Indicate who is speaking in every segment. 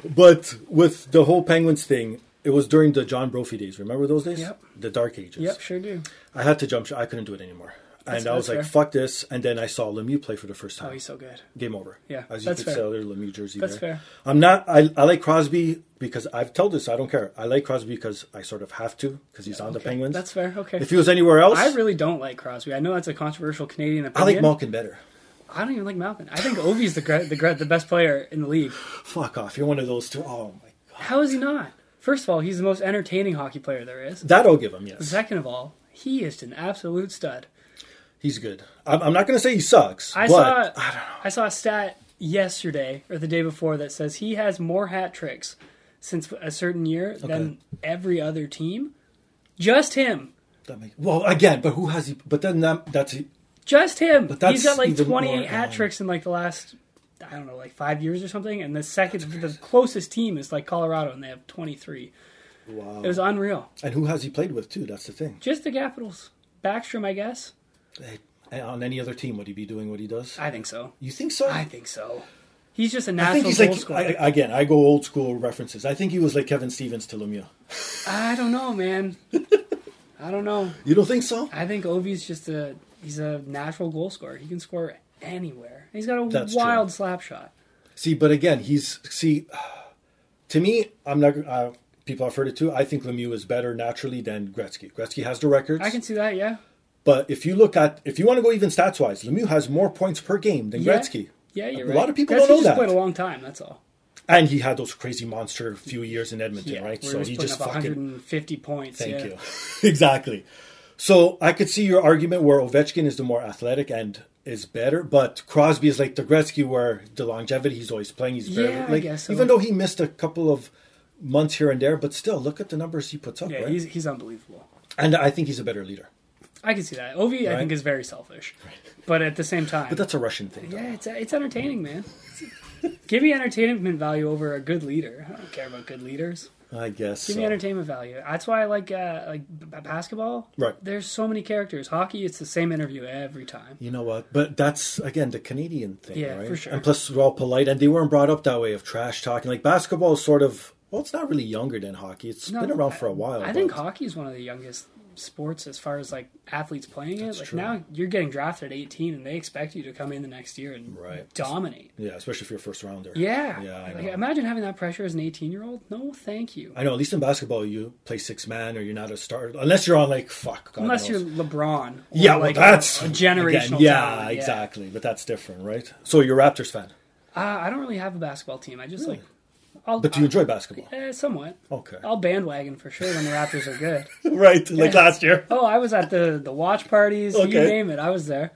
Speaker 1: But with the whole Penguins thing, it was during the John Brophy days. Remember those days?
Speaker 2: Yep.
Speaker 1: The dark ages.
Speaker 2: Yep, sure do.
Speaker 1: I had to jump. sh- I couldn't do it anymore. And I
Speaker 2: that's
Speaker 1: was like,
Speaker 2: fair.
Speaker 1: "Fuck this!" And then I saw Lemieux play for the first time.
Speaker 2: Oh, he's so good.
Speaker 1: Game over.
Speaker 2: Yeah,
Speaker 1: as you
Speaker 2: that's
Speaker 1: could
Speaker 2: fair.
Speaker 1: sell their Lemieux jersey.
Speaker 2: That's
Speaker 1: there.
Speaker 2: fair.
Speaker 1: I'm not. I, I like Crosby because I've told this. I don't care. I like Crosby because I sort of have to because he's on the Penguins.
Speaker 2: That's fair. Okay.
Speaker 1: If he was anywhere else,
Speaker 2: I really don't like Crosby. I know that's a controversial
Speaker 1: I
Speaker 2: Canadian
Speaker 1: like
Speaker 2: opinion.
Speaker 1: Malkin better.
Speaker 2: I don't even like Malkin. I think Ovi's the gre- the gre- the best player in the league.
Speaker 1: Fuck off. You're one of those two. Oh my.
Speaker 2: How is he not? First of all, he's the most entertaining hockey player there is.
Speaker 1: That I'll give him. Yes,
Speaker 2: Second of all, he is an absolute stud.
Speaker 1: he's good. I'm, I'm not gonna say he sucks.
Speaker 2: I
Speaker 1: but
Speaker 2: saw I, saw a stat yesterday or the day before that says he has more hat tricks since a certain year than every other team. Just him.
Speaker 1: That make, well, again, but who has he? But then that, that's
Speaker 2: Just him.
Speaker 1: that's
Speaker 2: He's got like
Speaker 1: even more um,
Speaker 2: 28 hat
Speaker 1: annoying.
Speaker 2: tricks in like the last I don't know, like 5 years or something and the second the closest team is like Colorado and they have 23.
Speaker 1: wow.
Speaker 2: It was unreal.
Speaker 1: and who has he played with too? That's the thing.
Speaker 2: Just the Capitals. Backstrom, I guess.
Speaker 1: And on any other team, would he be doing what he does?
Speaker 2: I think so.
Speaker 1: you think so?
Speaker 2: I think so. He's just a
Speaker 1: I think
Speaker 2: natural
Speaker 1: he's
Speaker 2: goal
Speaker 1: like
Speaker 2: scorer.
Speaker 1: I, again. I go old school references. I think he was like Kevin Stevens to Lemieux.
Speaker 2: I don't know, man. I don't know.
Speaker 1: You don't think so?
Speaker 2: I think Ovi's just a he's a natural goal scorer. He can score anywhere. He's got a
Speaker 1: That's
Speaker 2: wild
Speaker 1: true.
Speaker 2: slap shot.
Speaker 1: See, but again, he's see. To me, I'm not. Uh, people have heard it too. I think Lemieux is better naturally than Gretzky. Gretzky has the records.
Speaker 2: I can see that, yeah.
Speaker 1: But if you look at, if you want to go even stats wise, Lemieux has more points per game than
Speaker 2: Yeah.
Speaker 1: Gretzky.
Speaker 2: Yeah, you're
Speaker 1: A
Speaker 2: right.
Speaker 1: lot of people
Speaker 2: Gretzky
Speaker 1: don't know
Speaker 2: just
Speaker 1: that.
Speaker 2: played a long time, that's all.
Speaker 1: And he had those crazy monster few years in Edmonton,
Speaker 2: Yeah,
Speaker 1: right?
Speaker 2: where
Speaker 1: So
Speaker 2: was
Speaker 1: he
Speaker 2: putting
Speaker 1: just
Speaker 2: up
Speaker 1: fucking.
Speaker 2: 150 points.
Speaker 1: Thank
Speaker 2: yeah.
Speaker 1: you. exactly. So I could see your argument where Ovechkin is the more athletic and is better, but Crosby is like the Gretzky where the longevity he's always playing. He's very,
Speaker 2: Yeah, I
Speaker 1: like,
Speaker 2: guess so.
Speaker 1: even though he missed a couple of months here and there, but still, look at the numbers he puts up,
Speaker 2: Yeah,
Speaker 1: right?
Speaker 2: he's he's unbelievable.
Speaker 1: And I think he's a better leader.
Speaker 2: I can see that. Ovi, I
Speaker 1: Right.
Speaker 2: think, is very selfish, but at the same time,
Speaker 1: But that's a Russian thing. though.
Speaker 2: yeah, it's it's entertaining, man. Give me entertainment value over a good leader. I don't care about good leaders.
Speaker 1: I guess.
Speaker 2: Give me
Speaker 1: so.
Speaker 2: entertainment value. That's why I like uh, like b- b- basketball.
Speaker 1: Right.
Speaker 2: There's so many characters. Hockey, it's the same interview every time.
Speaker 1: You know what? But that's again the Canadian thing,
Speaker 2: Yeah,
Speaker 1: right?
Speaker 2: for sure.
Speaker 1: And plus, we're all polite, and they weren't brought up that way of trash talking. Like basketball is sort of well, it's not really younger than hockey. It's
Speaker 2: No,
Speaker 1: been around
Speaker 2: I-
Speaker 1: for a while.
Speaker 2: I think
Speaker 1: but-
Speaker 2: hockey is one of the youngest sports as far as like athletes playing it. Like
Speaker 1: true.
Speaker 2: now you're getting drafted at 18 and they expect you to come in the next year and
Speaker 1: Right.
Speaker 2: dominate.
Speaker 1: yeah, especially if you're a first rounder.
Speaker 2: Yeah.
Speaker 1: yeah, I know.
Speaker 2: like, imagine having that pressure as an 18 year old. No, thank you.
Speaker 1: I know. At least in basketball, you play six man, or you're not a starter unless you're on like fuck. God
Speaker 2: Unless
Speaker 1: knows.
Speaker 2: you're LeBron. or,
Speaker 1: yeah, well,
Speaker 2: like,
Speaker 1: that's
Speaker 2: a generational.
Speaker 1: again, yeah,
Speaker 2: talent.
Speaker 1: exactly. But that's different, right? So you're a Raptors fan,
Speaker 2: Uh, I don't really have a basketball team. I just
Speaker 1: Really?
Speaker 2: like. I'll,
Speaker 1: but do you enjoy basketball?
Speaker 2: Eh, somewhat.
Speaker 1: Okay,
Speaker 2: I'll bandwagon for sure when the Raptors are good.
Speaker 1: right. Like last year.
Speaker 2: Oh, I was at the the watch parties. You
Speaker 1: Okay.
Speaker 2: name it, I was there.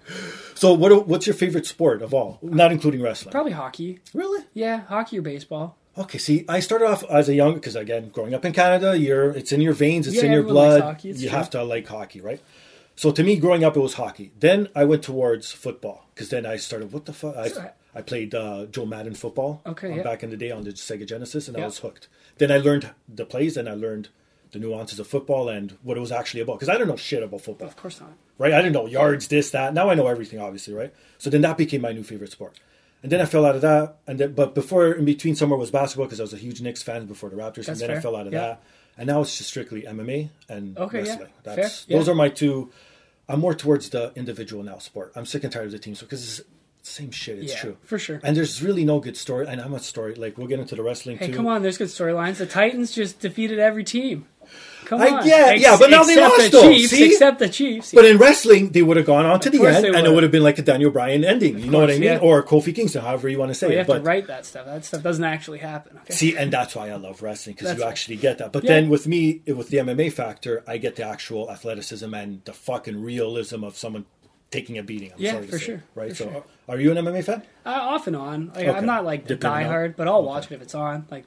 Speaker 1: So what? What's your favorite sport of all? Not including wrestling.
Speaker 2: Probably hockey.
Speaker 1: Really?
Speaker 2: Yeah, hockey or baseball.
Speaker 1: Okay, see, I started off as a young because again, growing up in Canada, you're it's in your veins, it's
Speaker 2: Yeah,
Speaker 1: in your
Speaker 2: everyone likes
Speaker 1: blood.
Speaker 2: hockey, it's
Speaker 1: you
Speaker 2: true.
Speaker 1: have to like hockey, right? So to me, growing up, it was hockey. Then I went towards football because then I started. What the fuck? I,
Speaker 2: So-
Speaker 1: I played uh, Joe Madden football.
Speaker 2: Okay,
Speaker 1: on-
Speaker 2: yeah.
Speaker 1: back in the day on the Sega Genesis, and I
Speaker 2: Yeah.
Speaker 1: was hooked. Then I learned the plays, and I learned the nuances of football and what it was actually about because I don't know shit about football
Speaker 2: Of course not.
Speaker 1: right? I didn't know yards, this, that. Now I know everything, obviously, right? So then that became my new favorite sport. And then I fell out of that. And then, but before in between somewhere was basketball because I was a huge Knicks fan before the Raptors,
Speaker 2: That's
Speaker 1: and then I
Speaker 2: fair.
Speaker 1: fell out of
Speaker 2: Yeah.
Speaker 1: that. And now it's just strictly MMA and
Speaker 2: Okay, yeah.
Speaker 1: wrestling.
Speaker 2: Fair.
Speaker 1: That's
Speaker 2: Yeah.
Speaker 1: those are my two. I'm more towards the individual now sport. I'm sick and tired of the team sport because it's the same shit. It's
Speaker 2: yeah,
Speaker 1: true.
Speaker 2: for sure.
Speaker 1: And there's really no good story. And I'm a story. Like we'll get into the wrestling
Speaker 2: Hey,
Speaker 1: too.
Speaker 2: come on, there's good storylines. The Titans just defeated every team. Come
Speaker 1: I-
Speaker 2: on.
Speaker 1: yeah, yeah, but now they
Speaker 2: except
Speaker 1: lost,
Speaker 2: the
Speaker 1: though,
Speaker 2: Chiefs,
Speaker 1: see?
Speaker 2: Except the Chiefs.
Speaker 1: But in wrestling, they would have gone on to the
Speaker 2: course
Speaker 1: end,
Speaker 2: they
Speaker 1: and it
Speaker 2: would've.
Speaker 1: would have been like a Daniel Bryan ending. You know what I
Speaker 2: course,
Speaker 1: mean?
Speaker 2: yeah. Oh,
Speaker 1: Or Kofi Kingston, however you want to say
Speaker 2: you
Speaker 1: it.
Speaker 2: have
Speaker 1: But
Speaker 2: to write that stuff. That stuff doesn't actually happen. Okay?
Speaker 1: See, and that's why I love wrestling because
Speaker 2: That's
Speaker 1: you
Speaker 2: right.
Speaker 1: actually get that. But
Speaker 2: Yeah.
Speaker 1: then with me, it- with the MMA factor, I get the actual athleticism and the fucking realism of someone taking a beating. I'm
Speaker 2: Yeah,
Speaker 1: sorry to
Speaker 2: for
Speaker 1: say,
Speaker 2: sure,
Speaker 1: Right.
Speaker 2: for
Speaker 1: so,
Speaker 2: sure.
Speaker 1: are you an MMA fan?
Speaker 2: Uh, off and on. Like,
Speaker 1: Okay.
Speaker 2: I'm not like the
Speaker 1: Depending on-
Speaker 2: diehard, but I'll watch it if it's on. Like,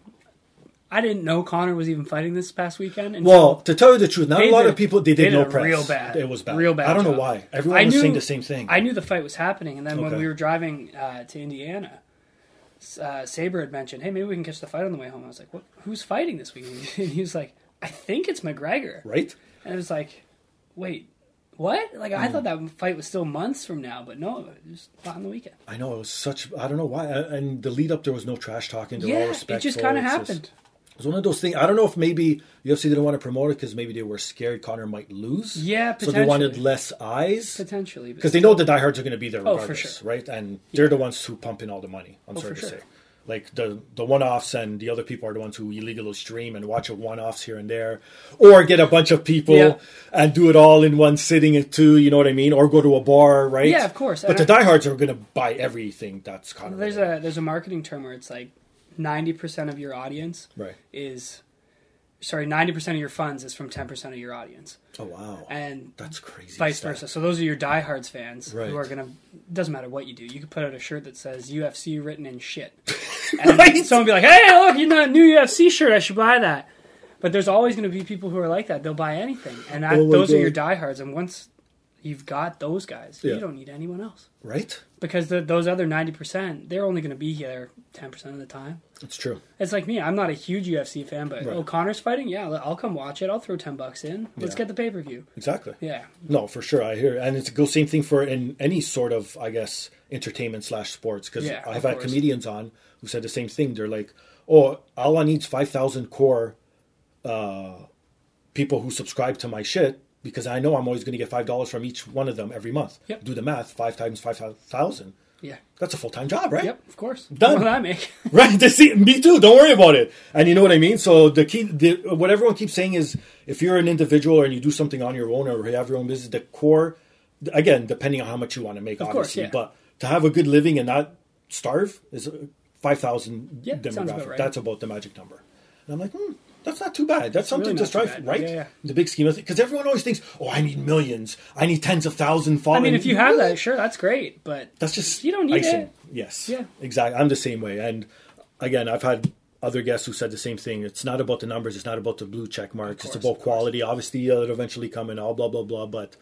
Speaker 2: I didn't know Connor was even fighting this past weekend. And
Speaker 1: Well, to tell you the truth, not
Speaker 2: They
Speaker 1: a lot
Speaker 2: did-
Speaker 1: of people they
Speaker 2: they
Speaker 1: did
Speaker 2: did
Speaker 1: no
Speaker 2: a
Speaker 1: press.
Speaker 2: real bad-
Speaker 1: It was bad.
Speaker 2: real bad
Speaker 1: I don't know
Speaker 2: job.
Speaker 1: why. Everyone
Speaker 2: I
Speaker 1: was saying
Speaker 2: knew-
Speaker 1: the same thing.
Speaker 2: I knew the fight was happening, and then
Speaker 1: Okay.
Speaker 2: when we were driving uh, to Indiana, S- uh, Saber had mentioned, "Hey, maybe we can catch the fight on the way home." I was like, what? "Who's fighting this weekend?" And he was like, "I think it's McGregor."
Speaker 1: right?
Speaker 2: And I was like, "Wait, what?" Like
Speaker 1: Hmm.
Speaker 2: I thought that fight was still months from now, but no, it was on the weekend.
Speaker 1: I know it was such. I don't know why. And and the lead up, there was no trash talking. They were all
Speaker 2: yeah,
Speaker 1: respectful.
Speaker 2: it just kind of
Speaker 1: It's
Speaker 2: happened.
Speaker 1: It was one of those things. I don't know if maybe UFC didn't want to promote it because maybe they were scared Connor might lose.
Speaker 2: Yeah,
Speaker 1: So they wanted
Speaker 2: potentially.
Speaker 1: less eyes.
Speaker 2: Potentially, but
Speaker 1: because they know the diehards are going to be there
Speaker 2: Oh,
Speaker 1: regardless,
Speaker 2: for sure. Oh,
Speaker 1: right? And they're the ones who pump in all the money. I'm sorry to
Speaker 2: for sure.
Speaker 1: say, like the the one offs and the other people are the ones who illegally stream and watch a one offs here and there, or get a bunch of people
Speaker 2: Yeah.
Speaker 1: and do it all in one sitting at two. You know what I mean? Or go to a bar, right?
Speaker 2: Yeah, of course.
Speaker 1: But
Speaker 2: And
Speaker 1: the
Speaker 2: I-
Speaker 1: diehards are going to buy everything that's Conor.
Speaker 2: there's
Speaker 1: related.
Speaker 2: a there's a marketing term where it's like ninety percent of your audience
Speaker 1: right.
Speaker 2: is sorry ninety percent of your funds is from ten percent of your audience,
Speaker 1: Oh wow,
Speaker 2: and
Speaker 1: that's crazy.
Speaker 2: vice
Speaker 1: stuff.
Speaker 2: versa. So those are your diehards fans
Speaker 1: Right.
Speaker 2: who are gonna doesn't matter what you do. You could put out a shirt that says UFC written in shit, and
Speaker 1: Right.
Speaker 2: someone would be like, "Hey, look, you know, a new UFC shirt. I should buy that." But there's always going to be people who are like that. They'll buy anything, and that,
Speaker 1: Oh my
Speaker 2: those
Speaker 1: God.
Speaker 2: are your diehards. And once you've got those guys,
Speaker 1: Yeah.
Speaker 2: you don't need anyone else
Speaker 1: Right?
Speaker 2: because the, those other ninety percent, they're only going to be here ten percent of the time.
Speaker 1: That's true.
Speaker 2: It's like me. I'm not a huge UFC fan, but
Speaker 1: Right.
Speaker 2: O'Connor's fighting. Yeah, I'll come watch it. I'll throw ten bucks in. Let's
Speaker 1: Yeah.
Speaker 2: get the pay per view.
Speaker 1: Exactly.
Speaker 2: Yeah,
Speaker 1: No, for sure, I hear, and it's the same thing for in any sort of, I guess, entertainment slash sports. Because
Speaker 2: Yeah,
Speaker 1: I've
Speaker 2: of
Speaker 1: had
Speaker 2: course.
Speaker 1: comedians on who said the same thing. They're like, "Oh, all I needs five thousand core uh, people who subscribe to my shit because I know I'm always going to get five dollars from each one of them every month.
Speaker 2: Yep.
Speaker 1: Do the math: five times five thousand.
Speaker 2: yeah.
Speaker 1: That's a full time job, right?
Speaker 2: Yep, of course.
Speaker 1: Done.
Speaker 2: What did I make?
Speaker 1: Right. That's it. Me too. Don't worry about it. And you know what I mean? So the key, the, what everyone keeps saying is if you're an individual and you do something on your own or you have your own business, the core, again, depending on how much you want to make,
Speaker 2: Of course,
Speaker 1: obviously,
Speaker 2: yeah.
Speaker 1: but to have a good living and not starve is uh, 5,000
Speaker 2: Yeah, sounds about
Speaker 1: demographic.
Speaker 2: right.
Speaker 1: That's about the magic number. And I'm like, hmm, that's not too bad. That's, something
Speaker 2: really
Speaker 1: to
Speaker 2: not too
Speaker 1: strive for,
Speaker 2: bad.
Speaker 1: right?
Speaker 2: Yeah, yeah.
Speaker 1: The big scheme of Because everyone always thinks, oh, I need millions. I need tens of thousands
Speaker 2: I
Speaker 1: followers.
Speaker 2: mean, if you have that, sure, that's great. But
Speaker 1: That's just
Speaker 2: You don't need
Speaker 1: icing.
Speaker 2: it.
Speaker 1: Yes.
Speaker 2: Yeah.
Speaker 1: Exactly. I'm the same way. And again, I've had other guests who said the same thing. It's not about the numbers. It's not about the blue check marks.
Speaker 2: course,
Speaker 1: it's about
Speaker 2: of
Speaker 1: quality. Obviously, uh, it'll eventually come and all blah blah blah. But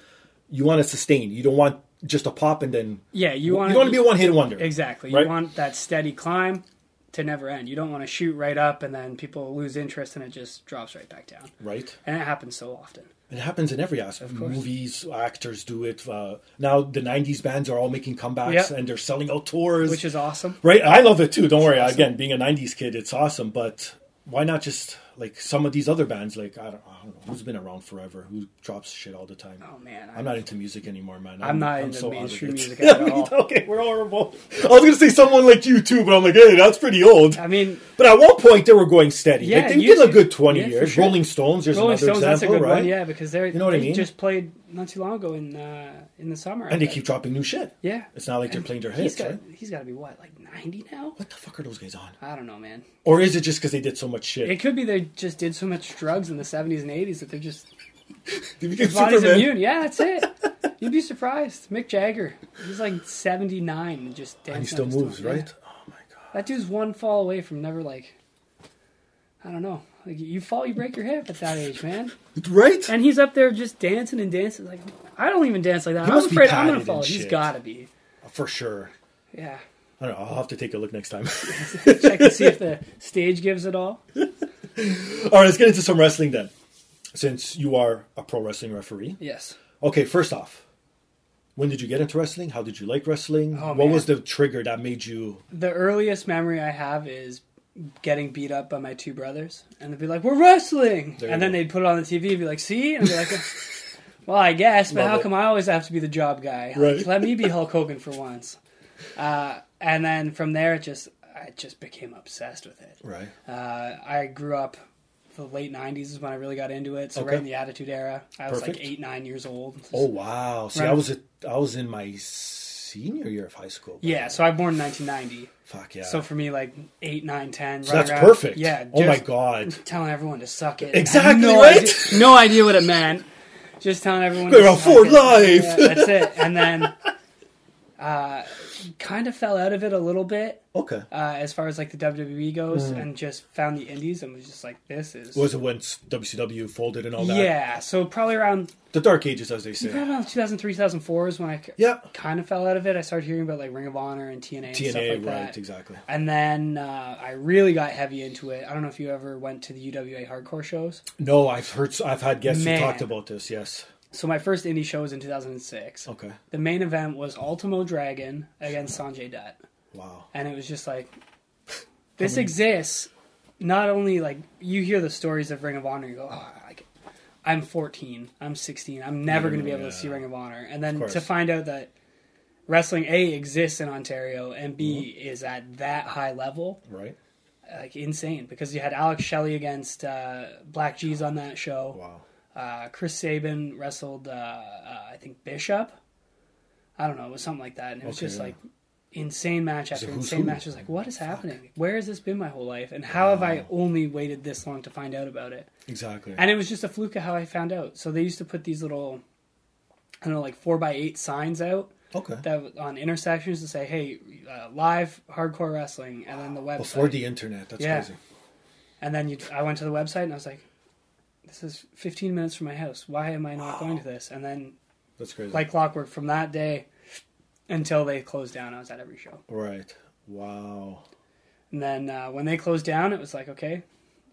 Speaker 1: you want to sustain. You don't want just a pop and then.
Speaker 2: yeah, you
Speaker 1: You
Speaker 2: want
Speaker 1: don't want to be a one hit wonder.
Speaker 2: exactly.
Speaker 1: right?
Speaker 2: You want that steady climb to never end. You don't want to shoot right up and then people lose interest and it just drops right back down.
Speaker 1: Right.
Speaker 2: And it happens so often.
Speaker 1: It happens in every aspect. Movies, actors do it. Uh, now the '90s bands are all making comebacks
Speaker 2: Yep.
Speaker 1: and they're selling out tours.
Speaker 2: Which is awesome.
Speaker 1: Right, I love it too. Don't worry. Again, being a '90s kid, it's awesome. But why not just like some of these other bands? Like I don't, I don't know who's been around forever, who drops shit all the time.
Speaker 2: Oh man,
Speaker 1: I'm not into music anymore, man.
Speaker 2: I'm not into
Speaker 1: out of
Speaker 2: mainstream
Speaker 1: it.
Speaker 2: music at all.
Speaker 1: okay, we're horrible. I was gonna say someone like you too, but I'm like, hey, that's pretty old.
Speaker 2: I mean,
Speaker 1: But at one point, they were going steady.
Speaker 2: Yeah,
Speaker 1: like, they
Speaker 2: you
Speaker 1: did a
Speaker 2: two-
Speaker 1: good 20
Speaker 2: yeah, for
Speaker 1: years.
Speaker 2: sure.
Speaker 1: Rolling Stones, there's
Speaker 2: Rolling
Speaker 1: another
Speaker 2: Stones.
Speaker 1: example,
Speaker 2: that's a good
Speaker 1: right?
Speaker 2: one, yeah, because they're you
Speaker 1: know what I mean?
Speaker 2: just played not too long ago in uh, in the summer. I
Speaker 1: And they
Speaker 2: bet.
Speaker 1: keep dropping new shit.
Speaker 2: yeah.
Speaker 1: It's not like they're
Speaker 2: And
Speaker 1: playing their
Speaker 2: he's
Speaker 1: hits,
Speaker 2: got,
Speaker 1: right?
Speaker 2: He's got to be what, like ninety now?
Speaker 1: What the fuck are those guys on?
Speaker 2: I don't know, man.
Speaker 1: Or is it just because they did so much shit?
Speaker 2: It could be they just did so much drugs in the seventies and eighties that they're just
Speaker 1: They became
Speaker 2: His body's
Speaker 1: Superman.
Speaker 2: immune. Yeah, that's it. You'd be surprised. Mick Jagger. He's like 79 and just dancing.
Speaker 1: And he still
Speaker 2: on his
Speaker 1: moves,
Speaker 2: tongue. Yeah.
Speaker 1: right? Oh my god.
Speaker 2: That dude's one fall away from never like, I don't know. Like you fall, you break your hip at that age, man.
Speaker 1: Right?
Speaker 2: And he's up there just dancing and dancing. Like I don't even dance like that.
Speaker 1: He
Speaker 2: I'm
Speaker 1: must be
Speaker 2: afraid I'm gonna
Speaker 1: padded
Speaker 2: fall.
Speaker 1: and
Speaker 2: He's
Speaker 1: shit.
Speaker 2: gotta be.
Speaker 1: For sure.
Speaker 2: Yeah.
Speaker 1: I don't know. I'll have to take a look next time.
Speaker 2: Check to see if the stage gives it all.
Speaker 1: All right, let's get into some wrestling then. Since you are a pro wrestling referee.
Speaker 2: Yes.
Speaker 1: Okay, first off, when did you get into wrestling? How did you like wrestling?
Speaker 2: Oh,
Speaker 1: what was the trigger that made you
Speaker 2: The earliest memory I have is getting beat up by my two brothers, and they'd be like, "We're wrestling,"
Speaker 1: There you
Speaker 2: and then
Speaker 1: go.
Speaker 2: they'd put it on the TV and be like, "See," and I'd be like, Well, I guess, but
Speaker 1: Love
Speaker 2: how
Speaker 1: it.
Speaker 2: come I always have to be the job guy? Like,
Speaker 1: Right.
Speaker 2: let me be Hulk Hogan for once. Uh, and then from there, it just I just became obsessed with it.
Speaker 1: Right.
Speaker 2: Uh, I grew up. The late '90s is when I really got into it. So
Speaker 1: Okay.
Speaker 2: right in the Attitude Era, I was
Speaker 1: Perfect.
Speaker 2: like eight, nine years old.
Speaker 1: Oh wow! See, I
Speaker 2: Right.
Speaker 1: was a, I was in my senior year of high school. bro.
Speaker 2: Yeah, so I was born in 1990.
Speaker 1: Fuck yeah!
Speaker 2: So for me, like eight, nine, ten.
Speaker 1: So
Speaker 2: right
Speaker 1: that's
Speaker 2: around-
Speaker 1: perfect.
Speaker 2: Yeah.
Speaker 1: Oh my
Speaker 2: just
Speaker 1: god!
Speaker 2: Telling everyone to suck it.
Speaker 1: Exactly,
Speaker 2: No
Speaker 1: right?
Speaker 2: idea- no idea what it meant. Just telling everyone.
Speaker 1: We're
Speaker 2: to
Speaker 1: on
Speaker 2: suck
Speaker 1: for
Speaker 2: it.
Speaker 1: life.
Speaker 2: Yeah, that's it. And then, uh, kind of fell out of it a little bit
Speaker 1: Okay.
Speaker 2: uh, as far as like the WWE goes, and just found the indies and was just like, this is.
Speaker 1: Mm. was it when WCW folded and all that?
Speaker 2: yeah, so probably around
Speaker 1: The dark ages, as they
Speaker 2: probably
Speaker 1: say.
Speaker 2: around 2003, 2004 is when I
Speaker 1: Yeah.
Speaker 2: kind of fell out of it. I started hearing about like Ring of Honor and TNA, and stuff
Speaker 1: TNA,
Speaker 2: like
Speaker 1: right?
Speaker 2: that.
Speaker 1: Exactly.
Speaker 2: And then uh, I really got heavy into it. I don't know if you ever went to the UWA hardcore shows.
Speaker 1: No, I've heard. I've had guests
Speaker 2: Man.
Speaker 1: who talked about this. Yes.
Speaker 2: So my first indie show was in 2006.
Speaker 1: Okay.
Speaker 2: The main event was Ultimo Dragon against Sanjay Dutt,
Speaker 1: Wow.
Speaker 2: and it was just like, this exists. Not only like you hear the stories of Ring of Honor, you go, oh, like, I'm 14, I'm 16, I'm never going to be able
Speaker 1: Mm, yeah.
Speaker 2: to see Ring of Honor, and then
Speaker 1: course.
Speaker 2: to find out that wrestling A exists in Ontario and B
Speaker 1: Mm-hmm.
Speaker 2: is at that high level.
Speaker 1: Right.
Speaker 2: like insane because you had Alex Shelley against uh, Black G's on that show.
Speaker 1: Wow.
Speaker 2: Uh, Chris Sabin wrestled, uh, uh, I think Bishop. I don't know, it was something like that, and it was
Speaker 1: Okay,
Speaker 2: just
Speaker 1: yeah.
Speaker 2: like insane match after
Speaker 1: who's
Speaker 2: insane
Speaker 1: who.
Speaker 2: match. It was like, what is happening? Where has this been my whole life? And how have I only waited this long to find out about it?
Speaker 1: Exactly.
Speaker 2: And it was just a fluke of how I found out. So they used to put these little, I don't know, like four by eight signs out
Speaker 1: okay.
Speaker 2: that on intersections to say, "Hey, uh, live hardcore wrestling," and then the website
Speaker 1: Before the internet. That's
Speaker 2: Yeah.
Speaker 1: crazy.
Speaker 2: and then you, I went to the website and I was like, this is 15 minutes from my house. Why am I not going to this? And then,
Speaker 1: That's crazy.
Speaker 2: like clockwork, from that day until they closed down, I was at every show.
Speaker 1: Right. Wow.
Speaker 2: And then uh, when they closed down, it was like, okay,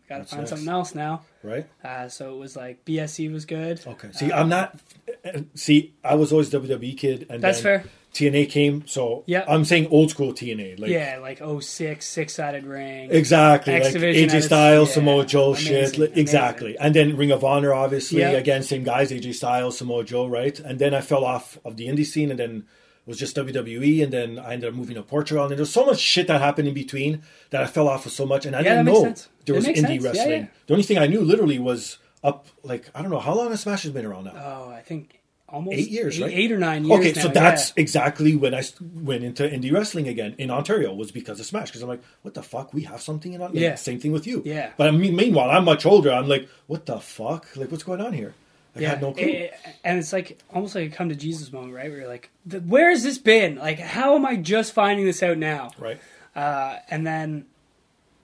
Speaker 2: got to
Speaker 1: What's
Speaker 2: find
Speaker 1: next?
Speaker 2: something else now.
Speaker 1: Right.
Speaker 2: Uh, so it was like BSE was good.
Speaker 1: Okay. See,
Speaker 2: Uh,
Speaker 1: I'm not. eh, See, I was always WWE kid, and
Speaker 2: That's
Speaker 1: then
Speaker 2: fair.
Speaker 1: TNA came, so
Speaker 2: Yep.
Speaker 1: I'm saying old school TNA. Like,
Speaker 2: yeah, like 06, six sided ring.
Speaker 1: Exactly,
Speaker 2: X
Speaker 1: like
Speaker 2: Division
Speaker 1: AJ
Speaker 2: at its-
Speaker 1: Styles,
Speaker 2: yeah,
Speaker 1: Samoa Joe,
Speaker 2: amazing,
Speaker 1: shit. Like,
Speaker 2: amazing.
Speaker 1: Exactly, and then Ring of Honor, obviously,
Speaker 2: Yeah.
Speaker 1: again, same guys, AJ Styles, Samoa Joe, right? And then I fell off of the indie scene, and then it was just WWE, and then I ended up moving to Portugal, and there's so much shit that happened in between that I fell off of so much, and I
Speaker 2: Yeah,
Speaker 1: didn't
Speaker 2: that makes
Speaker 1: know
Speaker 2: sense.
Speaker 1: there
Speaker 2: It
Speaker 1: was indie
Speaker 2: makes sense. Yeah,
Speaker 1: wrestling.
Speaker 2: yeah.
Speaker 1: The only thing I knew literally was up, like I don't know how long has Smash has been around now.
Speaker 2: Oh, I think almost
Speaker 1: Eight years,
Speaker 2: eight,
Speaker 1: right?
Speaker 2: eight or nine years.
Speaker 1: Okay, so
Speaker 2: now,
Speaker 1: that's
Speaker 2: yeah.
Speaker 1: exactly when I st- went into indie wrestling again in Ontario was because of Smash. Because I'm like, what the fuck? We have something in Ontario.
Speaker 2: Yeah.
Speaker 1: Same thing with you.
Speaker 2: Yeah.
Speaker 1: But I mean, meanwhile, I'm much older. I'm like, what the fuck? Like, what's going on here? I had no clue.
Speaker 2: it- it- and it's like almost like a come to Jesus moment, right? Where you're like, "Th- where has this been? Like, how am I just finding this out now?
Speaker 1: right.
Speaker 2: Uh, and then,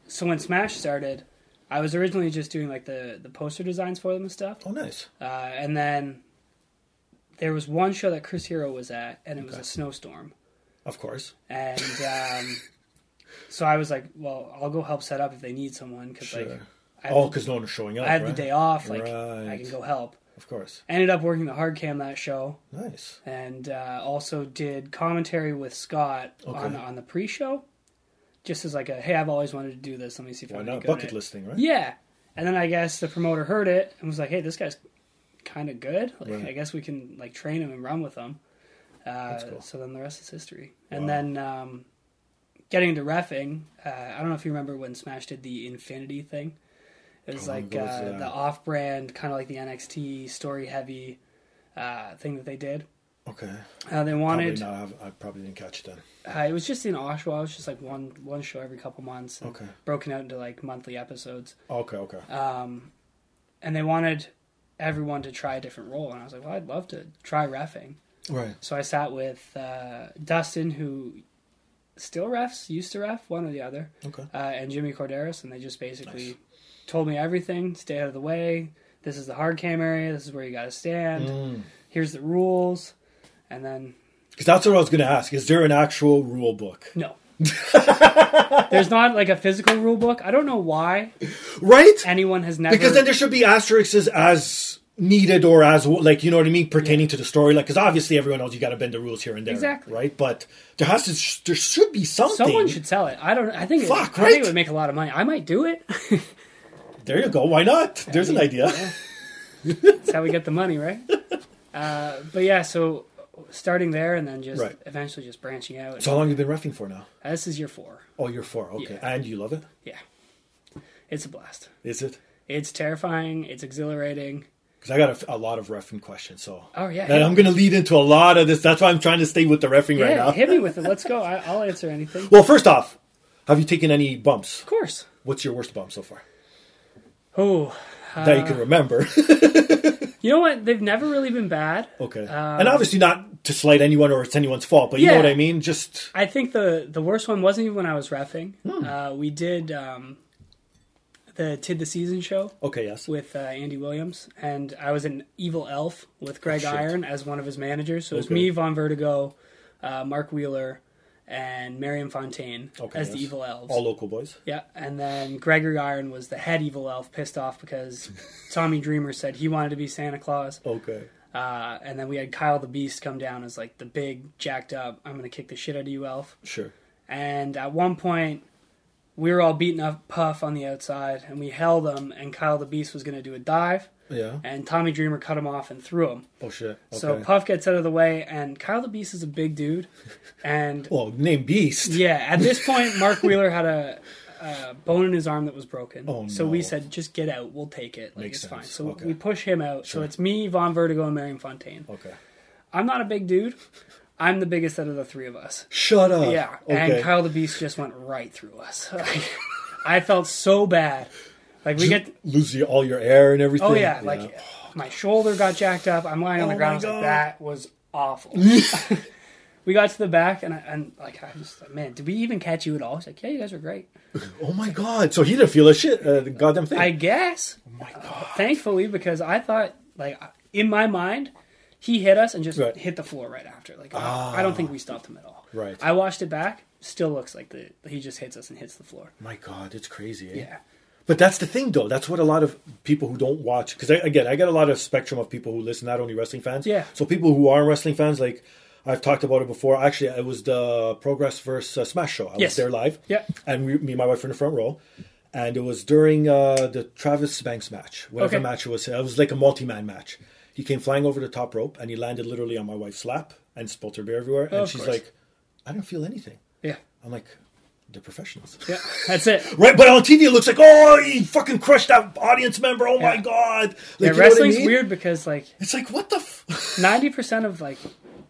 Speaker 2: so when Smash started, I was originally just doing like the the poster designs for them and stuff.
Speaker 1: Oh, nice.
Speaker 2: Uh, and then there was one show that Chris Hero was at, and it was
Speaker 1: Okay.
Speaker 2: a snowstorm.
Speaker 1: Of course.
Speaker 2: And um, so I was like, well, I'll go help set up if they need someone because like
Speaker 1: Sure.
Speaker 2: I have,
Speaker 1: Oh, because no one was showing up.
Speaker 2: I have
Speaker 1: right?
Speaker 2: the day off, like I
Speaker 1: Right.
Speaker 2: can go help.
Speaker 1: Of course.
Speaker 2: Ended up working the hard cam that show
Speaker 1: Nice.
Speaker 2: and uh, also did commentary with Scott on
Speaker 1: Okay.
Speaker 2: on the pre-show, just as like a hey, I've always wanted to do this. Let me see if
Speaker 1: Why
Speaker 2: I'm
Speaker 1: not?
Speaker 2: good at
Speaker 1: Bucket
Speaker 2: it."
Speaker 1: listing, right?
Speaker 2: Yeah, and then I guess the promoter heard it and was like, hey, this guy's kind of good. Like,
Speaker 1: Right.
Speaker 2: I guess we can like train him and run with him. Uh,
Speaker 1: cool.
Speaker 2: So then the rest is history. And
Speaker 1: Wow.
Speaker 2: then um, getting into refing, uh, I don't know if you remember when Smash did the Infinity thing. It was
Speaker 1: How long
Speaker 2: like
Speaker 1: ago
Speaker 2: uh,
Speaker 1: was Oh, that?
Speaker 2: the off-brand, kind of like the NXT story-heavy uh, thing that they did.
Speaker 1: Okay.
Speaker 2: Uh, they
Speaker 1: Probably
Speaker 2: wanted
Speaker 1: not. I've- I probably didn't catch it then.
Speaker 2: uh, it was just in Oshawa. It was just like one one show every couple months, and
Speaker 1: Okay.
Speaker 2: broken out into like monthly episodes.
Speaker 1: Okay. Okay.
Speaker 2: Um, and they wanted everyone to try a different role, and I was like, well, I'd love to try refing.
Speaker 1: right.
Speaker 2: So I sat with uh, Dustin, who still refs, used to ref, one or the other,
Speaker 1: Okay.
Speaker 2: uh, and Jimmy Corderas, and they just basically
Speaker 1: Nice.
Speaker 2: told me everything. Stay out of the way. This is the hard cam area. This is where you got to stand.
Speaker 1: Mm.
Speaker 2: Here's the rules, and then
Speaker 1: Because that's what I was going to ask. Is there an actual rule book?
Speaker 2: No. There's not like a physical rule book. I don't know why
Speaker 1: Right.
Speaker 2: anyone has never.
Speaker 1: because then there should be asterisks as needed or as like you know what I mean pertaining to the story like because obviously everyone knows you got to bend the rules here and there
Speaker 2: Exactly.
Speaker 1: right but there has to there should be something
Speaker 2: someone should sell it. I don't. I think. it,
Speaker 1: Fuck,
Speaker 2: I think
Speaker 1: right?
Speaker 2: it would make a lot of money. I might do it.
Speaker 1: there you go why not there's an idea
Speaker 2: That's how we get the money, right? Uh, but yeah, so starting there and then just
Speaker 1: Right.
Speaker 2: eventually just branching out.
Speaker 1: So how long you been refing for now?
Speaker 2: this is year four.
Speaker 1: Oh, you're four. Okay,
Speaker 2: Yeah.
Speaker 1: and you love it?
Speaker 2: Yeah, it's a blast.
Speaker 1: Is it?
Speaker 2: It's terrifying. It's exhilarating.
Speaker 1: Because I got a, a lot of refing questions. So
Speaker 2: Oh, yeah.
Speaker 1: That I'm going to lead into a lot of this. That's why I'm trying to stay with the refing right
Speaker 2: Yeah,
Speaker 1: now.
Speaker 2: hit me with it. Let's go. I, I'll answer anything. Of
Speaker 1: Well, first off, have you taken any bumps?
Speaker 2: course.
Speaker 1: What's your worst bump so far
Speaker 2: Oh,
Speaker 1: that you can remember?
Speaker 2: you know what? They've never really been bad.
Speaker 1: okay, and obviously not to slight anyone or it's anyone's fault, but you know
Speaker 2: Um, Yeah.
Speaker 1: what I mean. Just
Speaker 2: I think the the worst one wasn't even when I was refing.
Speaker 1: Hmm.
Speaker 2: Uh, we did um, the Tid the Season show
Speaker 1: okay, yes.
Speaker 2: with uh, Andy Williams, and I was an evil elf with Greg
Speaker 1: Oh, shit.
Speaker 2: Iron as one of his managers. So it was
Speaker 1: Okay.
Speaker 2: me, Von Vertigo, uh, Mark Wheeler, and Miriam Fontaine
Speaker 1: Okay,
Speaker 2: as the
Speaker 1: yes.
Speaker 2: evil elves.
Speaker 1: All local boys.
Speaker 2: Yeah, and then Gregory Iron was the head evil elf, pissed off because Tommy Dreamer said he wanted to be Santa Claus.
Speaker 1: Okay.
Speaker 2: Uh, and then we had Kyle the Beast come down as like the big jacked up. I'm gonna kick the shit out of you, elf.
Speaker 1: Sure.
Speaker 2: And at one point, we were all beating up Puff on the outside, and we held him. And Kyle the Beast was gonna do a dive,
Speaker 1: Yeah.
Speaker 2: and Tommy Dreamer cut him off and threw him.
Speaker 1: Oh shit. Okay.
Speaker 2: So Puff gets out of the way, and Kyle the Beast is a big dude, and
Speaker 1: well, name Beast.
Speaker 2: yeah, at this point, Mark Wheeler had a, a bone in his arm that was broken.
Speaker 1: Oh,
Speaker 2: so
Speaker 1: no.
Speaker 2: we said, just get out. We'll take it. Like,
Speaker 1: Makes
Speaker 2: it's
Speaker 1: sense.
Speaker 2: fine. So
Speaker 1: Okay.
Speaker 2: we push him out.
Speaker 1: Sure.
Speaker 2: So it's me, Von Vertigo, and Marion Fontaine.
Speaker 1: Okay.
Speaker 2: I'm not a big dude. I'm the biggest out of the three of us.
Speaker 1: Shut up.
Speaker 2: Yeah.
Speaker 1: Okay.
Speaker 2: And Kyle the Beast just went right through us. Like, I felt so bad. Like, we get.
Speaker 1: lose your- all your air and everything.
Speaker 2: Oh, yeah. Like, my shoulder got jacked up. I'm lying on the
Speaker 1: Oh, my
Speaker 2: ground. I was like,
Speaker 1: God.
Speaker 2: that was awful. we got to the back, and, I, and like, I was like, man, did we even catch you at all? He's like, yeah, you guys were great.
Speaker 1: oh my god. So he didn't feel a shit. Uh, the goddamn thing.
Speaker 2: I guess.
Speaker 1: Oh
Speaker 2: uh,
Speaker 1: my god.
Speaker 2: Thankfully, because I thought, like, in my mind, he hit us and just
Speaker 1: Right. Ah.
Speaker 2: hit the floor right after. Like, I don't think we stopped him at all.
Speaker 1: Right.
Speaker 2: I watched it back. Still looks like the he just hits us and hits the floor.
Speaker 1: My god, it's crazy. eh?
Speaker 2: Yeah.
Speaker 1: But that's the thing, though. That's what a lot of people who don't watch, because again, I get a lot of spectrum of people who listen, not only wrestling fans.
Speaker 2: Yeah.
Speaker 1: So people who are wrestling fans, like I've talked about it before. Actually, it was the Progress versus uh, Smash show. I was
Speaker 2: Yes.
Speaker 1: there live.
Speaker 2: Yeah.
Speaker 1: And we, me and my wife were in the front row, and it was during uh, the Travis Banks match, whatever
Speaker 2: Okay.
Speaker 1: match it was. It was like a multi-man match. He came flying over the top rope, and he landed literally on my wife's lap and spilled her beer everywhere. And
Speaker 2: of
Speaker 1: she's
Speaker 2: course.
Speaker 1: like, "I don't feel anything."
Speaker 2: Yeah.
Speaker 1: I'm like, "They're professionals."
Speaker 2: Yeah. That's it.
Speaker 1: Right, but on TV it looks like, oh, he fucking crushed that audience member. Oh my
Speaker 2: Yeah.
Speaker 1: god! Like,
Speaker 2: Yeah,
Speaker 1: you know what I
Speaker 2: wrestling's
Speaker 1: mean?
Speaker 2: weird because like
Speaker 1: It's like what the. F-
Speaker 2: ninety percent of like,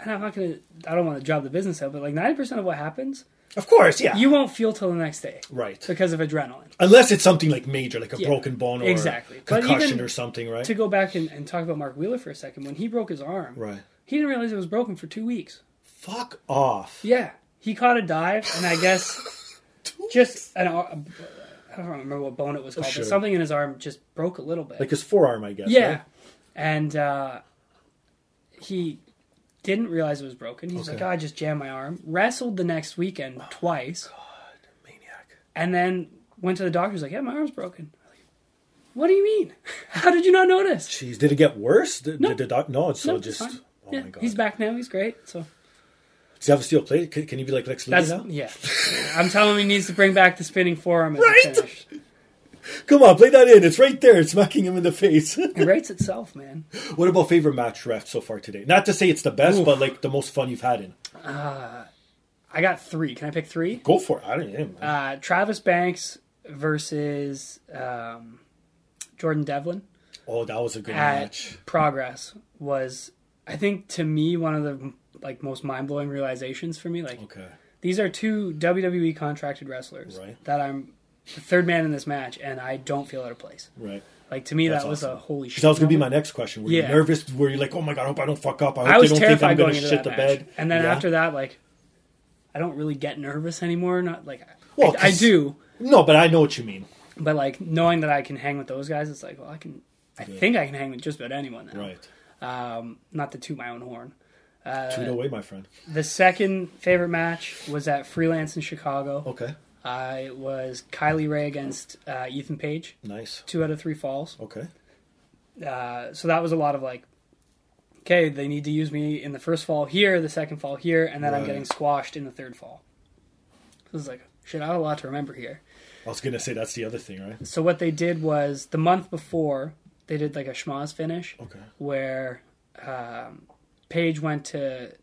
Speaker 2: and I'm not gonna. I don't want to job the business out, but like ninety percent of what happens,
Speaker 1: of course, yeah.
Speaker 2: you won't feel till the next day,
Speaker 1: Right.
Speaker 2: Because of adrenaline.
Speaker 1: Unless it's something like major, like a
Speaker 2: Yeah,
Speaker 1: broken bone or
Speaker 2: exactly. But
Speaker 1: concussion
Speaker 2: even
Speaker 1: or something, right?
Speaker 2: To go back and, and talk about Mark Wheeler for a second, when he broke his arm,
Speaker 1: Right.
Speaker 2: He didn't realize it was broken for two weeks.
Speaker 1: Fuck off.
Speaker 2: Yeah, he caught a dive, and I guess just an ar- I don't remember what bone it was called,
Speaker 1: Oh, Sure.
Speaker 2: but something in his arm just broke a little bit.
Speaker 1: Like his forearm, I guess.
Speaker 2: yeah,
Speaker 1: right?
Speaker 2: and uh, he didn't realize it was broken. He's like,
Speaker 1: Okay. Oh
Speaker 2: "Oh, I just jammed my arm. Wrestled the next weekend twice,
Speaker 1: Maniac.
Speaker 2: and then went to the doctor. He's like, Yeah, my arm's broken. I'm like, What do you mean? How did you not notice?
Speaker 1: Jeez, did it get worse? Did,
Speaker 2: No.
Speaker 1: did the doc? No, it's
Speaker 2: No,
Speaker 1: so
Speaker 2: it's
Speaker 1: just.
Speaker 2: fine.
Speaker 1: Oh
Speaker 2: yeah,
Speaker 1: my god.
Speaker 2: he's back now. He's great. So
Speaker 1: Does he have a steel plate? Can, can he be like Lex Luthor
Speaker 2: that's
Speaker 1: now?
Speaker 2: yeah. I'm telling him he needs to bring back the spinning forearm. As a
Speaker 1: Right?
Speaker 2: finish.
Speaker 1: Come on, play that in. It's right there. It's smacking him in the face.
Speaker 2: It writes itself, man.
Speaker 1: what about favorite match ref so far today? Not to say it's the best, but like the most fun you've had in.
Speaker 2: I got three. Can I pick three?
Speaker 1: Go for it. I don't know. man.
Speaker 2: Uh, Travis Banks versus um, Jordan Devlin
Speaker 1: Oh, that was a good
Speaker 2: at
Speaker 1: match.
Speaker 2: Progress was, I think, to me one of the like most mind blowing realizations for me. Like
Speaker 1: Okay.
Speaker 2: these are two WWE contracted wrestlers
Speaker 1: Right.
Speaker 2: that I'm the third man in this match, and I don't feel out of place.
Speaker 1: Right.
Speaker 2: Like to me,
Speaker 1: That's
Speaker 2: that was
Speaker 1: awesome.
Speaker 2: a holy shit.
Speaker 1: Because that was going to be my
Speaker 2: moment.
Speaker 1: next question. Were
Speaker 2: Yeah.
Speaker 1: you nervous? Were you like, oh my God, I hope I don't fuck up. I hope
Speaker 2: I was
Speaker 1: they don't think I'm going
Speaker 2: terrified going
Speaker 1: to
Speaker 2: into
Speaker 1: shit
Speaker 2: that
Speaker 1: the
Speaker 2: match.
Speaker 1: bed.
Speaker 2: And then
Speaker 1: Yeah.
Speaker 2: after that, like, I don't really get nervous anymore. Not like I-
Speaker 1: Well,
Speaker 2: I, I
Speaker 1: 'cause-
Speaker 2: do.
Speaker 1: No, but I know what you mean.
Speaker 2: but like knowing that I can hang with those guys, it's like, well, I can, I think I can hang with just about anyone now.
Speaker 1: Right.
Speaker 2: Um, not to toot my own horn. Uh,
Speaker 1: Tweet away, my friend.
Speaker 2: The second favorite match was at Freelance in Chicago.
Speaker 1: Okay.
Speaker 2: Uh, it was Kylie Ray against uh, Ethan Page,
Speaker 1: Nice.
Speaker 2: two out of three falls.
Speaker 1: Okay.
Speaker 2: Uh, so that was a lot of like, okay, they need to use me in the first fall here, the second fall here, and then I'm
Speaker 1: Right.
Speaker 2: getting squashed in the third fall. So it was like, shit, I have a lot to remember here.
Speaker 1: I was going to say that's the other thing, right?
Speaker 2: So what they did was the month before they did like a schmoz finish,
Speaker 1: Okay.
Speaker 2: where um, Paige went to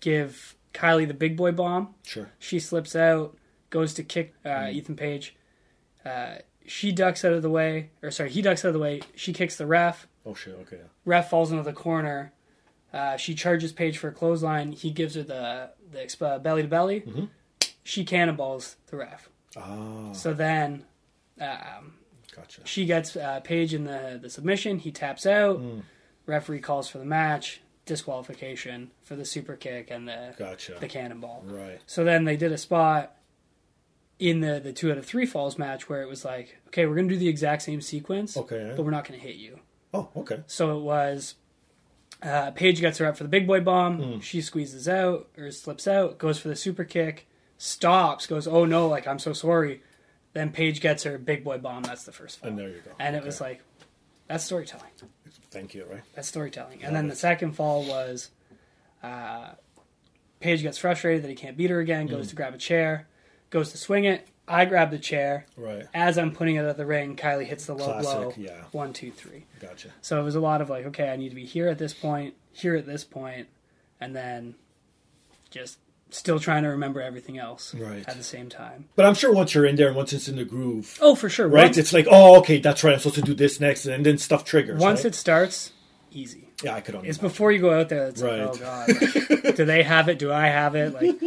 Speaker 2: give Kylie the big boy bomb.
Speaker 1: Sure.
Speaker 2: She slips out, goes to kick uh, Ethan Page. Uh, she ducks out of the way, or sorry, he ducks out of the way. She kicks the ref.
Speaker 1: Oh shit. Okay. yeah.
Speaker 2: Ref falls into the corner. Uh, she charges Paige for a clothesline. He gives her the the exp- uh, belly to belly. She cannonballs the ref.
Speaker 1: Ah,
Speaker 2: So then um,
Speaker 1: gotcha.
Speaker 2: she gets uh, Paige in the, the submission. He taps out.
Speaker 1: Hmm.
Speaker 2: Referee calls for the match. Disqualification for the super kick and the
Speaker 1: Gotcha.
Speaker 2: the cannonball.
Speaker 1: Right.
Speaker 2: So then they did a spot in the the two out of three falls match where it was like, okay, we're gonna do the exact same sequence,
Speaker 1: Okay.
Speaker 2: but we're not gonna hit you.
Speaker 1: Oh, okay.
Speaker 2: So it was uh, Paige gets her up for the big boy bomb.
Speaker 1: Hmm.
Speaker 2: She squeezes out or slips out, goes for the super kick, stops, goes, oh no, like I'm so sorry. Then Paige gets her big boy bomb. That's the first fall.
Speaker 1: And there you go.
Speaker 2: And it
Speaker 1: Okay.
Speaker 2: was like, that's storytelling.
Speaker 1: Thank you. Right.
Speaker 2: That's storytelling. And then the second fall was uh, Paige gets frustrated that he can't beat her again,
Speaker 1: Mm.
Speaker 2: goes to grab a chair, goes to swing it. I grab the chair.
Speaker 1: Right.
Speaker 2: As I'm putting it out of the ring, Kylie hits the low
Speaker 1: Classic,
Speaker 2: blow.
Speaker 1: yeah.
Speaker 2: One, two, three.
Speaker 1: Gotcha.
Speaker 2: So it was a lot of like, okay, I need to be here at this point, here at this point, and then just still trying to remember everything else
Speaker 1: Right.
Speaker 2: at the same time.
Speaker 1: But I'm sure once you're in there and once it's in the groove,
Speaker 2: Oh, for sure.
Speaker 1: right?
Speaker 2: Once,
Speaker 1: It's like, oh, okay, that's right. I'm supposed to do this next, and then stuff triggers.
Speaker 2: once
Speaker 1: right?
Speaker 2: it starts, easy.
Speaker 1: yeah, I could only.
Speaker 2: It's before you go out there. It's
Speaker 1: Right.
Speaker 2: like, oh god, like, do they have it? Do I have it? Like,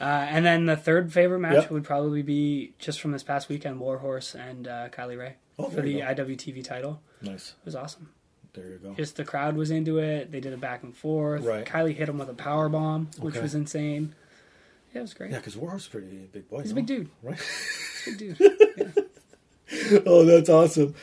Speaker 2: uh, and then the third favorite match
Speaker 1: Yep.
Speaker 2: would probably be just from this past weekend: Warhorse and uh, Kylie Ray
Speaker 1: Oh,
Speaker 2: for
Speaker 1: there you
Speaker 2: the
Speaker 1: go.
Speaker 2: IWTV title.
Speaker 1: nice.
Speaker 2: It was awesome.
Speaker 1: There you go.
Speaker 2: Just the crowd was into it. They did a back and forth.
Speaker 1: Right.
Speaker 2: Kylie hit him with a power bomb, which
Speaker 1: Okay.
Speaker 2: was insane. Yeah, it was great.
Speaker 1: Yeah, because Warhorse pretty big boy.
Speaker 2: He's a
Speaker 1: no?
Speaker 2: big dude.
Speaker 1: right?
Speaker 2: Big dude.
Speaker 1: oh, that's awesome.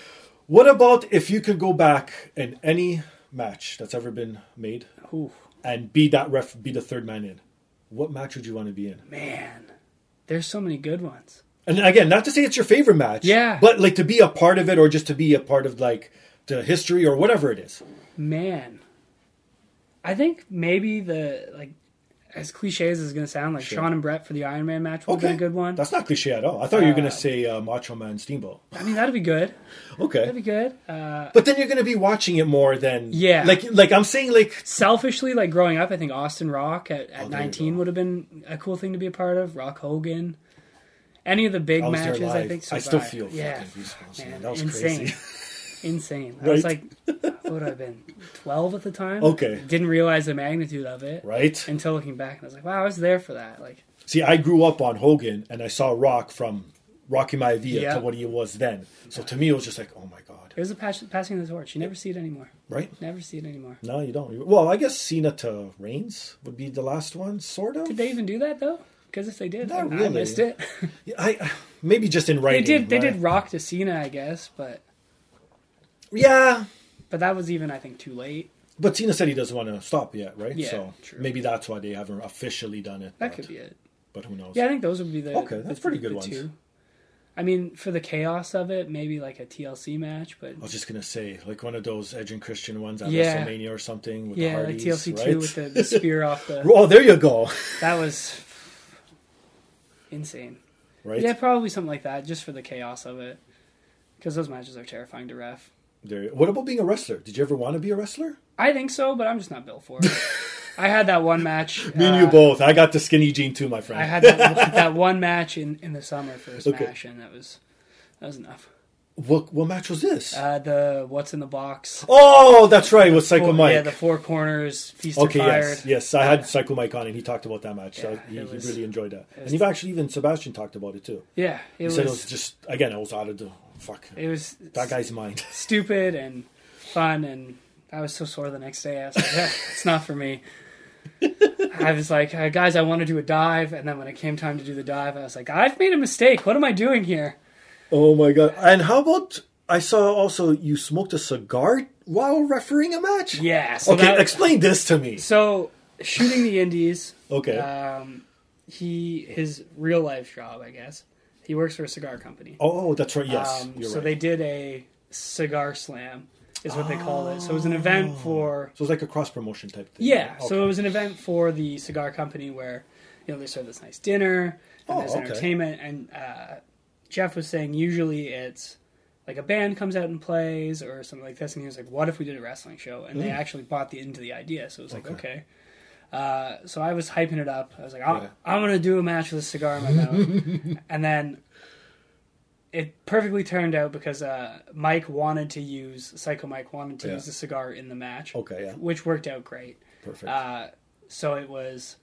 Speaker 1: What about if you could go back in any match that's ever been made
Speaker 2: Ooh,
Speaker 1: and be that ref, be the third man in? What match would you want to be in?
Speaker 2: man, there's so many good ones.
Speaker 1: And again, not to say it's your favorite match,
Speaker 2: Yeah.
Speaker 1: but like to be a part of it or just to be a part of like the history or whatever it is.
Speaker 2: Man, I think maybe the like as cliche as it's gonna sound, like
Speaker 1: Sure.
Speaker 2: Sean and Brett for the Iron Man match would be a good one.
Speaker 1: That's not cliche at all. I thought you were gonna say uh, Macho Man Steamboat.
Speaker 2: I mean, that'd be good. That'd
Speaker 1: Okay,
Speaker 2: be good. Uh,
Speaker 1: but then you're gonna be watching it more than
Speaker 2: Yeah.
Speaker 1: Like like I'm saying like
Speaker 2: selfishly, like growing up, I think Austin Rock at, at
Speaker 1: Oh, you
Speaker 2: 19
Speaker 1: go.
Speaker 2: would have been a cool thing to be a part of. Rock Hogan, any of the big
Speaker 1: I was
Speaker 2: matches,
Speaker 1: there live.
Speaker 2: I think.
Speaker 1: I still
Speaker 2: survived.
Speaker 1: feel
Speaker 2: yeah,
Speaker 1: fucking goosebumps. Man.
Speaker 2: man,
Speaker 1: That was
Speaker 2: insane,
Speaker 1: crazy.
Speaker 2: insane. I was
Speaker 1: Right.
Speaker 2: like, what would I have been 12 at the time?
Speaker 1: Okay.
Speaker 2: didn't realize the magnitude of it
Speaker 1: Right?
Speaker 2: until looking back, and I was like, wow, I was there for that. Like,
Speaker 1: See, I grew up on Hogan and I saw Rock from Rocky Maivia
Speaker 2: Yeah.
Speaker 1: to what he was then. So to me, it was just like, oh my God.
Speaker 2: it was a pas- passing of the torch. You never see it anymore.
Speaker 1: Right?
Speaker 2: Never see it anymore.
Speaker 1: No, you don't. Well, I guess Cena to Reigns would be the last one, sort of.
Speaker 2: Did they even do that though? Because if they did,
Speaker 1: Not
Speaker 2: then I
Speaker 1: really.
Speaker 2: missed it.
Speaker 1: Yeah, I maybe just in
Speaker 2: they
Speaker 1: writing.
Speaker 2: did. They
Speaker 1: right?
Speaker 2: did Rock to Cena, I guess, but
Speaker 1: Yeah,
Speaker 2: but that was even I think too late.
Speaker 1: but Cena said he doesn't want to stop yet, right?
Speaker 2: Yeah,
Speaker 1: so
Speaker 2: true.
Speaker 1: maybe that's why they haven't officially done it.
Speaker 2: That
Speaker 1: but,
Speaker 2: could be it.
Speaker 1: But who knows?
Speaker 2: Yeah, I think those would be the
Speaker 1: Okay, that's
Speaker 2: the-
Speaker 1: pretty good
Speaker 2: the
Speaker 1: ones.
Speaker 2: I mean, for the chaos of it, maybe like a TLC match, but
Speaker 1: I was just gonna say, like one of those Edge and Christian ones at
Speaker 2: Yeah.
Speaker 1: WrestleMania or something. With
Speaker 2: yeah,
Speaker 1: the
Speaker 2: like
Speaker 1: Hardys,
Speaker 2: TLC
Speaker 1: right?
Speaker 2: two with the, the spear off the
Speaker 1: Oh, there you go.
Speaker 2: that was insane.
Speaker 1: Right
Speaker 2: Yeah, probably something like that, just for the chaos of it, because those matches are terrifying to ref.
Speaker 1: there. What about being a wrestler? Did you ever want to be a wrestler?
Speaker 2: I think so, but I'm just not built for it. I had that one match. uh,
Speaker 1: Me and you both. I got the skinny jean too, my friend.
Speaker 2: I had that, that one match in, in the summer for Smash, and that was that was enough.
Speaker 1: what what match was this?
Speaker 2: Uh, the what's in the box?
Speaker 1: oh, that's right. With Psycho
Speaker 2: Four-
Speaker 1: Mike.
Speaker 2: Yeah, the four corners feast
Speaker 1: Okay,
Speaker 2: of fired.
Speaker 1: yes, yes. I had Psycho Mike on, and he talked about that match.
Speaker 2: Yeah,
Speaker 1: That- he,
Speaker 2: it
Speaker 1: he
Speaker 2: was-
Speaker 1: really enjoyed that. And you've actually even Sebastian talked about it too.
Speaker 2: Yeah, it
Speaker 1: He
Speaker 2: was,
Speaker 1: said it was just again, it was out of the fuck
Speaker 2: it was
Speaker 1: that guy's mind.
Speaker 2: stupid and fun, and I was so sore the next day. I was like, yeah, it's not for me. I was like, uh, guys, I want to do a dive, and then when it came time to do the dive, I was like, I've made a mistake. What am I doing here?
Speaker 1: oh my god! And how about I saw also you smoked a cigar while refereeing a match?
Speaker 2: Yeah. So
Speaker 1: Okay,
Speaker 2: that-
Speaker 1: explain this to me.
Speaker 2: So shooting the indies.
Speaker 1: Okay.
Speaker 2: Um, he his real life job, I guess. He works for a cigar company.
Speaker 1: oh, that's right. Yes,
Speaker 2: um,
Speaker 1: you're
Speaker 2: so
Speaker 1: right.
Speaker 2: they did a cigar slam, is what they called it. So it was an event
Speaker 1: Oh.
Speaker 2: for
Speaker 1: so it's like a cross promotion type thing.
Speaker 2: yeah.
Speaker 1: Okay.
Speaker 2: So it was an event for the cigar company where you know they serve this nice dinner and
Speaker 1: Oh,
Speaker 2: there's
Speaker 1: okay.
Speaker 2: entertainment. And uh, Jeff was saying usually it's like a band comes out and plays or something like this. And he was like, "What if we did a wrestling show?" And they
Speaker 1: Mm.
Speaker 2: actually bought the into the idea. So it was like, okay. Uh, so I was hyping it up. I was like, I'm,
Speaker 1: Yeah.
Speaker 2: I'm gonna do a match with a cigar in my mouth, and then it perfectly turned out because uh, Mike wanted to use Psycho Mike wanted to
Speaker 1: Yeah.
Speaker 2: use the cigar in the match.
Speaker 1: Okay, yeah.
Speaker 2: which worked out great.
Speaker 1: Perfect.
Speaker 2: Uh, so it was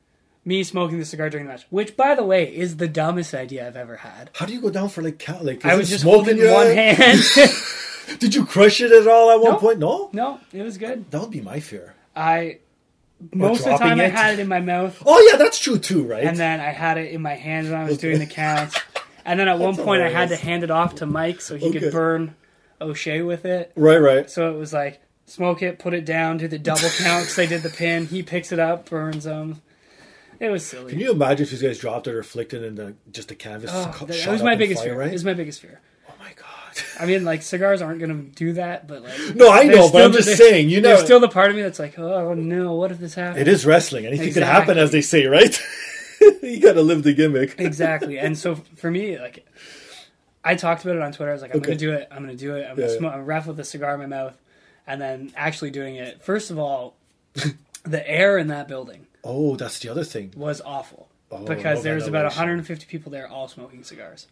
Speaker 2: me smoking the cigar during the match, which, by the way, is the dumbest idea I've ever had.
Speaker 1: How do you go down for like count? Like
Speaker 2: I
Speaker 1: is
Speaker 2: was
Speaker 1: it
Speaker 2: just
Speaker 1: smoke in
Speaker 2: holding
Speaker 1: your
Speaker 2: one
Speaker 1: eye?
Speaker 2: hand.
Speaker 1: Did you crush it at all at one
Speaker 2: No.
Speaker 1: point? No.
Speaker 2: no, it was good.
Speaker 1: That would be my fear.
Speaker 2: I most of the
Speaker 1: dropping
Speaker 2: time I
Speaker 1: it.
Speaker 2: had it in my mouth,
Speaker 1: Oh yeah, that's true too, right?
Speaker 2: and then I had it in my hand when I was doing the counts, and then at one point I had to
Speaker 1: hilarious.
Speaker 2: hand it off to Mike so he
Speaker 1: Okay.
Speaker 2: could burn O'Shea with it.
Speaker 1: right, right.
Speaker 2: So it was like smoke it, put it down, do the double counts. They did the pin. He picks it up, burns them. It was silly.
Speaker 1: Can you imagine if these guys dropped it or flicked it and the, just the canvas?
Speaker 2: Oh,
Speaker 1: cu-
Speaker 2: that, that
Speaker 1: shot
Speaker 2: was
Speaker 1: up
Speaker 2: my
Speaker 1: in
Speaker 2: biggest
Speaker 1: fire,
Speaker 2: fear.
Speaker 1: right?
Speaker 2: It was my biggest fear.
Speaker 1: oh my god.
Speaker 2: I mean, like cigars aren't going to do that, but like
Speaker 1: No, I know,
Speaker 2: there's
Speaker 1: but I'm
Speaker 2: still the-
Speaker 1: just saying. You know,
Speaker 2: there's still the part of me that's like, oh no, what if this happens?
Speaker 1: it is wrestling. Anything can happen,
Speaker 2: Exactly.
Speaker 1: as they say, right? you gotta live the gimmick.
Speaker 2: exactly. And so for me, like, I talked about it on Twitter. I was like, I'm
Speaker 1: Okay.
Speaker 2: going to do it. I'm going to do it. I'm going
Speaker 1: Yeah,
Speaker 2: to
Speaker 1: yeah.
Speaker 2: smoke a ref with a cigar in my mouth, and then actually doing it. First of all, the air in that building
Speaker 1: Oh, that's the other thing.
Speaker 2: was awful
Speaker 1: Oh,
Speaker 2: because
Speaker 1: no
Speaker 2: there was about
Speaker 1: ventilation.
Speaker 2: 150 people there all smoking cigars.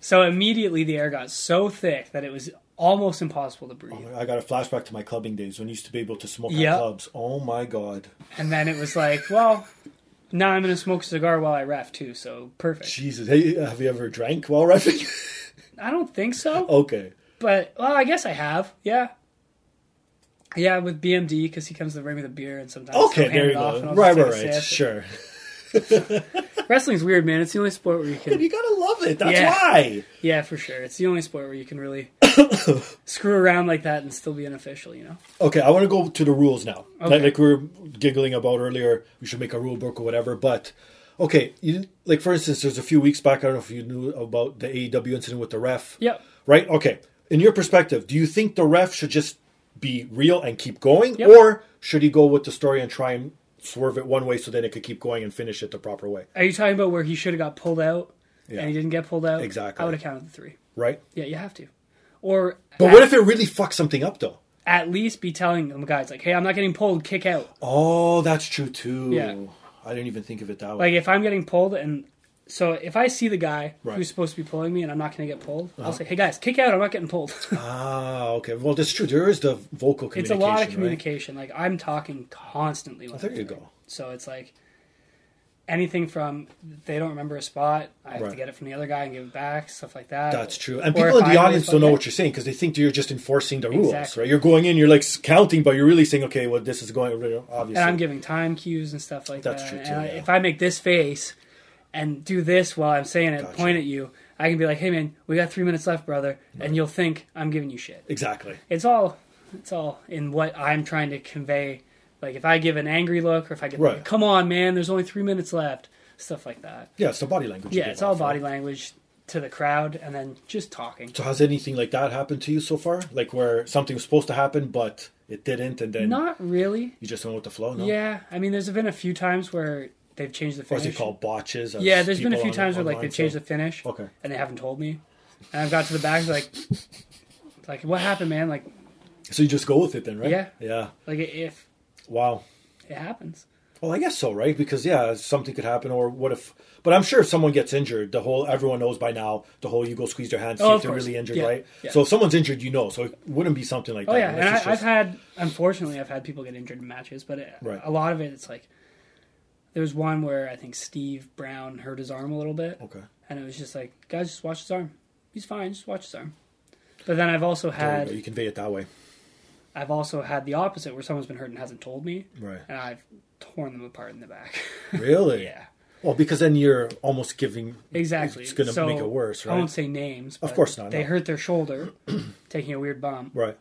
Speaker 2: So immediately the air got so thick that it was almost impossible to breathe.
Speaker 1: I got a flashback to my clubbing days when you used to be able to smoke
Speaker 2: Yeah.
Speaker 1: at clubs. Oh my god,
Speaker 2: And then it was like, well, now I'm going to smoke a cigar while I ref too. So perfect.
Speaker 1: Jesus! Hey, have you ever drank while refing?
Speaker 2: I don't think so,
Speaker 1: okay,
Speaker 2: but well, I guess I have. Yeah. Yeah, with BMD because he comes to the ring with a beer and sometimes he'll
Speaker 1: okay,
Speaker 2: hand
Speaker 1: there
Speaker 2: it
Speaker 1: you
Speaker 2: off and
Speaker 1: go.
Speaker 2: I'll
Speaker 1: Right,
Speaker 2: just
Speaker 1: right,
Speaker 2: take a
Speaker 1: right. Sure,
Speaker 2: sip. Wrestling's weird, man. It's the only sport where you can
Speaker 1: you gotta love it. That's
Speaker 2: Yeah.
Speaker 1: why.
Speaker 2: Yeah, for sure. It's the only sport where you can really screw around like that and still be an official, you know?
Speaker 1: Okay, I want to go to the rules now. Like-
Speaker 2: Okay.
Speaker 1: Like we were giggling about earlier, we should make a rule book or whatever. But okay, you, like for instance, there's a few weeks back. I don't know if you knew about the AEW incident with the ref.
Speaker 2: Yep.
Speaker 1: Right. Okay. In your perspective, do you think the ref should just be real and keep going,
Speaker 2: Yep.
Speaker 1: or should he go with the story and try and swerve it one way so then it could keep going and finish it the proper way?
Speaker 2: Are you talking about where he should have got pulled out and he didn't get pulled out?
Speaker 1: Exactly.
Speaker 2: I would have counted the three.
Speaker 1: Right.
Speaker 2: Yeah, you have to. Or
Speaker 1: But
Speaker 2: at,
Speaker 1: what if it really fucks something up though?
Speaker 2: at least be telling them guys like, hey, I'm not getting pulled, kick out.
Speaker 1: Oh, that's true too.
Speaker 2: Yeah.
Speaker 1: I didn't even think of it that way.
Speaker 2: Like if I'm getting pulled and so if I see the guy
Speaker 1: Right. Uh-huh.
Speaker 2: who's supposed to be pulling me and I'm not going to get pulled, I'll say, "Hey guys, kick out! I'm not getting pulled."
Speaker 1: ah, okay. Well, that's true. There is the vocal communication.
Speaker 2: it's a lot of
Speaker 1: right?
Speaker 2: communication. Like I'm talking constantly. when
Speaker 1: There
Speaker 2: I'm
Speaker 1: you
Speaker 2: doing it.
Speaker 1: go.
Speaker 2: So it's like anything from they don't remember a spot, I have
Speaker 1: Right.
Speaker 2: to get it from the other guy and give it back, stuff like that.
Speaker 1: That's true. And
Speaker 2: Or
Speaker 1: people
Speaker 2: if
Speaker 1: in the
Speaker 2: I know
Speaker 1: audience don't know
Speaker 2: something-
Speaker 1: what you're saying because they think you're just enforcing the rules,
Speaker 2: Exactly.
Speaker 1: right? You're going in, you're like s- counting, but you're really saying, okay, well, this is going, obviously.
Speaker 2: and I'm giving time cues and stuff like
Speaker 1: That's
Speaker 2: that.
Speaker 1: true, too,
Speaker 2: and I,
Speaker 1: yeah.
Speaker 2: if I make this face and do this while I'm saying it,
Speaker 1: Gotcha.
Speaker 2: point at you, I can be like, "Hey man, we got three minutes left, brother," and you'll think I'm giving you shit.
Speaker 1: exactly.
Speaker 2: It's all it's all in what I'm trying to convey. Like if I give an angry look or if I get,
Speaker 1: Right.
Speaker 2: "Come on, man, there's only three minutes left," stuff like that.
Speaker 1: Yeah, it's the body language. you
Speaker 2: Yeah,
Speaker 1: give
Speaker 2: it's all
Speaker 1: off, right?
Speaker 2: body language to the crowd and then just talking.
Speaker 1: So has anything like that happened to you so far? Like where something was supposed to happen, but it didn't, and then
Speaker 2: Not really.
Speaker 1: you just went with the flow? No?
Speaker 2: Yeah, I mean, there's been a few times where they've changed the
Speaker 1: Or is
Speaker 2: finish.
Speaker 1: it called botches? as
Speaker 2: Yeah, there's been a
Speaker 1: people
Speaker 2: few
Speaker 1: on-
Speaker 2: times where like
Speaker 1: online
Speaker 2: they've
Speaker 1: say?
Speaker 2: changed the finish,
Speaker 1: Okay.
Speaker 2: and they haven't told me, and I've got to the back like, like what happened, man? Like,
Speaker 1: So you just go with it then, right?
Speaker 2: Yeah.
Speaker 1: Yeah.
Speaker 2: like if
Speaker 1: Wow.
Speaker 2: it happens,
Speaker 1: Well, I guess so, right? Because yeah, something could happen, or what if? But I'm sure if someone gets injured, the whole everyone knows by now. The whole you go squeeze their hand, see
Speaker 2: Oh,
Speaker 1: if
Speaker 2: of
Speaker 1: they're
Speaker 2: course.
Speaker 1: really injured,
Speaker 2: Yeah,
Speaker 1: right?
Speaker 2: yeah.
Speaker 1: So if someone's injured, you know. So it wouldn't be something like
Speaker 2: oh
Speaker 1: that.
Speaker 2: yeah. And
Speaker 1: unless
Speaker 2: I,
Speaker 1: it's
Speaker 2: I've
Speaker 1: just-
Speaker 2: had, unfortunately, I've had people get injured in matches, but it,
Speaker 1: Right.
Speaker 2: a lot of it, it's like there's one where I think Steve Brown hurt his arm a little bit,
Speaker 1: okay.
Speaker 2: and it was just like, guys, just watch his arm. He's fine. Just watch his arm. But then I've also
Speaker 1: There you, go.
Speaker 2: had
Speaker 1: you convey it that way,
Speaker 2: I've also had the opposite where someone's been hurt and hasn't told me,
Speaker 1: right?
Speaker 2: and I've torn them apart in the back.
Speaker 1: Really?
Speaker 2: yeah.
Speaker 1: Well, because then you're almost giving.
Speaker 2: Exactly.
Speaker 1: It's gonna
Speaker 2: So,
Speaker 1: make it worse,
Speaker 2: I
Speaker 1: right?
Speaker 2: won't say names. But
Speaker 1: course not,
Speaker 2: They
Speaker 1: no.
Speaker 2: hurt their shoulder, taking a weird bomb.
Speaker 1: Right.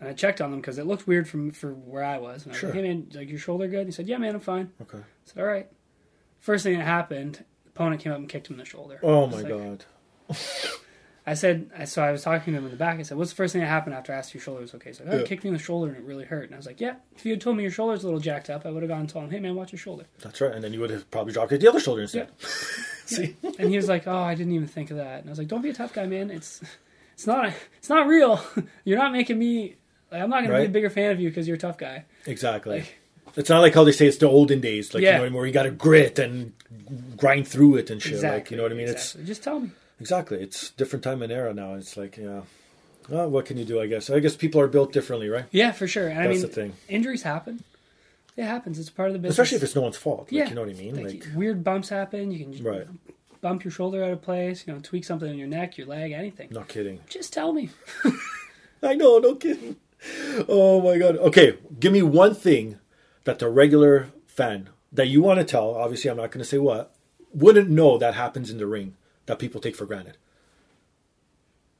Speaker 2: And I checked on them because it looked weird from for where I was. And I was
Speaker 1: Sure.
Speaker 2: like, "Hey man, like your shoulder good?" He said, "Yeah man, I'm fine." I
Speaker 1: Okay.
Speaker 2: said, "All right." First thing that happened, opponent came up and kicked him in the shoulder.
Speaker 1: Oh
Speaker 2: I was
Speaker 1: my
Speaker 2: like-
Speaker 1: god.
Speaker 2: I said, I- so I was talking to him in the back. I said, "What's the first thing that happened after I asked if your shoulder was okay?" He's like, "Oh,
Speaker 1: Yeah.
Speaker 2: it kicked me in the shoulder and it really hurt." And I was like, "Yeah, if you had told me your shoulder's a little jacked up, I would have gone and told him, hey man, watch your shoulder."
Speaker 1: That's right. And then you would have probably dropped it the other shoulder instead. See.
Speaker 2: And he was like, "Oh, I didn't even think of that." And I was like, "Don't be a tough guy, man. It's it's not it's not real. you're not making me. Like, I'm not gonna be a
Speaker 1: Right.
Speaker 2: bigger fan of you because you're a tough guy.
Speaker 1: Exactly. it's not like how they say it's the olden days, like
Speaker 2: Yeah.
Speaker 1: you know, what I mean, where you got to grit and grind through it and shit.
Speaker 2: Exactly.
Speaker 1: Like you know what I mean? It's
Speaker 2: Exactly. just tell me.
Speaker 1: exactly. It's different time and era now. It's like yeah, well, what can you do? I guess. I guess people are built differently, right?
Speaker 2: Yeah, for sure. And I
Speaker 1: That's
Speaker 2: mean,
Speaker 1: the thing.
Speaker 2: injuries happen. It happens. It's part of the business.
Speaker 1: Especially if it's no one's fault. Like,
Speaker 2: yeah,
Speaker 1: You know what I mean? Like,
Speaker 2: weird bumps happen. You can
Speaker 1: right?
Speaker 2: bump your shoulder out of place. You know, tweak something in your neck, your leg, anything.
Speaker 1: Not kidding.
Speaker 2: Just tell me.
Speaker 1: I know. No kidding. Oh my god. Okay, give me one thing that the regular fan that you want to tell. Obviously, I'm not going to say what wouldn't know that happens in the ring that people take for granted.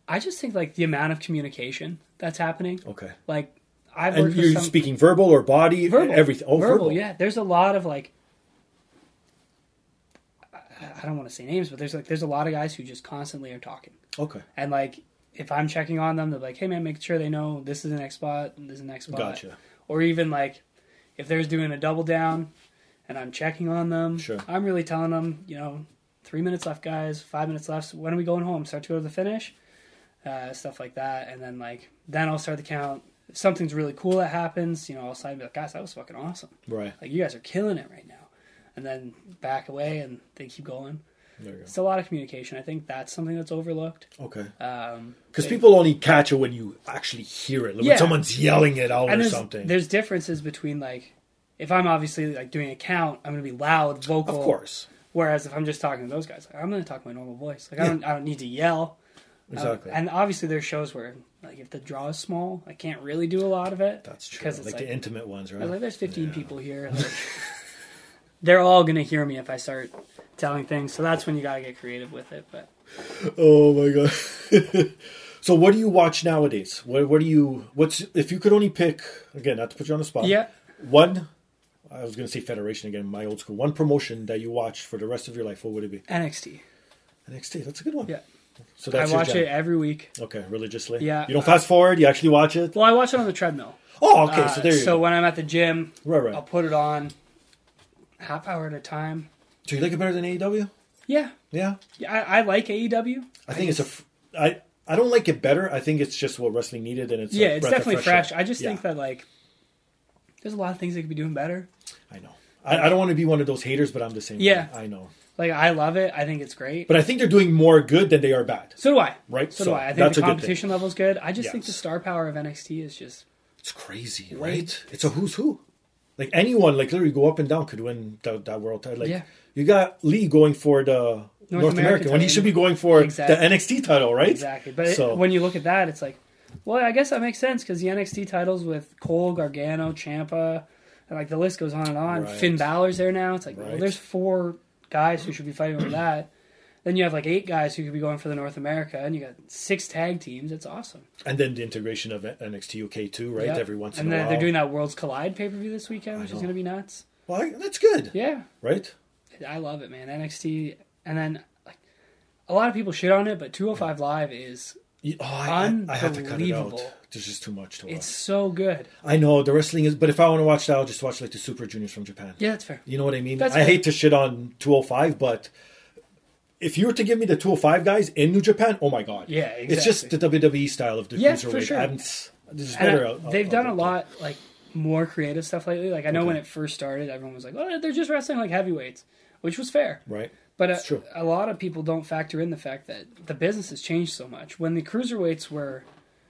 Speaker 2: I just think like the amount of communication that's happening.
Speaker 1: Okay.
Speaker 2: Like I've
Speaker 1: Oh. And
Speaker 2: worked with
Speaker 1: you're
Speaker 2: some
Speaker 1: speaking verbal or body,
Speaker 2: verbal,
Speaker 1: everything. Oh, verbal,
Speaker 2: Yeah, there's a lot of like. I I don't want to say names, but there's like there's a lot of guys who just constantly are talking.
Speaker 1: Okay,
Speaker 2: And like, if I'm checking on them, they're like, "Hey man, make sure they know this is the next spot, and this is the next spot."
Speaker 1: Gotcha.
Speaker 2: Or even like, if they're doing a double down, and I'm checking on them,
Speaker 1: Sure.
Speaker 2: I'm really telling them, you know, three minutes left, guys. Five minutes left. So when are we going home? Start to go to the finish, uh, stuff like that. And then like, then I'll start the count. If something's really cool that happens, you know, I'll sign and be like, "Guys, that was fucking awesome.
Speaker 1: right.
Speaker 2: Like, you guys are killing it right now." And then back away, and they keep going.
Speaker 1: There you
Speaker 2: It's a lot of communication. I think that's something that's overlooked.
Speaker 1: go. Okay,
Speaker 2: Um,
Speaker 1: because people only catch it when you actually hear it, like
Speaker 2: Yeah.
Speaker 1: when someone's yelling it out
Speaker 2: and
Speaker 1: or
Speaker 2: there's,
Speaker 1: something.
Speaker 2: There's differences between like if I'm obviously like doing a count, I'm gonna be loud, vocal.
Speaker 1: of course,
Speaker 2: Whereas if I'm just talking to those guys, I'm gonna talk my normal voice. Like I don't I don't need to yell. I don't-
Speaker 1: exactly.
Speaker 2: and obviously there's shows where like if the draw is small, I can't really do a lot of it.
Speaker 1: That's true.
Speaker 2: Because
Speaker 1: Like,
Speaker 2: it's
Speaker 1: the intimate ones,
Speaker 2: I was
Speaker 1: right?
Speaker 2: like, there's 15 people here. Like, they're all gonna hear me if I start telling things. So that's when you gotta get creative with it. But
Speaker 1: Oh my god. so what do you watch nowadays? What what do you what's if you could only pick again, not to put you on the spot.
Speaker 2: Yeah.
Speaker 1: One I was gonna say federation again, my old school. One promotion that you watch for the rest of your life, what would it be?
Speaker 2: NXT,
Speaker 1: NXT, that's a good one.
Speaker 2: yeah,
Speaker 1: So that's
Speaker 2: I
Speaker 1: your
Speaker 2: watch
Speaker 1: jam.
Speaker 2: it every week.
Speaker 1: Okay, religiously.
Speaker 2: Yeah. uh,
Speaker 1: You don't fast forward, you actually watch it.
Speaker 2: Well, I watch it on the treadmill.
Speaker 1: Oh, okay,
Speaker 2: Uh,
Speaker 1: so there you
Speaker 2: so
Speaker 1: go.
Speaker 2: when I'm at the gym,
Speaker 1: Right, right.
Speaker 2: I'll put it on half hour at a time.
Speaker 1: Do you like it better
Speaker 2: E
Speaker 1: than AEW?
Speaker 2: Yeah,
Speaker 1: Yeah.
Speaker 2: yeah I, I like E AEW.
Speaker 1: I think it's a f- I I don't like it better. I think it's just what wrestling needed and it's a
Speaker 2: yeah, it's
Speaker 1: breath of
Speaker 2: definitely
Speaker 1: air.
Speaker 2: fresh. I just
Speaker 1: Yeah,
Speaker 2: think that like there's a lot of things they could be doing better.
Speaker 1: I know. I, I don't want to be one of those haters, but I'm the same.
Speaker 2: Yeah.
Speaker 1: way. I know.
Speaker 2: Like I love it. I think it's great.
Speaker 1: But I think they're doing more good than they are bad.
Speaker 2: so do I.
Speaker 1: Right,
Speaker 2: So,
Speaker 1: so
Speaker 2: do I. I
Speaker 1: that's
Speaker 2: think the
Speaker 1: a good thing.
Speaker 2: competition level's good. I just think the
Speaker 1: Yes.
Speaker 2: star power of NXT is just
Speaker 1: It's crazy, right? It's a who's who. Like anyone, like literally go up and down could win that, that world title. Like
Speaker 2: Yeah.
Speaker 1: you got Lee going for the North, American,
Speaker 2: American
Speaker 1: when he
Speaker 2: title.
Speaker 1: should be going for
Speaker 2: Exactly.
Speaker 1: the NXT title, right?
Speaker 2: exactly. But it-
Speaker 1: so
Speaker 2: when you look at that, it's like, well, I guess that makes sense because the NXT titles with Cole, Gargano, Champa, and like the list goes on and on.
Speaker 1: Right.
Speaker 2: Finn Balor's there now. It's like, well,
Speaker 1: Right.
Speaker 2: there's four guys who should be fighting over that. Then you have like eight guys who could be going for the North America, and you got six tag teams. It's awesome,
Speaker 1: and then the integration of NXT UK too, right?
Speaker 2: Yep.
Speaker 1: Every once
Speaker 2: and
Speaker 1: in a
Speaker 2: then
Speaker 1: while.
Speaker 2: they're doing that Worlds Collide pay per view this weekend, which is
Speaker 1: know.
Speaker 2: going to be nuts.
Speaker 1: well, I- that's good,
Speaker 2: Yeah,
Speaker 1: right?
Speaker 2: I love it, man. NXT, and then like a lot of people shit on it, but 205 Live is
Speaker 1: You- Oh, I, I, I had to cut it out.
Speaker 2: Unbelievable.
Speaker 1: There's just too much to watch.
Speaker 2: it's so good.
Speaker 1: I know the wrestling is, but if I want to watch that, I'll just watch like the Super Juniors from Japan.
Speaker 2: Yeah, that's fair.
Speaker 1: You know what I mean?
Speaker 2: That's
Speaker 1: I
Speaker 2: fair.
Speaker 1: hate to shit on 205, but if you were to give me the 205 guys in New Japan, oh my god.
Speaker 2: Yeah,
Speaker 1: It's just the WWE style of the
Speaker 2: Yeah, for
Speaker 1: cruiserweight.
Speaker 2: sure.
Speaker 1: I'm s- this is
Speaker 2: And
Speaker 1: better. uh,
Speaker 2: I-
Speaker 1: out-
Speaker 2: they've
Speaker 1: out-
Speaker 2: done
Speaker 1: out-
Speaker 2: a lot like more creative stuff lately. Like I know
Speaker 1: Okay.
Speaker 2: when it first started, everyone was like, "Oh, they're just wrestling like heavyweights," which was fair.
Speaker 1: Right.
Speaker 2: But
Speaker 1: It's
Speaker 2: a,
Speaker 1: true.
Speaker 2: a lot of people don't factor in the fact that the business has changed so much. When the cruiserweights were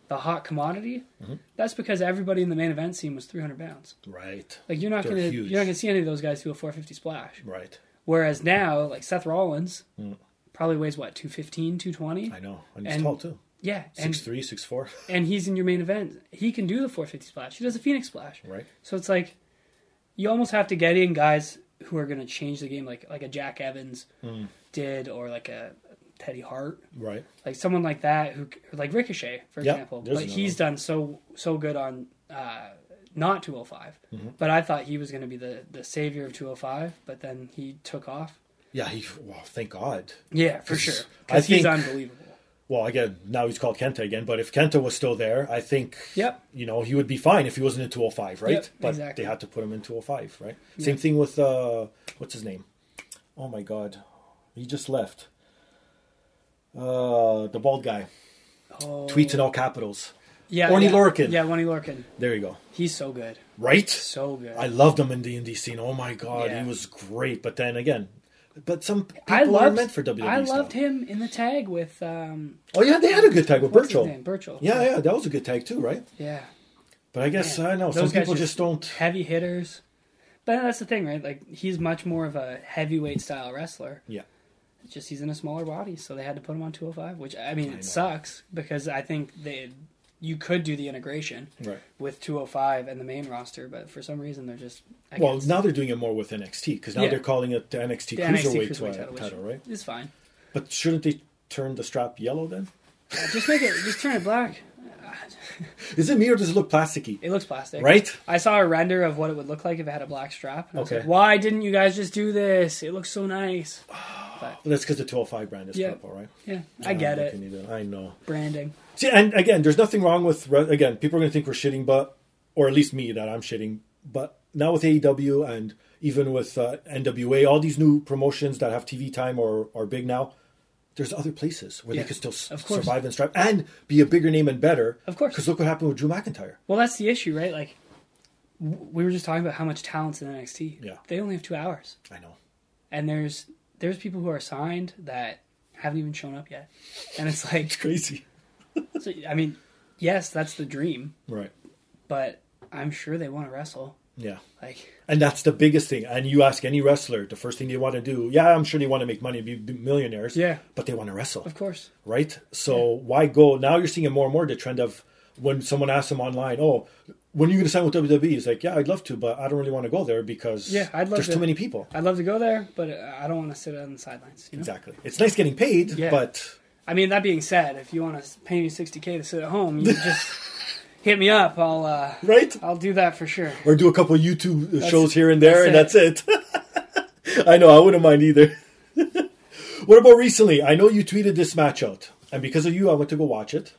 Speaker 2: the hot commodity,
Speaker 1: Mm-hmm.
Speaker 2: that's because everybody in the main event scene was 300 pounds.
Speaker 1: Right.
Speaker 2: Like you're not
Speaker 1: They're
Speaker 2: gonna
Speaker 1: huge.
Speaker 2: you're not gonna see any of those guys do a 450 splash.
Speaker 1: Right.
Speaker 2: Whereas now, like Seth Rollins, probably weighs what 215, 220.
Speaker 1: Mm. I know. And he's
Speaker 2: And-
Speaker 1: tall too.
Speaker 2: Yeah, and
Speaker 1: 6'3, 6'4.
Speaker 2: and he's in your main event. He can do the 450 splash. He does a Phoenix splash.
Speaker 1: Right.
Speaker 2: So it's like you almost have to get in guys who are going to change the game, like like a Jack Evans
Speaker 1: Hmm.
Speaker 2: did, or like a Teddy Hart,
Speaker 1: Right.
Speaker 2: like someone like that who like Ricochet, for
Speaker 1: Yeah,
Speaker 2: example.
Speaker 1: there's
Speaker 2: But
Speaker 1: another
Speaker 2: he's done so so good on uh, not 205.
Speaker 1: Mm-hmm.
Speaker 2: But I thought he was going to be the the savior of 205, but then he took off.
Speaker 1: Yeah. He, well, thank God.
Speaker 2: Yeah, for
Speaker 1: 'Cause
Speaker 2: sure.
Speaker 1: I
Speaker 2: Because he's
Speaker 1: think-
Speaker 2: unbelievable.
Speaker 1: Well, again, now he's called Kenta again, but if Kenta was still there, I think,
Speaker 2: Yep.
Speaker 1: you know, he would be fine if he wasn't in 205, right?
Speaker 2: Yep,
Speaker 1: but
Speaker 2: exactly.
Speaker 1: they had to put him in 205, right? Same thing with, uh, what's his name? Oh my God. He just left. Uh, the bald guy.
Speaker 2: Oh.
Speaker 1: Tweets in all capitals.
Speaker 2: Yeah,
Speaker 1: Orny
Speaker 2: yeah.
Speaker 1: Lorcan.
Speaker 2: Yeah, Orny Lorcan.
Speaker 1: There you go.
Speaker 2: He's so good.
Speaker 1: Right?
Speaker 2: So good.
Speaker 1: I loved him in D and D scene. Oh my god,
Speaker 2: Yeah.
Speaker 1: he was great. But then again, but some people
Speaker 2: I
Speaker 1: are meant for E WWE.
Speaker 2: I
Speaker 1: style.
Speaker 2: loved him in the tag with um,
Speaker 1: Oh yeah, they had a good tag with
Speaker 2: what's his
Speaker 1: Birchall.
Speaker 2: name? Birchall.
Speaker 1: Yeah, yeah, that was a good tag too, right?
Speaker 2: yeah.
Speaker 1: But I guess
Speaker 2: Man,
Speaker 1: I know some
Speaker 2: those guys
Speaker 1: people just,
Speaker 2: just-
Speaker 1: don't.
Speaker 2: Heavy hitters. But that's the thing, right? Like he's much more of a heavyweight style wrestler.
Speaker 1: Yeah,
Speaker 2: It's just he's in a smaller body, so they had to put him on 205, which I mean,
Speaker 1: know.
Speaker 2: it sucks because I think they you could do the integration
Speaker 1: right.
Speaker 2: with 205 and the main roster, but for some reason they're just
Speaker 1: Well,
Speaker 2: against
Speaker 1: now they're doing it more with NXT because now
Speaker 2: Yeah.
Speaker 1: they're calling it the NXT Cruiserweight
Speaker 2: the NXT
Speaker 1: twi-
Speaker 2: Cruiserweight title,
Speaker 1: title,
Speaker 2: which
Speaker 1: right?
Speaker 2: is fine.
Speaker 1: But shouldn't they turn the strap yellow then?
Speaker 2: Just make it, just turn it black.
Speaker 1: Is it me or does it look plasticky?
Speaker 2: It looks plastic,
Speaker 1: Right?
Speaker 2: I saw a render of what it would look like if it had a black strap. And I was
Speaker 1: Okay.
Speaker 2: like, Why didn't you guys just do this? It looks so nice.
Speaker 1: Well, that's because the 205 brand is
Speaker 2: Yeah.
Speaker 1: purple, right?
Speaker 2: Yeah, I get
Speaker 1: don't
Speaker 2: it.
Speaker 1: think you need I know.
Speaker 2: Branding.
Speaker 1: See, and again, there's nothing wrong with re- again. People are going to think we're shitting, but or at least me that I'm shitting. But now with AEW and even with uh, NWA, all these new promotions that have TV time or are big now, there's other places where
Speaker 2: Yeah,
Speaker 1: they could still s-
Speaker 2: of course.
Speaker 1: survive and strive and be a bigger name and better.
Speaker 2: Of course.
Speaker 1: because look what happened with Drew McIntyre.
Speaker 2: Well, that's the issue, right? Like, w- we were just talking about how much talent's in NXT.
Speaker 1: Yeah.
Speaker 2: They only have two hours,
Speaker 1: I know.
Speaker 2: and there's there's people who are signed that haven't even shown up yet, and it's like,
Speaker 1: Crazy.
Speaker 2: so, I mean, yes, that's the dream,
Speaker 1: Right.
Speaker 2: but I'm sure they want to wrestle.
Speaker 1: Yeah.
Speaker 2: Like,
Speaker 1: And that's the biggest thing. And you ask any wrestler, the first thing they want to do, yeah, I'm sure they want to make money and be- be millionaires.
Speaker 2: Yeah.
Speaker 1: But they want to wrestle.
Speaker 2: of course,
Speaker 1: right? So why go? Now you're seeing it more and more the trend of when someone asks them online, "Oh, when are you going to sign with WWE?" He's like, "Yeah, I'd love to, but I don't really want to go there because
Speaker 2: Yeah, I'd love
Speaker 1: there's
Speaker 2: to.
Speaker 1: too many people."
Speaker 2: I'd love to go there, but uh, I don't want to sit on the sidelines. You know?
Speaker 1: Exactly. It's nice getting paid,
Speaker 2: Yeah.
Speaker 1: but
Speaker 2: I mean, that being said, if you want to pay me 60k to sit at home, you just hit me up. I'll uh,
Speaker 1: right?
Speaker 2: I'll do that for sure.
Speaker 1: Or do a couple YouTube shows here and there,
Speaker 2: that's
Speaker 1: and that's it. I know I wouldn't mind either. what about recently? I know you tweeted this match out, and because of you, I went to go watch it,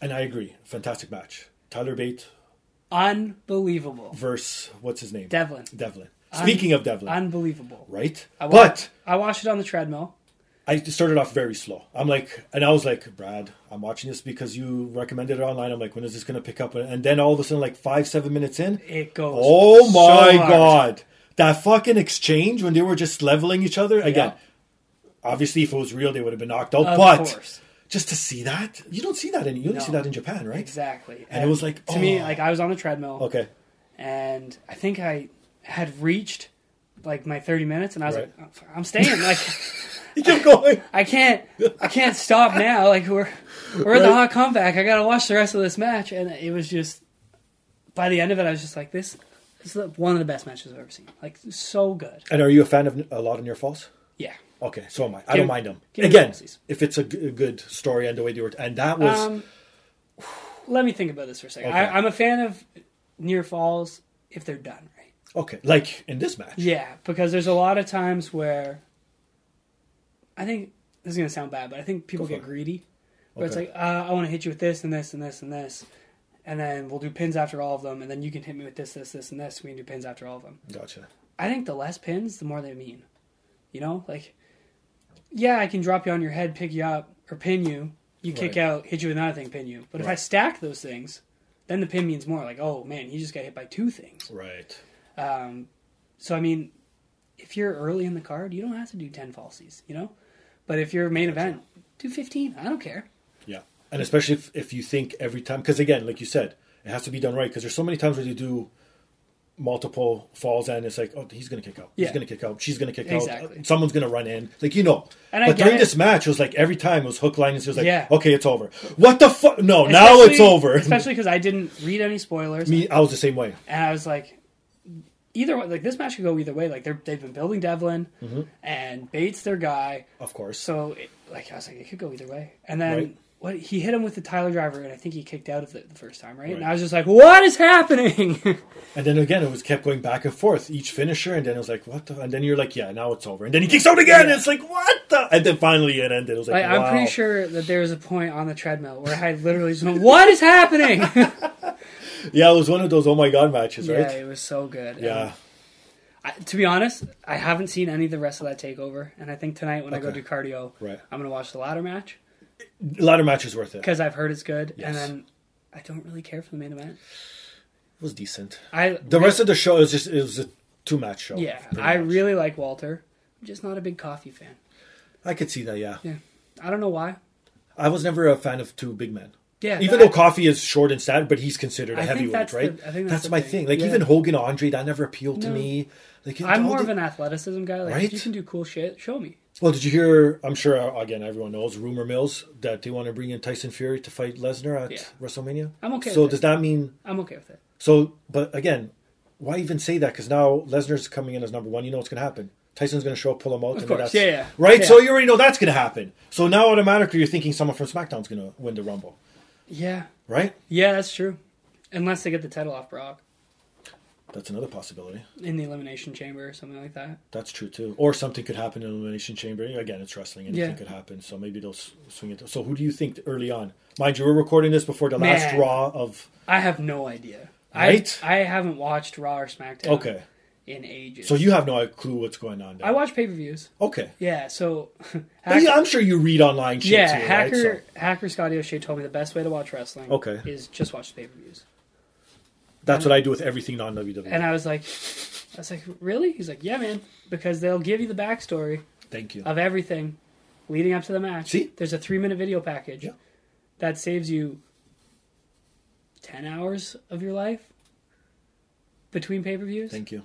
Speaker 1: and I agree, fantastic match. Tyler Bate
Speaker 2: Unbelievable,
Speaker 1: versus what's his name?
Speaker 2: Devlin.
Speaker 1: Devlin. Speaking of Devlin,
Speaker 2: Unbelievable.
Speaker 1: right?
Speaker 2: I wa-
Speaker 1: but
Speaker 2: I watched it on the treadmill.
Speaker 1: I started off very slow. I'm like, and I was like, Brad, I'm watching this because you recommended it online. I'm like, when is this going to pick up? And then all of a sudden, like five, seven minutes in,
Speaker 2: It goes.
Speaker 1: oh
Speaker 2: so
Speaker 1: my
Speaker 2: hard.
Speaker 1: god, that fucking exchange when they were just leveling each other again. Obviously, if it was real, they would have been knocked out.
Speaker 2: Of
Speaker 1: but
Speaker 2: course.
Speaker 1: just to see that, you don't see that in you only
Speaker 2: No.
Speaker 1: see that in Japan, right?
Speaker 2: Exactly. And,
Speaker 1: it was like,
Speaker 2: to me,
Speaker 1: oh.
Speaker 2: like I was on the treadmill.
Speaker 1: Okay,
Speaker 2: And I think I had reached like my 30 minutes, and I was
Speaker 1: Right.
Speaker 2: like, I'm staying. Like
Speaker 1: you keep going.
Speaker 2: I can't, I can't stop now. Like we're we're at the
Speaker 1: Right.
Speaker 2: hot comeback. I gotta watch the rest of this match, and it was just by the end of it, I was just like, this, this is one of the best matches I've ever seen. Like so good.
Speaker 1: and are you a fan of a lot in your falls?
Speaker 2: Yeah.
Speaker 1: Okay, so am I. I
Speaker 2: Give-
Speaker 1: don't mind them.
Speaker 2: give me
Speaker 1: Again,
Speaker 2: falsies.
Speaker 1: if it's a g- a good story and the way they were, and that was
Speaker 2: Um, let me think about this for a second.
Speaker 1: Okay.
Speaker 2: I, I'm a fan of near falls if they're done right.
Speaker 1: okay, like in this match.
Speaker 2: Yeah, because there's a lot of times where I think this is gonna sound bad, but I think people
Speaker 1: Go for
Speaker 2: get
Speaker 1: it.
Speaker 2: greedy. Where it's
Speaker 1: Okay.
Speaker 2: like, uh, I want to hit you with this and this and this and this, and then we'll do pins after all of them, and then you can hit me with this, this, this, and this. We can do pins after all of them.
Speaker 1: Gotcha.
Speaker 2: I think the less pins, the more they mean. You know, like, yeah, I can drop you on your head, pick you up, or pin you. You kick
Speaker 1: Right.
Speaker 2: out, hit you with another thing, pin you. But if I
Speaker 1: Right.
Speaker 2: stack those things, then the pin means more. Like, oh man, he just got hit by two things.
Speaker 1: Right.
Speaker 2: Um, so I mean, if you're early in the card, you don't have to do ten falsies, you know. But if you're main event, do fifteen. I don't care.
Speaker 1: Yeah. And especially if, if you think every time, because again, like you said, it has to be done right. Because there's so many times where you do multiple falls and it's like, oh, he's going to kick out.
Speaker 2: Yeah.
Speaker 1: He's going to kick out. She's going to kick
Speaker 2: Exactly.
Speaker 1: out. Someone's going to run in. Like, you know.
Speaker 2: And I
Speaker 1: but
Speaker 2: get
Speaker 1: during
Speaker 2: it.
Speaker 1: this match, it was like every time it was hook, line, and she was like,
Speaker 2: Yeah.
Speaker 1: okay, it's over. What the fuck? No, now it's
Speaker 2: Especially-
Speaker 1: over.
Speaker 2: Especially because I didn't read any spoilers,
Speaker 1: Me, I was the same way.
Speaker 2: and I was like, either way, like this match could go either way. Like they're, they've been building Devlin, and Bates their guy,
Speaker 1: Mm-hmm. Of course.
Speaker 2: so it, like I was like, it could go either way. And then
Speaker 1: Right.
Speaker 2: what he hit him with the Tyler driver, and I think he kicked out of it the first time, right? And
Speaker 1: Right.
Speaker 2: I was just like, what is happening?
Speaker 1: And then again, it was kept going back and forth, each finisher, and then it was like, what the? And then you're like, yeah, now it's over. And then he kicks out again, and it's like, what the? And then finally it ended. It was like,
Speaker 2: Like, I'm pretty
Speaker 1: wow.
Speaker 2: sure that there was a point on the treadmill where I literally just went, "What is happening?"
Speaker 1: Yeah, it was one of those oh my god matches,
Speaker 2: Yeah,
Speaker 1: right?
Speaker 2: it was so good. And
Speaker 1: Yeah.
Speaker 2: I, to be honest, I haven't seen any of the rest of that takeover, and I think tonight when I go
Speaker 1: Okay.
Speaker 2: do cardio,
Speaker 1: Right.
Speaker 2: I'm gonna watch the ladder match,
Speaker 1: Ladder match is worth it. It
Speaker 2: because I've heard it's good,
Speaker 1: Yes.
Speaker 2: and then I don't really care for the main event.
Speaker 1: was decent.
Speaker 2: I
Speaker 1: The rest of the show is just it was a two match show.
Speaker 2: yeah,
Speaker 1: pretty
Speaker 2: I
Speaker 1: much.
Speaker 2: really like Walter. I'm just not a big coffee fan.
Speaker 1: I could see that. Yeah.
Speaker 2: Yeah, I don't know why.
Speaker 1: I was never a fan of two big men.
Speaker 2: Yeah,
Speaker 1: even
Speaker 2: that-
Speaker 1: though Coffee is short and stout, but he's considered a
Speaker 2: I think
Speaker 1: heavyweight,
Speaker 2: that's the-
Speaker 1: right?
Speaker 2: I think that's the
Speaker 1: my
Speaker 2: thing.
Speaker 1: thing. Like
Speaker 2: Yeah.
Speaker 1: even Hogan Andre, that never appealed to
Speaker 2: No.
Speaker 1: me. Like
Speaker 2: I'm
Speaker 1: all
Speaker 2: more
Speaker 1: the-
Speaker 2: of an athleticism guy. Like,
Speaker 1: Right?
Speaker 2: if you can do cool shit, show me.
Speaker 1: Well, did you hear? I'm sure uh, again everyone knows rumor mills that they want to bring in Tyson Fury to fight Lesnar at
Speaker 2: Yeah.
Speaker 1: WrestleMania.
Speaker 2: I'm okay
Speaker 1: So
Speaker 2: with
Speaker 1: does
Speaker 2: it.
Speaker 1: that mean?
Speaker 2: I'm okay with it.
Speaker 1: So, but again, why even say that? Because now Lesnar's coming in as number one. You know what's going to happen. Tyson's going to show up, pull him out. Of
Speaker 2: course, yeah, yeah.
Speaker 1: Right.
Speaker 2: Yeah.
Speaker 1: So you already know that's going to happen. So now automatically you're thinking someone from SmackDown's going to win the Rumble,
Speaker 2: Yeah,
Speaker 1: right?
Speaker 2: yeah, that's true. Unless they get the title off Brock
Speaker 1: That's another possibility.
Speaker 2: in the Elimination Chamber or something like that.
Speaker 1: That's true too. Or something could happen in Elimination Chamber. Again, it's wrestling. Anything
Speaker 2: Yeah.
Speaker 1: could happen. So maybe they'll s- swing it. So who do you think early on? Mind you, we're recording this before the last
Speaker 2: Man.
Speaker 1: Raw of.
Speaker 2: I have no idea.
Speaker 1: Right?
Speaker 2: I, I haven't watched Raw or SmackDown.
Speaker 1: Okay.
Speaker 2: In ages.
Speaker 1: So you have no clue what's going on there.
Speaker 2: I watch pay per views.
Speaker 1: okay.
Speaker 2: Yeah. So.
Speaker 1: But yeah, I'm sure you read online shit
Speaker 2: Yeah,
Speaker 1: too,
Speaker 2: hacker
Speaker 1: right? So
Speaker 2: hacker Scotty O'Shea told me the best way to watch wrestling
Speaker 1: Okay.
Speaker 2: is just watch the pay per views.
Speaker 1: that's what I do with everything non WWE.
Speaker 2: And I was like I was like, Really? He's like, Yeah man, because they'll give you the backstory
Speaker 1: Thank you.
Speaker 2: of everything leading up to the match.
Speaker 1: See?
Speaker 2: There's a three minute video package
Speaker 1: Yeah.
Speaker 2: that saves you ten hours of your life between pay per views.
Speaker 1: Thank you.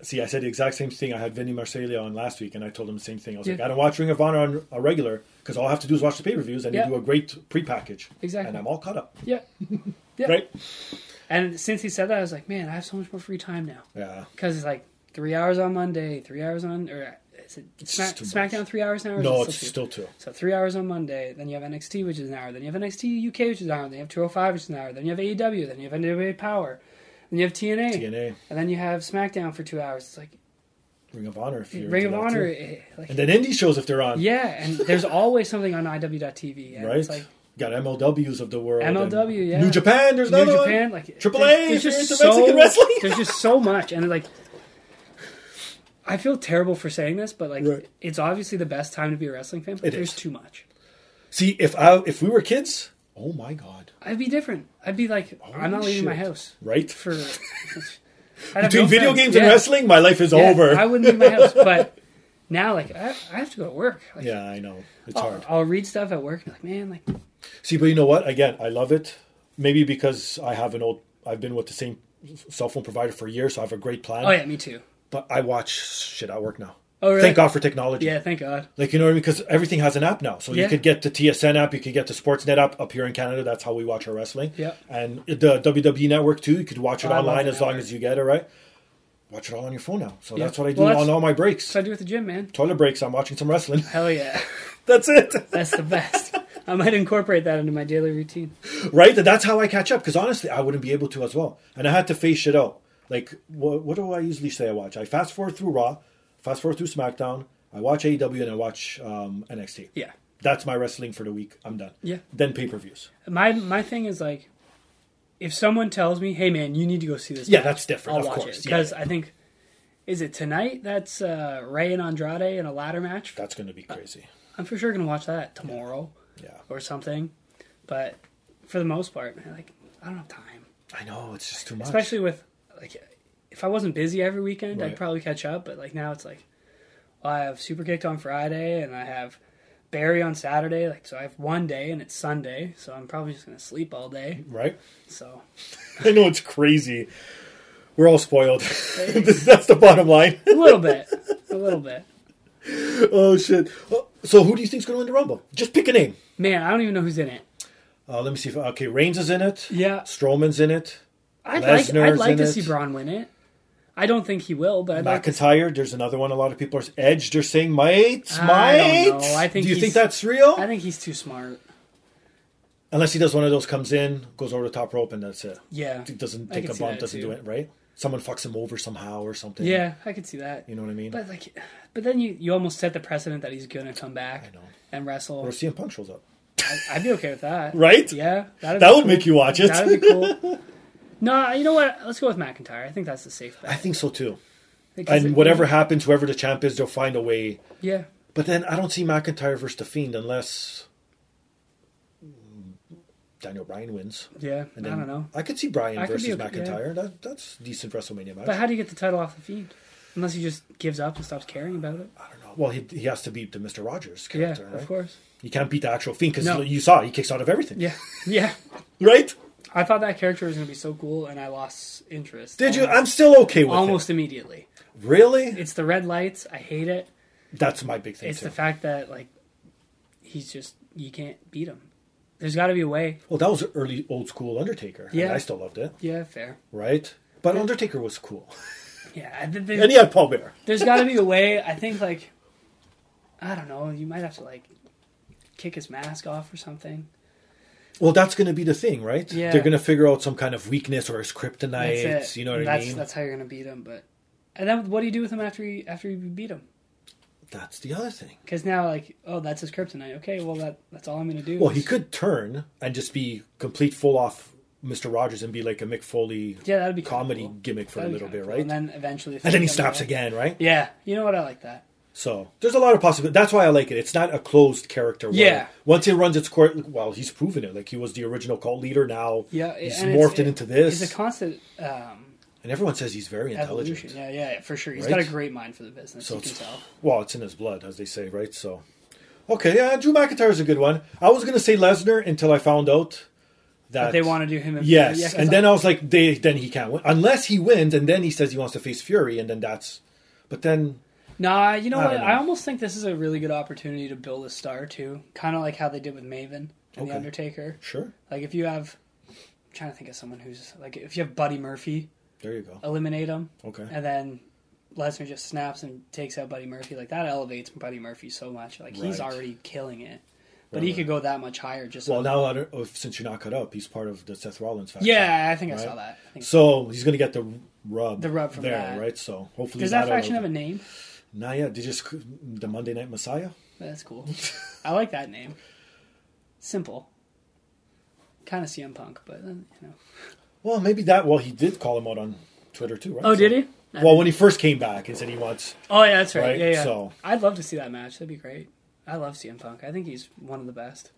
Speaker 1: See, I said the exact same thing. I had Vinny Marcellia on last week, and I told him the same thing. I was like,
Speaker 2: Yeah.
Speaker 1: I don't watch Ring of Honor on a regular because all I have to do is watch the pay per views, and
Speaker 2: Yeah.
Speaker 1: you do a great pre package.
Speaker 2: Exactly.
Speaker 1: And I'm all caught up.
Speaker 2: Yeah. yeah.
Speaker 1: Right?
Speaker 2: And since he said that I was like, Man, I have so much more free time now.
Speaker 1: Yeah.
Speaker 2: Because it's like three hours on Monday, three hours on or is it Smack,
Speaker 1: just too much.
Speaker 2: SmackDown three hours now? Or
Speaker 1: No,
Speaker 2: is it
Speaker 1: it's still two.
Speaker 2: So three hours on Monday, then you have NXT, which is an hour, then you have NXT UK, which is an hour, then you have 205, which is an hour, then you have AEW, then you have NWA Power, then you have TNA,
Speaker 1: TNA,
Speaker 2: and then you have SmackDown for two hours. It's like
Speaker 1: Ring of Honor, if you're
Speaker 2: Ring of
Speaker 1: into that,
Speaker 2: Honor.
Speaker 1: too.
Speaker 2: eh, like,
Speaker 1: and then indie shows if they're on.
Speaker 2: yeah, and there's always something on IW.TV. And
Speaker 1: Right.
Speaker 2: It's like
Speaker 1: Got MLWs of the world. and
Speaker 2: MLW, yeah.
Speaker 1: New Japan. There's
Speaker 2: New
Speaker 1: another
Speaker 2: Japan,
Speaker 1: one.
Speaker 2: like
Speaker 1: Triple
Speaker 2: there's-
Speaker 1: A, if
Speaker 2: There's
Speaker 1: you're
Speaker 2: just
Speaker 1: into Mexican
Speaker 2: so
Speaker 1: wrestling.
Speaker 2: there's just so much, and like. I feel terrible for saying this, but like
Speaker 1: Right.
Speaker 2: it's obviously the best time to be a wrestling fan, but
Speaker 1: It
Speaker 2: there's
Speaker 1: is.
Speaker 2: too much.
Speaker 1: See, if I if we were kids, oh my god,
Speaker 2: I'd be different. I'd be like, I'm not
Speaker 1: Holy
Speaker 2: leaving my
Speaker 1: shit.
Speaker 2: house.
Speaker 1: right?
Speaker 2: for
Speaker 1: Between video games and wrestling, my life is over.
Speaker 2: I wouldn't leave my house, but now like I, I have to go to work. Like,
Speaker 1: yeah, I know it's
Speaker 2: I'll,
Speaker 1: hard.
Speaker 2: I'll read stuff at work. And be like man, like
Speaker 1: See, but you know what? Again, I love it. Maybe because I have an old, I've been with the same cell phone provider for years, so I have a great plan.
Speaker 2: oh yeah, me too.
Speaker 1: But I watch shit at work now.
Speaker 2: Oh, really?
Speaker 1: Thank God for technology.
Speaker 2: Yeah, thank God.
Speaker 1: Like you know what I mean? Because everything has an app now. So you
Speaker 2: Yeah.
Speaker 1: could get the TSN app, you could get the Sportsnet app up here in Canada. That's how we watch our wrestling.
Speaker 2: Yep.
Speaker 1: And the WWE network too. You could watch it
Speaker 2: Oh, I love
Speaker 1: online
Speaker 2: the
Speaker 1: as long
Speaker 2: network.
Speaker 1: as you get it right. Watch it all on your phone now. So
Speaker 2: Yeah.
Speaker 1: that's what I do
Speaker 2: Well, that's-
Speaker 1: on all my breaks.
Speaker 2: So I do with the gym, man.
Speaker 1: Toilet breaks. I'm watching some wrestling.
Speaker 2: Hell yeah,
Speaker 1: that's it.
Speaker 2: that's the best. I might incorporate that into my daily routine.
Speaker 1: right? That that's how I catch up. Because honestly, I wouldn't be able to as well. And I had to face shit out. Like, what, what do I usually say? I watch. I fast forward through Raw, fast forward through SmackDown. I watch AEW and I watch um, NXT.
Speaker 2: Yeah,
Speaker 1: That's my wrestling for the week. I'm done.
Speaker 2: Yeah.
Speaker 1: Then pay per views.
Speaker 2: my my thing is like, if someone tells me, hey man, you need to go see this.
Speaker 1: Yeah,
Speaker 2: match,"
Speaker 1: that's different,
Speaker 2: I'll
Speaker 1: of
Speaker 2: watch
Speaker 1: course.
Speaker 2: it
Speaker 1: Yeah,
Speaker 2: because
Speaker 1: yeah.
Speaker 2: I think. Is it tonight? That's uh, Ray and Andrade in a ladder match.
Speaker 1: That's going to be crazy.
Speaker 2: I'm for sure gonna watch that tomorrow.
Speaker 1: Yeah.
Speaker 2: or something. But for the most part, man, like I don't have time.
Speaker 1: I know. It's just too much.
Speaker 2: Especially with like if I wasn't busy every weekend,
Speaker 1: Right.
Speaker 2: I'd probably catch up. But like now, it's like well, I have Super Kicked on Friday and I have Barry on Saturday. Like so, I have one day and it's Sunday, so I'm probably just gonna sleep all day.
Speaker 1: Right?
Speaker 2: So
Speaker 1: I know it's crazy. We're all spoiled. This- that's the bottom line.
Speaker 2: a little bit, a little bit.
Speaker 1: oh, shit. Oh, So, who do you think's going to win the Rumble? Just pick a name.
Speaker 2: Man, I don't even know who's in it.
Speaker 1: Uh, let me see if. Okay, Reigns is in it.
Speaker 2: Yeah.
Speaker 1: Strowman's in it.
Speaker 2: I'd like, I'd
Speaker 1: Lesnar's in
Speaker 2: like to
Speaker 1: it.
Speaker 2: see Braun win it. I don't think he will, but I'd like to
Speaker 1: McIntyre, there's another one. A lot of people are Edge. They're saying might,
Speaker 2: I
Speaker 1: might.
Speaker 2: don't know. I think
Speaker 1: Do you
Speaker 2: he's-
Speaker 1: think that's real?
Speaker 2: I think he's too smart.
Speaker 1: Unless he does one of those, comes in, goes over the top rope, and that's it.
Speaker 2: Yeah.
Speaker 1: He doesn't
Speaker 2: I
Speaker 1: take
Speaker 2: can
Speaker 1: a
Speaker 2: see
Speaker 1: bump,
Speaker 2: that
Speaker 1: doesn't
Speaker 2: too.
Speaker 1: do it right. Someone fucks him over somehow or something.
Speaker 2: Yeah, I could see that.
Speaker 1: you know what I mean.
Speaker 2: But like, but then you you almost set the precedent that he's gonna come back
Speaker 1: know.
Speaker 2: and wrestle.
Speaker 1: or CM Punk shows up,
Speaker 2: I, I'd be okay with that,
Speaker 1: right?
Speaker 2: Yeah, that'd
Speaker 1: That
Speaker 2: be
Speaker 1: would
Speaker 2: cool.
Speaker 1: make you watch it.
Speaker 2: That'd be cool. no, you know what? Let's go with McIntyre. I think that's the safe
Speaker 1: I
Speaker 2: bet.
Speaker 1: think so too.
Speaker 2: Because
Speaker 1: And
Speaker 2: it-
Speaker 1: whatever happens, whoever the champ is, they'll find a way.
Speaker 2: Yeah,
Speaker 1: But then I don't see McIntyre versus the Fiend unless Daniel Bryan wins.
Speaker 2: Yeah,
Speaker 1: And
Speaker 2: I
Speaker 1: then
Speaker 2: don't know.
Speaker 1: I could see Bryan
Speaker 2: I could
Speaker 1: versus
Speaker 2: be okay- yeah.
Speaker 1: McIntyre. That, that's decent WrestleMania match.
Speaker 2: But how do you get the title off the feed? Unless he just gives up and stops caring about it.
Speaker 1: I don't know. Well, he, he has to beat the Mister Rogers
Speaker 2: Yeah,
Speaker 1: character, right?
Speaker 2: of course.
Speaker 1: You can't beat the actual Fiend because
Speaker 2: No.
Speaker 1: you saw he kicks out of everything,
Speaker 2: Yeah, yeah.
Speaker 1: right?
Speaker 2: I thought that character was going to be so cool, and I lost interest.
Speaker 1: Did you?
Speaker 2: Almost-
Speaker 1: I'm still okay with
Speaker 2: almost immediately.
Speaker 1: it. Really?
Speaker 2: It's the red lights. I hate it.
Speaker 1: That's my big thing
Speaker 2: It's
Speaker 1: too.
Speaker 2: the fact that like he's just you can't beat him. There's got to be a way.
Speaker 1: well, that was early old school Undertaker. Yeah,
Speaker 2: Yeah.
Speaker 1: I still loved it,
Speaker 2: Yeah, fair.
Speaker 1: right? But Undertaker was cool,
Speaker 2: Yeah, I- th- there's,
Speaker 1: and he had Paul Bear.
Speaker 2: there's got to be a way. I think like I don't know. You might have to like kick his mask off or something.
Speaker 1: Well, that's going to be the thing, right?
Speaker 2: Yeah.
Speaker 1: They're going to figure out some kind of weakness or his
Speaker 2: That's
Speaker 1: kryptonite.
Speaker 2: it.
Speaker 1: You know what
Speaker 2: that's,
Speaker 1: I mean? That's,
Speaker 2: That's how you're gonna beat him. But and then what do you do with him after you after you beat him?
Speaker 1: the other thing.
Speaker 2: Because now like oh that's his kryptonite. Okay, well that that's all I'm gonna do.
Speaker 1: Well, he
Speaker 2: is-
Speaker 1: could turn and just be complete full off Mr. Rogers and be like a Mick Foley
Speaker 2: Yeah, that'd be kinda
Speaker 1: comedy
Speaker 2: cool.
Speaker 1: gimmick for
Speaker 2: That'd
Speaker 1: a
Speaker 2: be
Speaker 1: little
Speaker 2: kinda
Speaker 1: bit,
Speaker 2: cool.
Speaker 1: right?
Speaker 2: And then eventually,
Speaker 1: and then he stops again, right?
Speaker 2: Yeah, you know what? I like that.
Speaker 1: So there's a lot of possibilities. That's why I like it. It's not a closed character. where
Speaker 2: Yeah.
Speaker 1: Once it runs its course, well, he's proven it. Like he was the original cult leader. Now,
Speaker 2: Yeah,
Speaker 1: he's
Speaker 2: and
Speaker 1: morphed
Speaker 2: it's-
Speaker 1: it into this.
Speaker 2: It's a constant um,
Speaker 1: and everyone says he's very intelligent.
Speaker 2: evolution. Yeah, yeah, for sure. He's
Speaker 1: Right?
Speaker 2: got a great mind for the business.
Speaker 1: So
Speaker 2: you can
Speaker 1: it's
Speaker 2: tell.
Speaker 1: well, it's in his blood, as they say, right? So, okay, yeah, Drew McIntyre's a good one. I was gonna say Lesnar until I found out that,
Speaker 2: But they want to do him. In
Speaker 1: Yes,
Speaker 2: yeah, 'cause
Speaker 1: and
Speaker 2: I-
Speaker 1: then I was like, they then he can't win unless he wins, and then he says he wants to face Fury, and then that's. But then,
Speaker 2: nah, you know
Speaker 1: I
Speaker 2: what?
Speaker 1: don't know.
Speaker 2: I almost think this is a really good opportunity to build a star too, kind of like how they did with Maven and
Speaker 1: Okay.
Speaker 2: the Undertaker.
Speaker 1: sure,
Speaker 2: Like if you have, I'm trying to think of someone who's like if you have Buddy Murphy,
Speaker 1: there you go.
Speaker 2: eliminate him,
Speaker 1: Okay,
Speaker 2: and then Lesnar just snaps and takes out Buddy Murphy. Like that elevates Buddy Murphy so much. Like he's
Speaker 1: Right.
Speaker 2: already killing it, but he could go that much higher. Just
Speaker 1: Well, now I don't, oh, since you're not cut up, he's part of the Seth Rollins faction.
Speaker 2: yeah, I think I
Speaker 1: Right.
Speaker 2: saw that. I think
Speaker 1: So he's gonna get the rub.
Speaker 2: The rub from
Speaker 1: there,
Speaker 2: that.
Speaker 1: right? So hopefully,
Speaker 2: Does that
Speaker 1: that'll-
Speaker 2: faction have a name?
Speaker 1: Nah, yeah, they just the Monday Night Messiah.
Speaker 2: That's cool. I like that name. Simple. Kind of CM Punk, but uh, you know.
Speaker 1: Well, maybe that. Well, he did call him out on Twitter too, right?
Speaker 2: Oh, did
Speaker 1: So-
Speaker 2: he? I
Speaker 1: well,
Speaker 2: didn't-
Speaker 1: when he first came back, he said he wants.
Speaker 2: oh yeah, that's right.
Speaker 1: right,
Speaker 2: Yeah, yeah.
Speaker 1: so-
Speaker 2: I'd love to see that match. That'd be great. I love CM Punk. I think he's one of the best.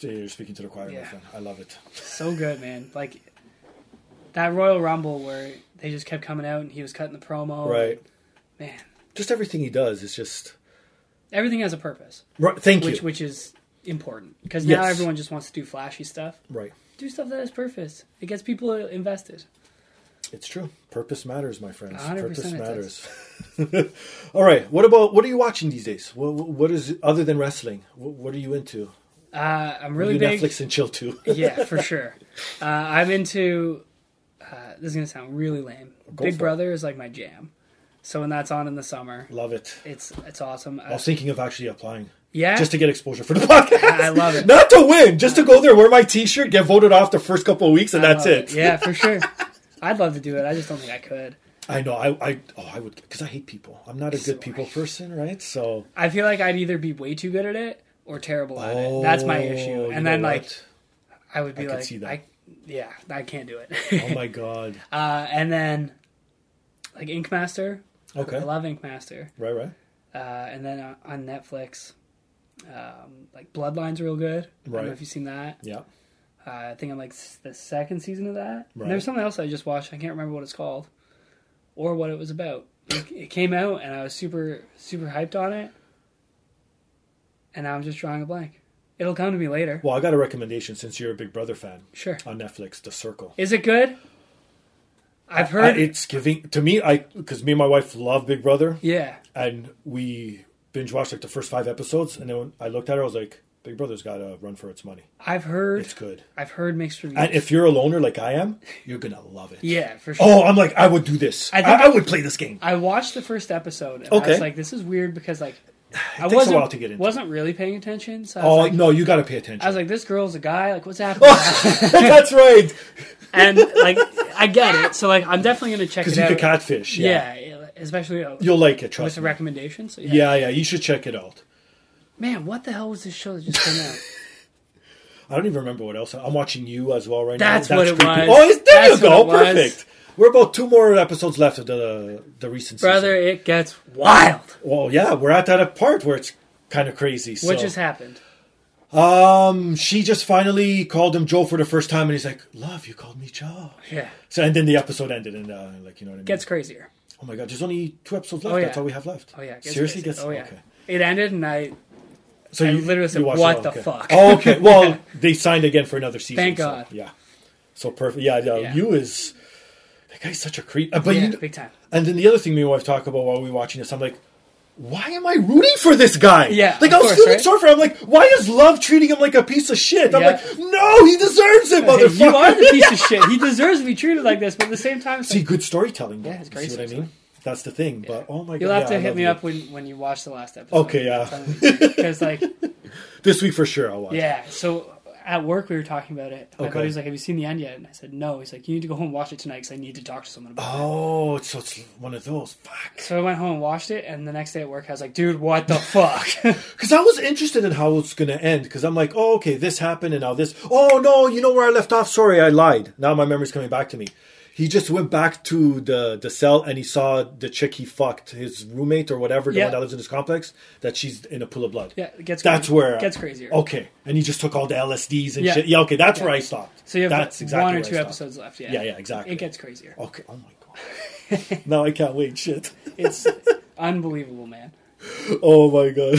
Speaker 1: You're speaking to the choir, my
Speaker 2: Yeah.
Speaker 1: friend. I love it.
Speaker 2: So good, man. Like that Royal Rumble where they just kept coming out and he was cutting the promo.
Speaker 1: Right.
Speaker 2: Man,
Speaker 1: Just everything he does is just.
Speaker 2: everything has a purpose,
Speaker 1: Right, thank
Speaker 2: which
Speaker 1: you.
Speaker 2: which is important because now
Speaker 1: Yes.
Speaker 2: everyone just wants to do flashy stuff.
Speaker 1: Right.
Speaker 2: Do stuff that has purpose. It gets people uh, invested.
Speaker 1: It's true. Purpose matters, my friends.
Speaker 2: 100%
Speaker 1: Purpose
Speaker 2: it
Speaker 1: matters. All right. What about what are you watching these days? What, what is other than wrestling? What, what are you into?
Speaker 2: Uh, I'm
Speaker 1: You
Speaker 2: really big.
Speaker 1: Netflix and chill too.
Speaker 2: yeah, for sure. Uh, I'm into. Uh, this is gonna sound really lame.
Speaker 1: Go for
Speaker 2: Big
Speaker 1: it.
Speaker 2: Brother is like my jam. So when that's on in the summer,
Speaker 1: love it.
Speaker 2: it's it's awesome.
Speaker 1: I
Speaker 2: Uh,
Speaker 1: was thinking of actually applying.
Speaker 2: yeah,
Speaker 1: Just to get exposure for the podcast.
Speaker 2: I love it.
Speaker 1: Not to win, just to go there, wear my T-shirt, get voted off the first couple of weeks, and
Speaker 2: I
Speaker 1: that's
Speaker 2: love
Speaker 1: it.
Speaker 2: Yeah, for sure. I'd love to do it. I just don't think I could.
Speaker 1: I know. I, I oh, I would because I hate people. I'm not a
Speaker 2: So-
Speaker 1: good people person, right? So
Speaker 2: I feel like I'd either be way too good at it or terrible at it. That's my
Speaker 1: Oh,
Speaker 2: issue.
Speaker 1: you
Speaker 2: And then
Speaker 1: know
Speaker 2: like
Speaker 1: what?
Speaker 2: I would be
Speaker 1: I could
Speaker 2: like,
Speaker 1: see that.
Speaker 2: I, yeah, I can't do it.
Speaker 1: oh my god.
Speaker 2: uh, and then like Ink Master.
Speaker 1: Okay.
Speaker 2: I love Ink Master.
Speaker 1: Right, right,
Speaker 2: uh, and then on- on Netflix, um, like Bloodline's real good. I don't
Speaker 1: Right.
Speaker 2: know if you've seen that.
Speaker 1: yeah.
Speaker 2: Uh, I think I'm like s- the second season of that.
Speaker 1: Right.
Speaker 2: And there's something else I just watched. I can't remember what it's called or what it was about. It, it came out and I was super super hyped on it, and now I'm just drawing a blank. It'll come to me later.
Speaker 1: Well, I got a recommendation since you're a Big Brother fan
Speaker 2: Sure.
Speaker 1: on Netflix, The Circle.
Speaker 2: Is it good? I've
Speaker 1: I-
Speaker 2: heard.
Speaker 1: it's giving to me. I because me and my wife love Big Brother,
Speaker 2: yeah.
Speaker 1: and we binge watched like the first five episodes, and then when I looked at her, I was like, Big Brother's got to run for its money.
Speaker 2: I've heard.
Speaker 1: It's good,
Speaker 2: I've heard mixed reviews.
Speaker 1: and if you're a loner like I am, you're gonna love it.
Speaker 2: yeah, for sure.
Speaker 1: Oh, I'm like I would do this. I,
Speaker 2: I think-
Speaker 1: I, would play this game.
Speaker 2: I watched the first episode and I
Speaker 1: Okay.
Speaker 2: was like, this is weird because like I
Speaker 1: takes a
Speaker 2: wasn't
Speaker 1: while to get into
Speaker 2: wasn't really paying attention. So I was,
Speaker 1: Oh
Speaker 2: like,
Speaker 1: no, you got to pay attention.
Speaker 2: I was like, this girl's a guy. Like, what's happening?
Speaker 1: That's right.
Speaker 2: and like, I get it. So like, I'm definitely gonna check
Speaker 1: Because
Speaker 2: it
Speaker 1: you could
Speaker 2: out.
Speaker 1: catfish. Yeah.
Speaker 2: yeah. yeah, especially uh,
Speaker 1: You'll like it,
Speaker 2: with
Speaker 1: trust
Speaker 2: the
Speaker 1: me.
Speaker 2: recommendations. So, yeah.
Speaker 1: Yeah, yeah, you should check it out.
Speaker 2: Man, what the hell was this show that just came out?
Speaker 1: I don't even remember what else. I'm watching you as well right
Speaker 2: That's
Speaker 1: now.
Speaker 2: what it was.
Speaker 1: Oh, it's, there
Speaker 2: That's
Speaker 1: you go.
Speaker 2: what it was.
Speaker 1: Perfect. We're about two more episodes left of the the recent
Speaker 2: Brother,
Speaker 1: Season.
Speaker 2: it gets wild.
Speaker 1: Well, yeah, we're at that part where it's kind of crazy. So.
Speaker 2: What just happened?
Speaker 1: Um, she just finally called him Joe for the first time, and he's like, "Love, you called me Joe."
Speaker 2: Yeah.
Speaker 1: So, and then the episode ended, and uh, like you know what I mean.
Speaker 2: Gets crazier.
Speaker 1: oh my god, there's only two episodes left.
Speaker 2: Oh, yeah.
Speaker 1: That's all we have left.
Speaker 2: Oh yeah. Gets
Speaker 1: seriously,
Speaker 2: crazier.
Speaker 1: gets
Speaker 2: Oh yeah.
Speaker 1: Okay.
Speaker 2: It ended, and I
Speaker 1: So
Speaker 2: I literally said,
Speaker 1: watched
Speaker 2: "What
Speaker 1: all,
Speaker 2: the
Speaker 1: okay.
Speaker 2: fuck?"
Speaker 1: Oh, okay. Well, they signed again for another season.
Speaker 2: Thank
Speaker 1: so,
Speaker 2: God.
Speaker 1: Yeah. So perfect. Yeah, yeah,
Speaker 2: Yeah.
Speaker 1: You is that guy's such a creep. Uh, but
Speaker 2: yeah,
Speaker 1: you,
Speaker 2: big time.
Speaker 1: and then the other thing me and my wife talk about while we were watching this, I'm like, why am I rooting for this guy?
Speaker 2: Yeah,
Speaker 1: Like
Speaker 2: of
Speaker 1: I was
Speaker 2: course,
Speaker 1: feeling
Speaker 2: right?
Speaker 1: sorry for him. I'm like, why is love treating him like a piece of shit? I'm
Speaker 2: Yeah.
Speaker 1: like, no, he deserves it,
Speaker 2: Hey,
Speaker 1: motherfucker.
Speaker 2: you are the piece of shit. He deserves to be treated like this, but at the same time, it's
Speaker 1: See,
Speaker 2: like,
Speaker 1: good storytelling.
Speaker 2: Yeah,
Speaker 1: though.
Speaker 2: it's
Speaker 1: You
Speaker 2: great
Speaker 1: See what I mean?
Speaker 2: storytelling.
Speaker 1: That's the thing. But oh my god,
Speaker 2: you'll have
Speaker 1: yeah,
Speaker 2: to
Speaker 1: I
Speaker 2: hit
Speaker 1: love
Speaker 2: me
Speaker 1: you.
Speaker 2: up when when you watch the last episode.
Speaker 1: Okay, yeah.
Speaker 2: Because like,
Speaker 1: this week for sure. I'll watch. it.
Speaker 2: yeah. So at work we were talking about it. My
Speaker 1: Okay.
Speaker 2: buddy was like, "Have you seen the end yet?" And I said, "No." He's like, "You need to go home and watch it tonight because I need to talk to someone about." it.
Speaker 1: Oh, so it's one of those. Fuck.
Speaker 2: So I went home and watched it, and the next day at work I was like, "Dude, what the fuck?"
Speaker 1: Because I was interested in how it's going to end. Because I'm like, oh, okay, this happened, and now this. Oh no, you know where I left off. Sorry, I lied. Now my memory's coming back to me. He just went back to the the cell and he saw the chick he fucked, his roommate or whatever, the
Speaker 2: Yeah.
Speaker 1: one that lives in his complex. That she's in a pool of blood.
Speaker 2: yeah, it gets
Speaker 1: That's
Speaker 2: crazier.
Speaker 1: where
Speaker 2: gets crazier.
Speaker 1: Okay, and he just took all the LSDs and
Speaker 2: Yeah.
Speaker 1: shit. Yeah, okay, that's
Speaker 2: Yeah.
Speaker 1: where I stopped.
Speaker 2: So you have
Speaker 1: that's
Speaker 2: one or
Speaker 1: where I
Speaker 2: two
Speaker 1: stopped.
Speaker 2: episodes left. Yeah.
Speaker 1: Yeah, yeah, exactly.
Speaker 2: It gets crazier.
Speaker 1: Okay. Oh my god. now I can't wait. Shit.
Speaker 2: It's unbelievable, man.
Speaker 1: Oh my god.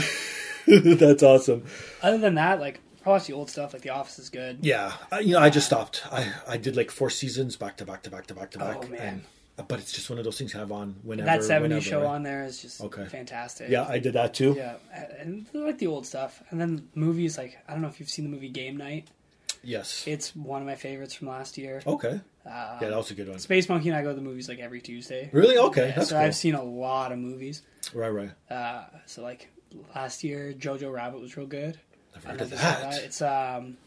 Speaker 1: that's awesome.
Speaker 2: Other than that, like I watch the old stuff. Like The Office is good.
Speaker 1: Yeah, I, you know, I just stopped. I I did like four seasons back to back to back to back to back.
Speaker 2: Oh, man.
Speaker 1: And, uh, but it's just one of those things I have on whenever.
Speaker 2: that 70s
Speaker 1: whenever,
Speaker 2: show
Speaker 1: right?
Speaker 2: on there is just
Speaker 1: Okay.
Speaker 2: fantastic.
Speaker 1: Yeah, I did that too. Yeah,
Speaker 2: Yeah, and I like the old stuff, and then movies like I don't know if you've seen the movie Game Night.
Speaker 1: Yes.
Speaker 2: It's one of my favorites from last year.
Speaker 1: okay.
Speaker 2: Uh,
Speaker 1: yeah, that was a good one.
Speaker 2: Space Monkey and I go to the movies like every Tuesday.
Speaker 1: Really? Okay,
Speaker 2: Yeah,
Speaker 1: that's
Speaker 2: so
Speaker 1: cool.
Speaker 2: I've seen a lot of movies.
Speaker 1: Right, right.
Speaker 2: Uh, so like last year, Jojo Rabbit was real good.
Speaker 1: I've
Speaker 2: I
Speaker 1: heard
Speaker 2: never
Speaker 1: of
Speaker 2: saw
Speaker 1: that.
Speaker 2: It's um,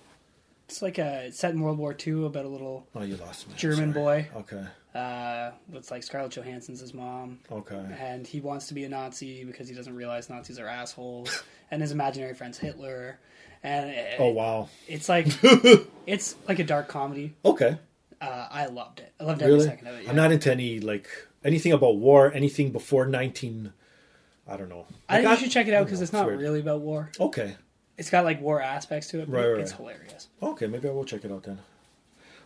Speaker 2: it's like a it's set in World War II about a little
Speaker 1: Oh, you lost me. I'm
Speaker 2: German
Speaker 1: sorry.
Speaker 2: boy.
Speaker 1: Okay.
Speaker 2: uh, with like Scarlett Johansson's his mom.
Speaker 1: Oh. Okay.
Speaker 2: and he wants to be a Nazi because he doesn't realize Nazis are assholes, and his imaginary friend's Hitler, and it-
Speaker 1: Oh wow.
Speaker 2: it's like it's like a dark comedy.
Speaker 1: Okay.
Speaker 2: Uh, I loved it. I loved every
Speaker 1: Really?
Speaker 2: second of it. yeah.
Speaker 1: I'm not into any like anything about war, anything before 19. I don't know.
Speaker 2: I think
Speaker 1: Like,
Speaker 2: you should check it out because
Speaker 1: know,
Speaker 2: it's not
Speaker 1: weird.
Speaker 2: really about war.
Speaker 1: Okay.
Speaker 2: It's got like war aspects to it, but
Speaker 1: Right, right,
Speaker 2: it's
Speaker 1: right.
Speaker 2: hilarious.
Speaker 1: Okay, maybe I will check it out then.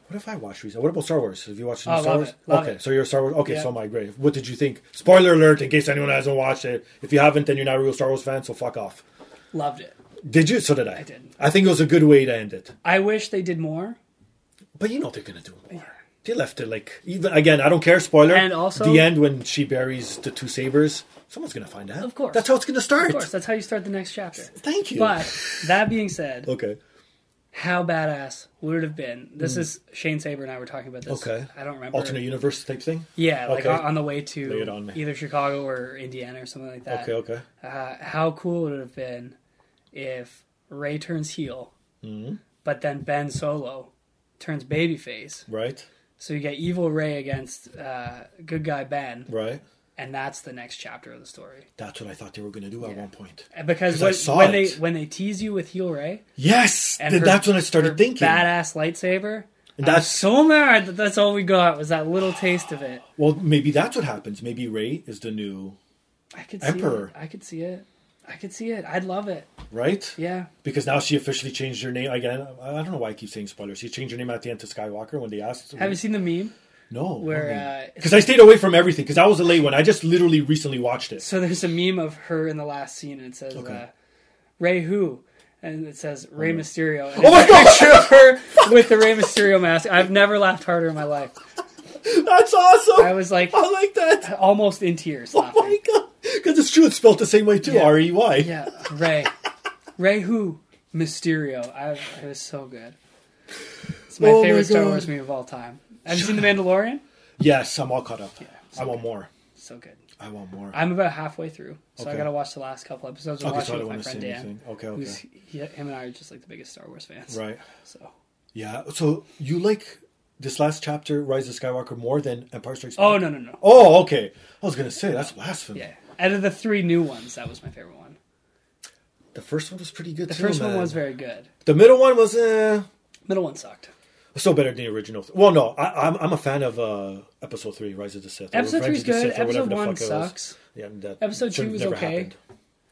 Speaker 1: What if I watch recently? What about Star Wars? Have you watched the
Speaker 2: Oh,
Speaker 1: new Star
Speaker 2: love
Speaker 1: Wars?
Speaker 2: it, love
Speaker 1: okay,
Speaker 2: it.
Speaker 1: so you're a Star Wars. Okay,
Speaker 2: Yeah.
Speaker 1: so am I. Great. What did you think? Spoiler alert! In case anyone hasn't watched it, if you haven't, then you're not a real Star Wars fan. So fuck off.
Speaker 2: Loved it.
Speaker 1: Did you? So did I. I
Speaker 2: did.
Speaker 1: I think it was a good way to end it.
Speaker 2: I wish they did more.
Speaker 1: But you know they're gonna do more. They left it like even again. I don't care. Spoiler.
Speaker 2: And also-
Speaker 1: the end when she buries the two sabers. Someone's gonna find out.
Speaker 2: Of course.
Speaker 1: That's how it's gonna start.
Speaker 2: Of course, that's how you start the next chapter.
Speaker 1: Thank you.
Speaker 2: But that being said,
Speaker 1: okay.
Speaker 2: how badass would it have been? This is Shane Saber and I were talking about this.
Speaker 1: Hmm. Okay.
Speaker 2: I don't remember.
Speaker 1: Alternate universe type thing.
Speaker 2: Yeah, like
Speaker 1: Okay.
Speaker 2: on on the way
Speaker 1: Lay it
Speaker 2: to
Speaker 1: on me.
Speaker 2: either Chicago or Indiana or something like that.
Speaker 1: Okay. Okay.
Speaker 2: Uh, how cool would it have been if Ray turns heel,
Speaker 1: Hmm.
Speaker 2: but then Ben Solo turns babyface?
Speaker 1: Right.
Speaker 2: So you get evil Ray against uh, good guy Ben,
Speaker 1: Right.
Speaker 2: and that's the next chapter of the story.
Speaker 1: That's what I thought they were gonna do at one point.
Speaker 2: And Because
Speaker 1: 'Cause I
Speaker 2: when,
Speaker 1: saw
Speaker 2: when they
Speaker 1: it.
Speaker 2: when they tease you with heel Ray,
Speaker 1: Yes,
Speaker 2: and
Speaker 1: then
Speaker 2: her-
Speaker 1: that's when I
Speaker 2: her
Speaker 1: started thinking.
Speaker 2: badass lightsaber.
Speaker 1: And
Speaker 2: I'm
Speaker 1: that's
Speaker 2: so mad that that's all we got was that little taste of it.
Speaker 1: well, maybe that's what happens. Maybe Ray is the new
Speaker 2: I could
Speaker 1: Emperor.
Speaker 2: see it. I could see it. I could see it. I'd love it.
Speaker 1: right
Speaker 2: Yeah.
Speaker 1: because now she officially changed her name again. I I don't know why I keep saying spoilers. She changed her name at the end to Skywalker when they asked.
Speaker 2: Have you seen the meme?
Speaker 1: no,
Speaker 2: where, uh,
Speaker 1: because I stayed away from everything because I was a late one. I just literally recently watched it.
Speaker 2: So there's a meme of her in the last scene, and it says, uh, "Ray who?" and it says Ray Mysterio. And
Speaker 1: Oh my
Speaker 2: it's a
Speaker 1: God!
Speaker 2: picture of her with the Ray Mysterio mask. I've never laughed harder in my life.
Speaker 1: That's awesome.
Speaker 2: I was like
Speaker 1: I like that.
Speaker 2: almost in tears
Speaker 1: Oh my
Speaker 2: laughing.
Speaker 1: god, because it's true. It's spelled the same way too.
Speaker 2: Yeah.
Speaker 1: R E Y.
Speaker 2: Yeah, Ray, Ray who? Mysterio. I, it was so good. It's my
Speaker 1: Oh my
Speaker 2: favorite Star
Speaker 1: God.
Speaker 2: Wars movie of all time. Have you seen The Mandalorian?
Speaker 1: Yes, I'm all caught up. I want more.
Speaker 2: So good.
Speaker 1: I want more.
Speaker 2: I'm about halfway through, so I
Speaker 1: Okay.
Speaker 2: gotta watch the last couple episodes. I'm
Speaker 1: okay, so I don't
Speaker 2: watching with
Speaker 1: want
Speaker 2: my
Speaker 1: to
Speaker 2: friend
Speaker 1: say
Speaker 2: Dan,
Speaker 1: anything. Okay, okay.
Speaker 2: who's he, him and I are just like the biggest Star Wars fans.
Speaker 1: Right.
Speaker 2: So.
Speaker 1: Yeah. So you like this last chapter, Rise of Skywalker, more than Empire Strikes Back?
Speaker 2: Oh no no no.
Speaker 1: Oh, okay. I was gonna say that's blasphemy.
Speaker 2: Yeah. Out of the three new ones, that was my favorite one.
Speaker 1: The first one was pretty good.
Speaker 2: The
Speaker 1: too,
Speaker 2: first one
Speaker 1: man.
Speaker 2: was very good.
Speaker 1: The middle one was uh,
Speaker 2: Middle one sucked.
Speaker 1: still better than the original. Well, no, I, I'm I'm a fan of uh, Episode Three, Rise of the Sith. or Revenge
Speaker 2: Episode three
Speaker 1: of
Speaker 2: is
Speaker 1: the
Speaker 2: good.
Speaker 1: Sith, or whatever
Speaker 2: Episode
Speaker 1: the fuck
Speaker 2: one
Speaker 1: it was.
Speaker 2: sucks.
Speaker 1: Yeah, that
Speaker 2: Episode two
Speaker 1: should've
Speaker 2: was
Speaker 1: never
Speaker 2: okay.
Speaker 1: happened.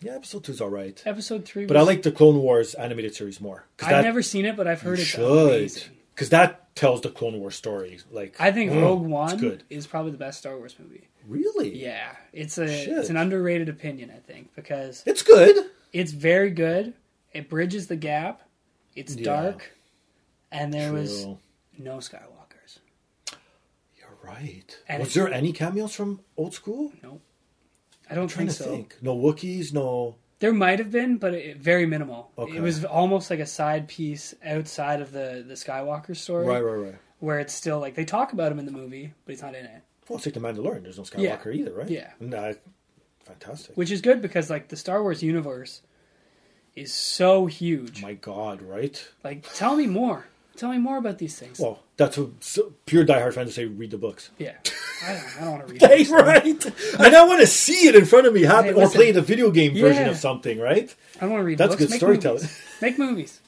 Speaker 1: Yeah, episode two's all right.
Speaker 2: Episode three.
Speaker 1: But I like the Clone Wars animated series more.
Speaker 2: I've never seen it, but I've heard it's
Speaker 1: should.
Speaker 2: amazing.
Speaker 1: Because that tells the Clone Wars story. Like,
Speaker 2: I think
Speaker 1: mm,
Speaker 2: Rogue
Speaker 1: It's
Speaker 2: One
Speaker 1: good.
Speaker 2: is probably the best Star Wars movie.
Speaker 1: Really?
Speaker 2: Yeah, it's a
Speaker 1: Shit.
Speaker 2: it's an underrated opinion I think because
Speaker 1: It's good.
Speaker 2: it's very good. It bridges the gap. It's
Speaker 1: Yeah.
Speaker 2: dark, and there was
Speaker 1: True.
Speaker 2: no Skywalkers.
Speaker 1: You're right.
Speaker 2: And
Speaker 1: was
Speaker 2: it's-
Speaker 1: there any cameos from old school?
Speaker 2: I don't
Speaker 1: I'm trying
Speaker 2: think
Speaker 1: to
Speaker 2: so.
Speaker 1: think. No Wookiees, no.
Speaker 2: There might have been, but it, very minimal.
Speaker 1: Okay.
Speaker 2: It was almost like a side piece outside of the the Skywalker story,
Speaker 1: Right, right, right.
Speaker 2: where it's still like they talk about him in the movie, but he's not in it,
Speaker 1: Well, it's like The Mandalorian. There's no
Speaker 2: Yeah.
Speaker 1: Skywalker either, right?
Speaker 2: Yeah.
Speaker 1: Nah, fantastic.
Speaker 2: which is good because like the Star Wars universe is so huge.
Speaker 1: My God, right?
Speaker 2: Like, tell me more. Tell me more about these things.
Speaker 1: Well, that's what so, pure diehard fans would say. Read the books.
Speaker 2: yeah, I don't, I don't want to read.
Speaker 1: Hey,
Speaker 2: it.
Speaker 1: right? And I want to see it in front of me happen,
Speaker 2: Hey,
Speaker 1: or
Speaker 2: listen.
Speaker 1: play the video game version
Speaker 2: Yeah.
Speaker 1: of something, right?
Speaker 2: I don't want to read.
Speaker 1: That's
Speaker 2: books.
Speaker 1: good
Speaker 2: Make
Speaker 1: storytelling.
Speaker 2: Movies. Make movies.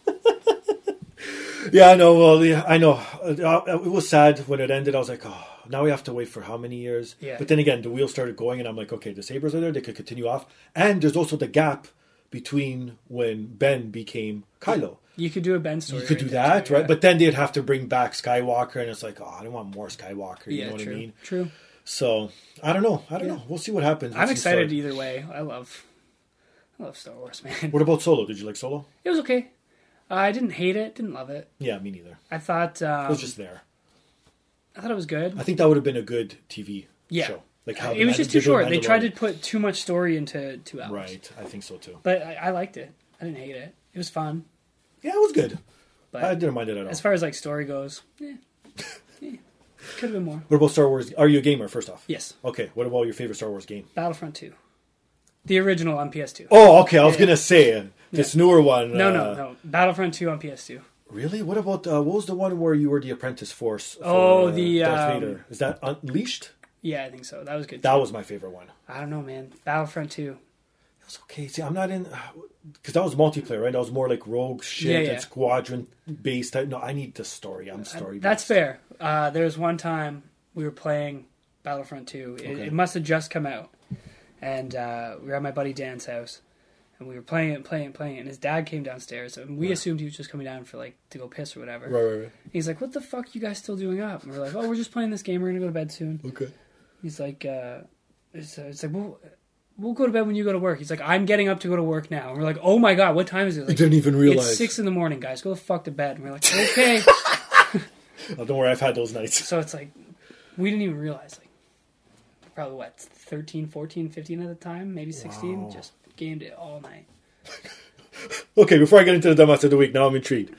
Speaker 1: Yeah, I know. Well, yeah, I know. Uh, uh, It was sad when it ended. I was like, oh, now we have to wait for how many years?
Speaker 2: Yeah.
Speaker 1: But then again, the wheels started going, and I'm like, okay, the sabers are there. They could continue off. And there's also the gap between when Ben became Kylo.
Speaker 2: You could do a Ben story.
Speaker 1: You could
Speaker 2: right
Speaker 1: do
Speaker 2: there,
Speaker 1: that,
Speaker 2: too,
Speaker 1: right?
Speaker 2: yeah.
Speaker 1: But then they'd have to bring back Skywalker, and it's like, oh, I don't want more Skywalker. You
Speaker 2: yeah,
Speaker 1: know what
Speaker 2: true.
Speaker 1: I mean?
Speaker 2: True.
Speaker 1: So I don't know. I don't know. We'll see what happens.
Speaker 2: I'm
Speaker 1: Let's see the
Speaker 2: excited
Speaker 1: story.
Speaker 2: either way. I love, I love Star Wars, man.
Speaker 1: What about Solo? Did you like Solo?
Speaker 2: It was okay. I didn't hate it. Didn't love it.
Speaker 1: Yeah, me neither.
Speaker 2: I thought um,
Speaker 1: It was just there.
Speaker 2: I thought it was good.
Speaker 1: I think that would have been a good TV
Speaker 2: Yeah.
Speaker 1: show. Like how
Speaker 2: it
Speaker 1: the
Speaker 2: was
Speaker 1: Mandal-
Speaker 2: just too
Speaker 1: digital
Speaker 2: short. They tried to
Speaker 1: Mandalorian-
Speaker 2: put too much story into two hours.
Speaker 1: Right, I think so too.
Speaker 2: But I, I liked it. I didn't hate it. It was fun.
Speaker 1: Yeah, it was good.
Speaker 2: But
Speaker 1: I didn't mind it at all.
Speaker 2: as far as like story goes, yeah, yeah. could have been more.
Speaker 1: What about Star Wars? Are you a gamer? First off,
Speaker 2: Yes,
Speaker 1: Okay. What about your favorite Star Wars game?
Speaker 2: Battlefront Two, the original on PS2.
Speaker 1: Oh, okay. I was gonna say uh, this newer one.
Speaker 2: no,
Speaker 1: uh,
Speaker 2: no, no. Battlefront Two on PS2.
Speaker 1: Really? What about uh, what was the one where you were the apprentice force? For,
Speaker 2: Oh,
Speaker 1: uh,
Speaker 2: the,
Speaker 1: Darth
Speaker 2: um,
Speaker 1: Vader. Is that Unleashed?
Speaker 2: Yeah, I think so. That was good.
Speaker 1: That
Speaker 2: too.
Speaker 1: was my favorite one.
Speaker 2: I don't know, man. Battlefront Two.
Speaker 1: That's okay. See, I'm not in because that was multiplayer, right? That was more like rogue shit
Speaker 2: Yeah, yeah. Uh,
Speaker 1: and squadron based. Type. No, I need the story. I'm story.
Speaker 2: That's
Speaker 1: based.
Speaker 2: fair. Uh, there was one time we were playing Battlefront 2. It,
Speaker 1: Okay.
Speaker 2: it must have just come out. And uh, we were at my buddy Dan's house. And we were playing it, playing it, playing it. And his dad came downstairs. And we assumed he was just coming down for, like, to go piss or whatever.
Speaker 1: Right, right, right.
Speaker 2: He's like, what the fuck you guys still doing up? And we're like, oh, we're just playing this game. We're going to go to bed soon.
Speaker 1: Okay.
Speaker 2: He's like, uh, it's, uh, it's like, we'll, we'll go to bed when you go to work. He's like, I'm getting up to go to work now. And we're like, oh my God, what time is it?
Speaker 1: I
Speaker 2: Like,
Speaker 1: didn't even
Speaker 2: it's
Speaker 1: realize.
Speaker 2: six in the morning, guys. Go the fuck to bed. And we're like, okay.
Speaker 1: Oh, don't worry, I've had those nights.
Speaker 2: So it's like, we didn't even realize, like, probably what, 13, 14, 15 at the time, maybe 16,
Speaker 1: Wow.
Speaker 2: just gamed it all night.
Speaker 1: Okay, before I get into the dumbass of the week, now I'm intrigued.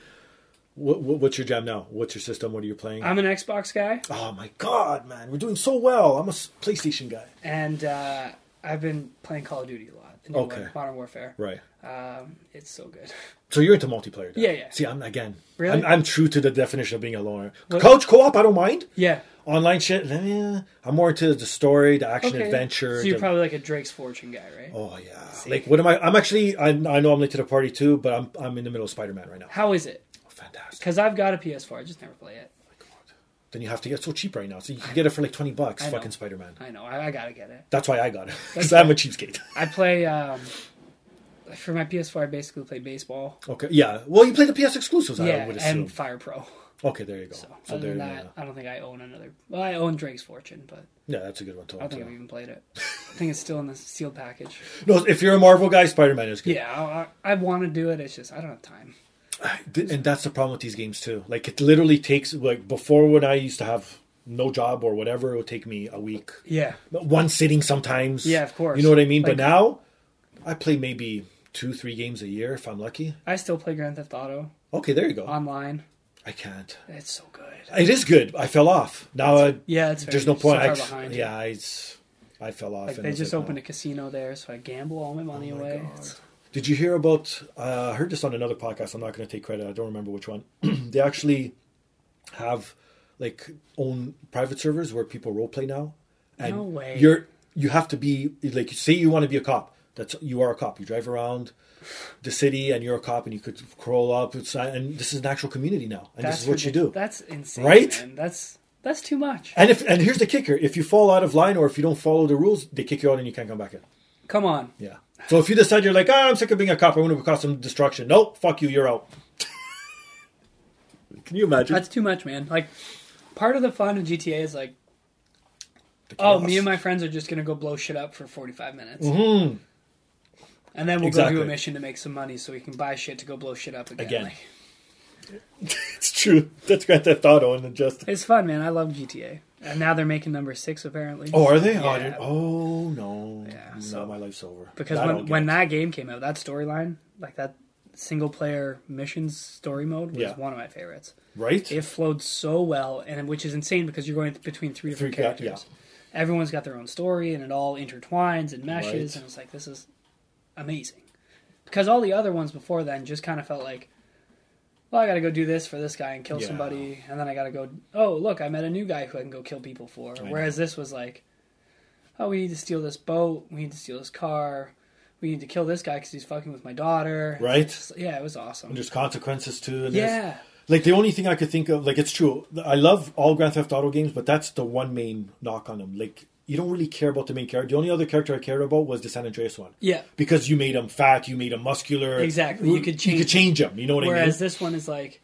Speaker 1: What, what, what's your jam now? What's your system? What are you playing?
Speaker 2: I'm an Xbox guy,
Speaker 1: oh my god, man, we're doing so well. I'm a s- PlayStation guy.
Speaker 2: and uh, I've been playing Call of Duty a lot. The new
Speaker 1: Okay.
Speaker 2: one, Modern Warfare.
Speaker 1: Right.
Speaker 2: Um, it's so good.
Speaker 1: So you're into multiplayer? Then.
Speaker 2: Yeah, yeah.
Speaker 1: See, I'm again.
Speaker 2: Really?
Speaker 1: I'm, I'm true to the definition of being a loner. Couch co-op, I don't mind.
Speaker 2: Yeah.
Speaker 1: Online shit, eh, I'm more into the story, the action adventure.
Speaker 2: So you're
Speaker 1: the-
Speaker 2: probably like a Drake's Fortune guy, right?
Speaker 1: Oh yeah. Like what am I? I'm actually. I, I know I'm late to the party too, but I'm I'm in the middle of Spider Man right now. Oh,
Speaker 2: How is it?
Speaker 1: Fantastic.
Speaker 2: Because I've got a PS4, I just never play it.
Speaker 1: Then you have to get so cheap right now, so you can get it for like twenty bucks.
Speaker 2: I know.
Speaker 1: Fucking Spider Man.
Speaker 2: I know, I, I gotta get it.
Speaker 1: That's why I got it. Because I'm a cheapskate.
Speaker 2: I play, um, for my PS4, I basically play baseball.
Speaker 1: Okay. Yeah. Well, you play the PS exclusives. I
Speaker 2: Yeah,
Speaker 1: would assume.
Speaker 2: and Fire Pro.
Speaker 1: okay. There you go. So,
Speaker 2: Other
Speaker 1: there.
Speaker 2: than
Speaker 1: you
Speaker 2: that,
Speaker 1: go.
Speaker 2: I don't think I own another. Well, I own Drake's Fortune, but
Speaker 1: Yeah, that's a good one. Too,
Speaker 2: I don't think I've even played it. I think it's still in the sealed package.
Speaker 1: No, if you're a Marvel guy, Spider Man is good.
Speaker 2: Yeah, I, I, I want to do it. It's just I don't have time.
Speaker 1: Th- and that's the problem with these games too. Like it literally takes like before when I used to have no job or whatever, it would take me a week,
Speaker 2: Yeah,
Speaker 1: one sitting sometimes.
Speaker 2: Yeah, of course.
Speaker 1: You know what I mean. but
Speaker 2: Like-
Speaker 1: now, I play maybe two, three games a year if I'm lucky.
Speaker 2: I still play Grand Theft Auto
Speaker 1: Okay, there you
Speaker 2: Um,
Speaker 1: go.
Speaker 2: online.
Speaker 1: I can't.
Speaker 2: It's so good.
Speaker 1: It is good. I fell off. Now I,
Speaker 2: Yeah, it's very
Speaker 1: there's no
Speaker 2: good. So
Speaker 1: point. I
Speaker 2: far
Speaker 1: ex-
Speaker 2: behind.
Speaker 1: yeah, I, s- I fell off.
Speaker 2: Like
Speaker 1: and
Speaker 2: they
Speaker 1: it's
Speaker 2: just
Speaker 1: like, "Oh." no.
Speaker 2: opened a casino there, so I gamble all my money away. It's-
Speaker 1: Did you hear about? Uh, I heard this on another podcast. I'm not going to take credit. I don't remember which one. they actually have like own private servers where people role play now. And
Speaker 2: No way.
Speaker 1: You're you have to be like say you want to be a cop. That's you are a cop. You drive around the city and you're a cop and you could crawl up. It's, and this is an actual community now. And this is what you
Speaker 2: ridic-
Speaker 1: do.
Speaker 2: That's insane,
Speaker 1: Right?
Speaker 2: man. That's that's too much.
Speaker 1: and if and here's the kicker: if you fall out of line or if you don't follow the rules, they kick you out and you can't come back in.
Speaker 2: Come on.
Speaker 1: Yeah. So if you decide you're like, ah, I'm sick of being a cop, I want to cause some destruction. Nope, fuck you, you're out. Can you imagine?
Speaker 2: That's too much, man. Like, part of the fun of GTA is like,
Speaker 1: The
Speaker 2: oh,
Speaker 1: chaos. Mm-hmm.
Speaker 2: me and my friends are just gonna go blow shit up for forty five minutes, and then we'll go
Speaker 1: Exactly.
Speaker 2: do a mission to make some money so we can buy shit to go blow shit up again.
Speaker 1: Again.
Speaker 2: Like,
Speaker 1: It's true. That's Grand Theft Auto and just.
Speaker 2: it's fun, man. I love GTA, and now they're making number six apparently.
Speaker 1: Oh, are they? Oh, I
Speaker 2: Yeah.
Speaker 1: didn't- Oh, no.
Speaker 2: Yeah,
Speaker 1: no,
Speaker 2: so-
Speaker 1: my life's over.
Speaker 2: because
Speaker 1: That I don't
Speaker 2: when
Speaker 1: get.
Speaker 2: when that game came out, that storyline, like that single player missions story mode, was
Speaker 1: Yeah.
Speaker 2: one of my favorites.
Speaker 1: Right?
Speaker 2: It flowed so well, and which is insane because you're going between three different
Speaker 1: Three ca-
Speaker 2: characters. Everyone's got their own story, and it all intertwines and meshes,
Speaker 1: Right.
Speaker 2: and it's like this is amazing. Because all the other ones before then just kind of felt like, well, I got to go do this for this guy and kill
Speaker 1: Yeah.
Speaker 2: somebody, and then I got to go. Oh, look, I met a new guy who I can go kill people for. Whereas this was like, oh, we need to steal this boat, we need to steal this car, we need to kill this guy because he's fucking with my daughter.
Speaker 1: right?
Speaker 2: So, yeah, it was awesome.
Speaker 1: And there's consequences too. And there's-
Speaker 2: yeah,
Speaker 1: Like the only thing I could think of, like it's true. I love all Grand Theft Auto games, but that's the one main knock on them. Like you don't really care about the main character. The only other character I cared about was the San Andreas one.
Speaker 2: yeah.
Speaker 1: Because you made him fat, you made him muscular.
Speaker 2: Exactly, you could
Speaker 1: you could change
Speaker 2: change-
Speaker 1: him. You know what
Speaker 2: Whereas
Speaker 1: I mean?
Speaker 2: this one is like,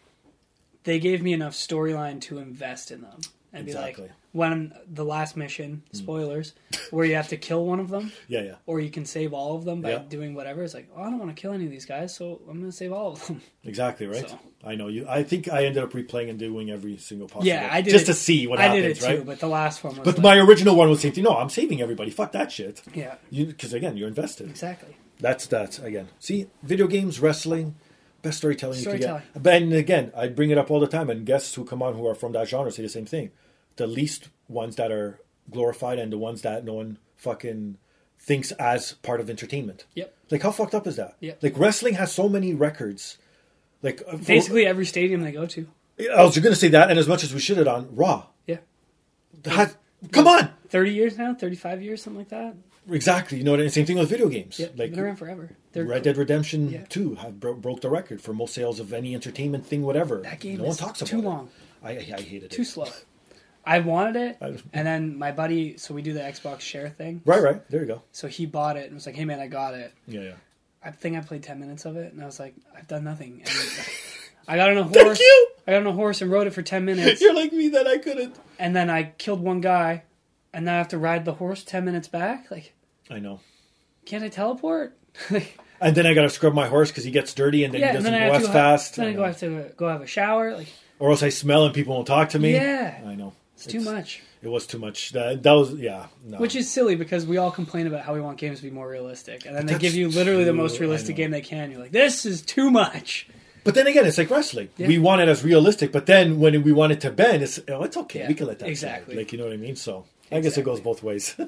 Speaker 2: they gave me enough storyline to invest in them and be
Speaker 1: Exactly. Hmm.
Speaker 2: like, when the last mission, spoilers, where you have to kill one of them,
Speaker 1: Yeah, yeah,
Speaker 2: or you can save all of them by
Speaker 1: Yeah.
Speaker 2: doing whatever. It's like, oh, I don't want to kill any of these guys, so I'm gonna save all of them.
Speaker 1: exactly right.
Speaker 2: So-
Speaker 1: I know you. I think I ended up replaying and doing every single possible.
Speaker 2: yeah, I did
Speaker 1: just
Speaker 2: it-
Speaker 1: to see what
Speaker 2: I
Speaker 1: happens,
Speaker 2: did it
Speaker 1: right?
Speaker 2: too, but the last one was
Speaker 1: but
Speaker 2: like-
Speaker 1: my original one was the same thing. No, I'm saving everybody. Fuck that shit.
Speaker 2: yeah,
Speaker 1: Because again, you're invested.
Speaker 2: exactly.
Speaker 1: That's that again. See, video games, wrestling, best storytelling, you
Speaker 2: Storytelling.
Speaker 1: can get. But and again, I bring it up all the time, and guests who come on who are from that genre say the same thing. The least ones that are glorified and the ones that no one fucking thinks as part of entertainment.
Speaker 2: Yep.
Speaker 1: Like how fucked up is that?
Speaker 2: Yep.
Speaker 1: Like wrestling has so many records. Like uh, for-
Speaker 2: Basically, every stadium they go to,
Speaker 1: I was gonna say that, and as much as we shit it on Raw,
Speaker 2: yeah,
Speaker 1: had- come on,
Speaker 2: thirty years now, thirty-five years, something like that.
Speaker 1: exactly. You know what? I mean? Same thing with video games.
Speaker 2: Yeah,
Speaker 1: like
Speaker 2: been around forever. They're
Speaker 1: Red Dead Redemption
Speaker 2: Yeah.
Speaker 1: 2 have bro- broke the record for most sales of any entertainment thing, whatever.
Speaker 2: That game
Speaker 1: no one
Speaker 2: is
Speaker 1: talks about
Speaker 2: too
Speaker 1: it.
Speaker 2: long.
Speaker 1: I, I I hated it.
Speaker 2: too slow. I wanted it,
Speaker 1: I just-
Speaker 2: and then my buddy. So we do the Xbox Share thing.
Speaker 1: Right, right. There you go.
Speaker 2: So he bought it and was like, "Hey man, I got it."
Speaker 1: Yeah, yeah.
Speaker 2: I think I played ten minutes of it, and I was like, "I've done nothing." And I got on a horse.
Speaker 1: you.
Speaker 2: I got on a horse and rode it for ten minutes,
Speaker 1: You're like me that I couldn't.
Speaker 2: and then I killed one guy, and then I have to ride the horse ten minutes back. Like,
Speaker 1: I know.
Speaker 2: can't I teleport? Like,
Speaker 1: And then I got to scrub my horse because he gets dirty and then
Speaker 2: yeah,
Speaker 1: he
Speaker 2: and
Speaker 1: doesn't
Speaker 2: then I
Speaker 1: go
Speaker 2: have
Speaker 1: as
Speaker 2: to go-
Speaker 1: fast.
Speaker 2: Then
Speaker 1: I
Speaker 2: I go
Speaker 1: know.
Speaker 2: have to go have a shower. Like,
Speaker 1: Or else I smell and people won't talk to me.
Speaker 2: Yeah.
Speaker 1: I know.
Speaker 2: it's too much,
Speaker 1: It was too much. That, that was, yeah. No.
Speaker 2: which is silly because we all complain about how we want games to be more realistic, and then they
Speaker 1: that's
Speaker 2: give you literally the
Speaker 1: true, I
Speaker 2: most realistic
Speaker 1: know.
Speaker 2: game they can. You're like, this is too much.
Speaker 1: But then again, it's like wrestling.
Speaker 2: Yeah.
Speaker 1: We want it as realistic, but then when we want it to bend, it's oh, it's okay.
Speaker 2: Yeah,
Speaker 1: we can let that
Speaker 2: exactly.
Speaker 1: slide. Like you know what I mean. So I guess it goes both ways.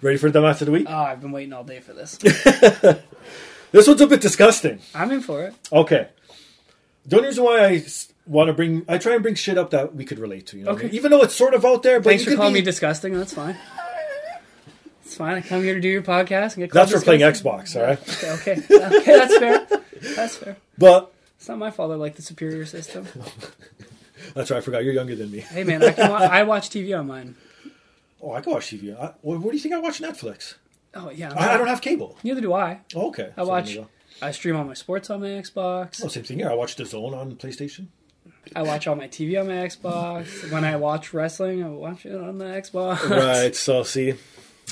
Speaker 1: Ready for dumbass of the week?
Speaker 2: Oh, I've been waiting all day for this.
Speaker 1: this one's a bit disgusting.
Speaker 2: I'm in for it.
Speaker 1: Okay. The only reason why I want to bring, I try and bring shit up that we could relate to. You know, what I
Speaker 2: Okay.
Speaker 1: mean? even though it's sort of out there, but
Speaker 2: Thanks
Speaker 1: you
Speaker 2: for
Speaker 1: could
Speaker 2: calling
Speaker 1: be-
Speaker 2: me disgusting. That's fine. It's fine. I come here to do your podcast and get called
Speaker 1: that's for playing
Speaker 2: disgusting.
Speaker 1: Xbox. All right,
Speaker 2: Okay, okay, okay, that's fair. That's fair.
Speaker 1: but
Speaker 2: It's not my fault. I like the superior system.
Speaker 1: that's right. I forgot you're younger than me.
Speaker 2: Hey man, I can. Wa- I watch TV on mine.
Speaker 1: Oh, I can watch TV. I, what, what do you think I watch Netflix?
Speaker 2: Oh yeah.
Speaker 1: I, I don't have cable.
Speaker 2: Neither do I.
Speaker 1: Oh, okay,
Speaker 2: I
Speaker 1: So there
Speaker 2: watch.
Speaker 1: you go.
Speaker 2: I stream all my sports on my Xbox.
Speaker 1: Oh, same thing here. I watch The Zone on PlayStation.
Speaker 2: I watch all my TV on my Xbox. When I watch wrestling, I watch it on the Xbox.
Speaker 1: Right. So see.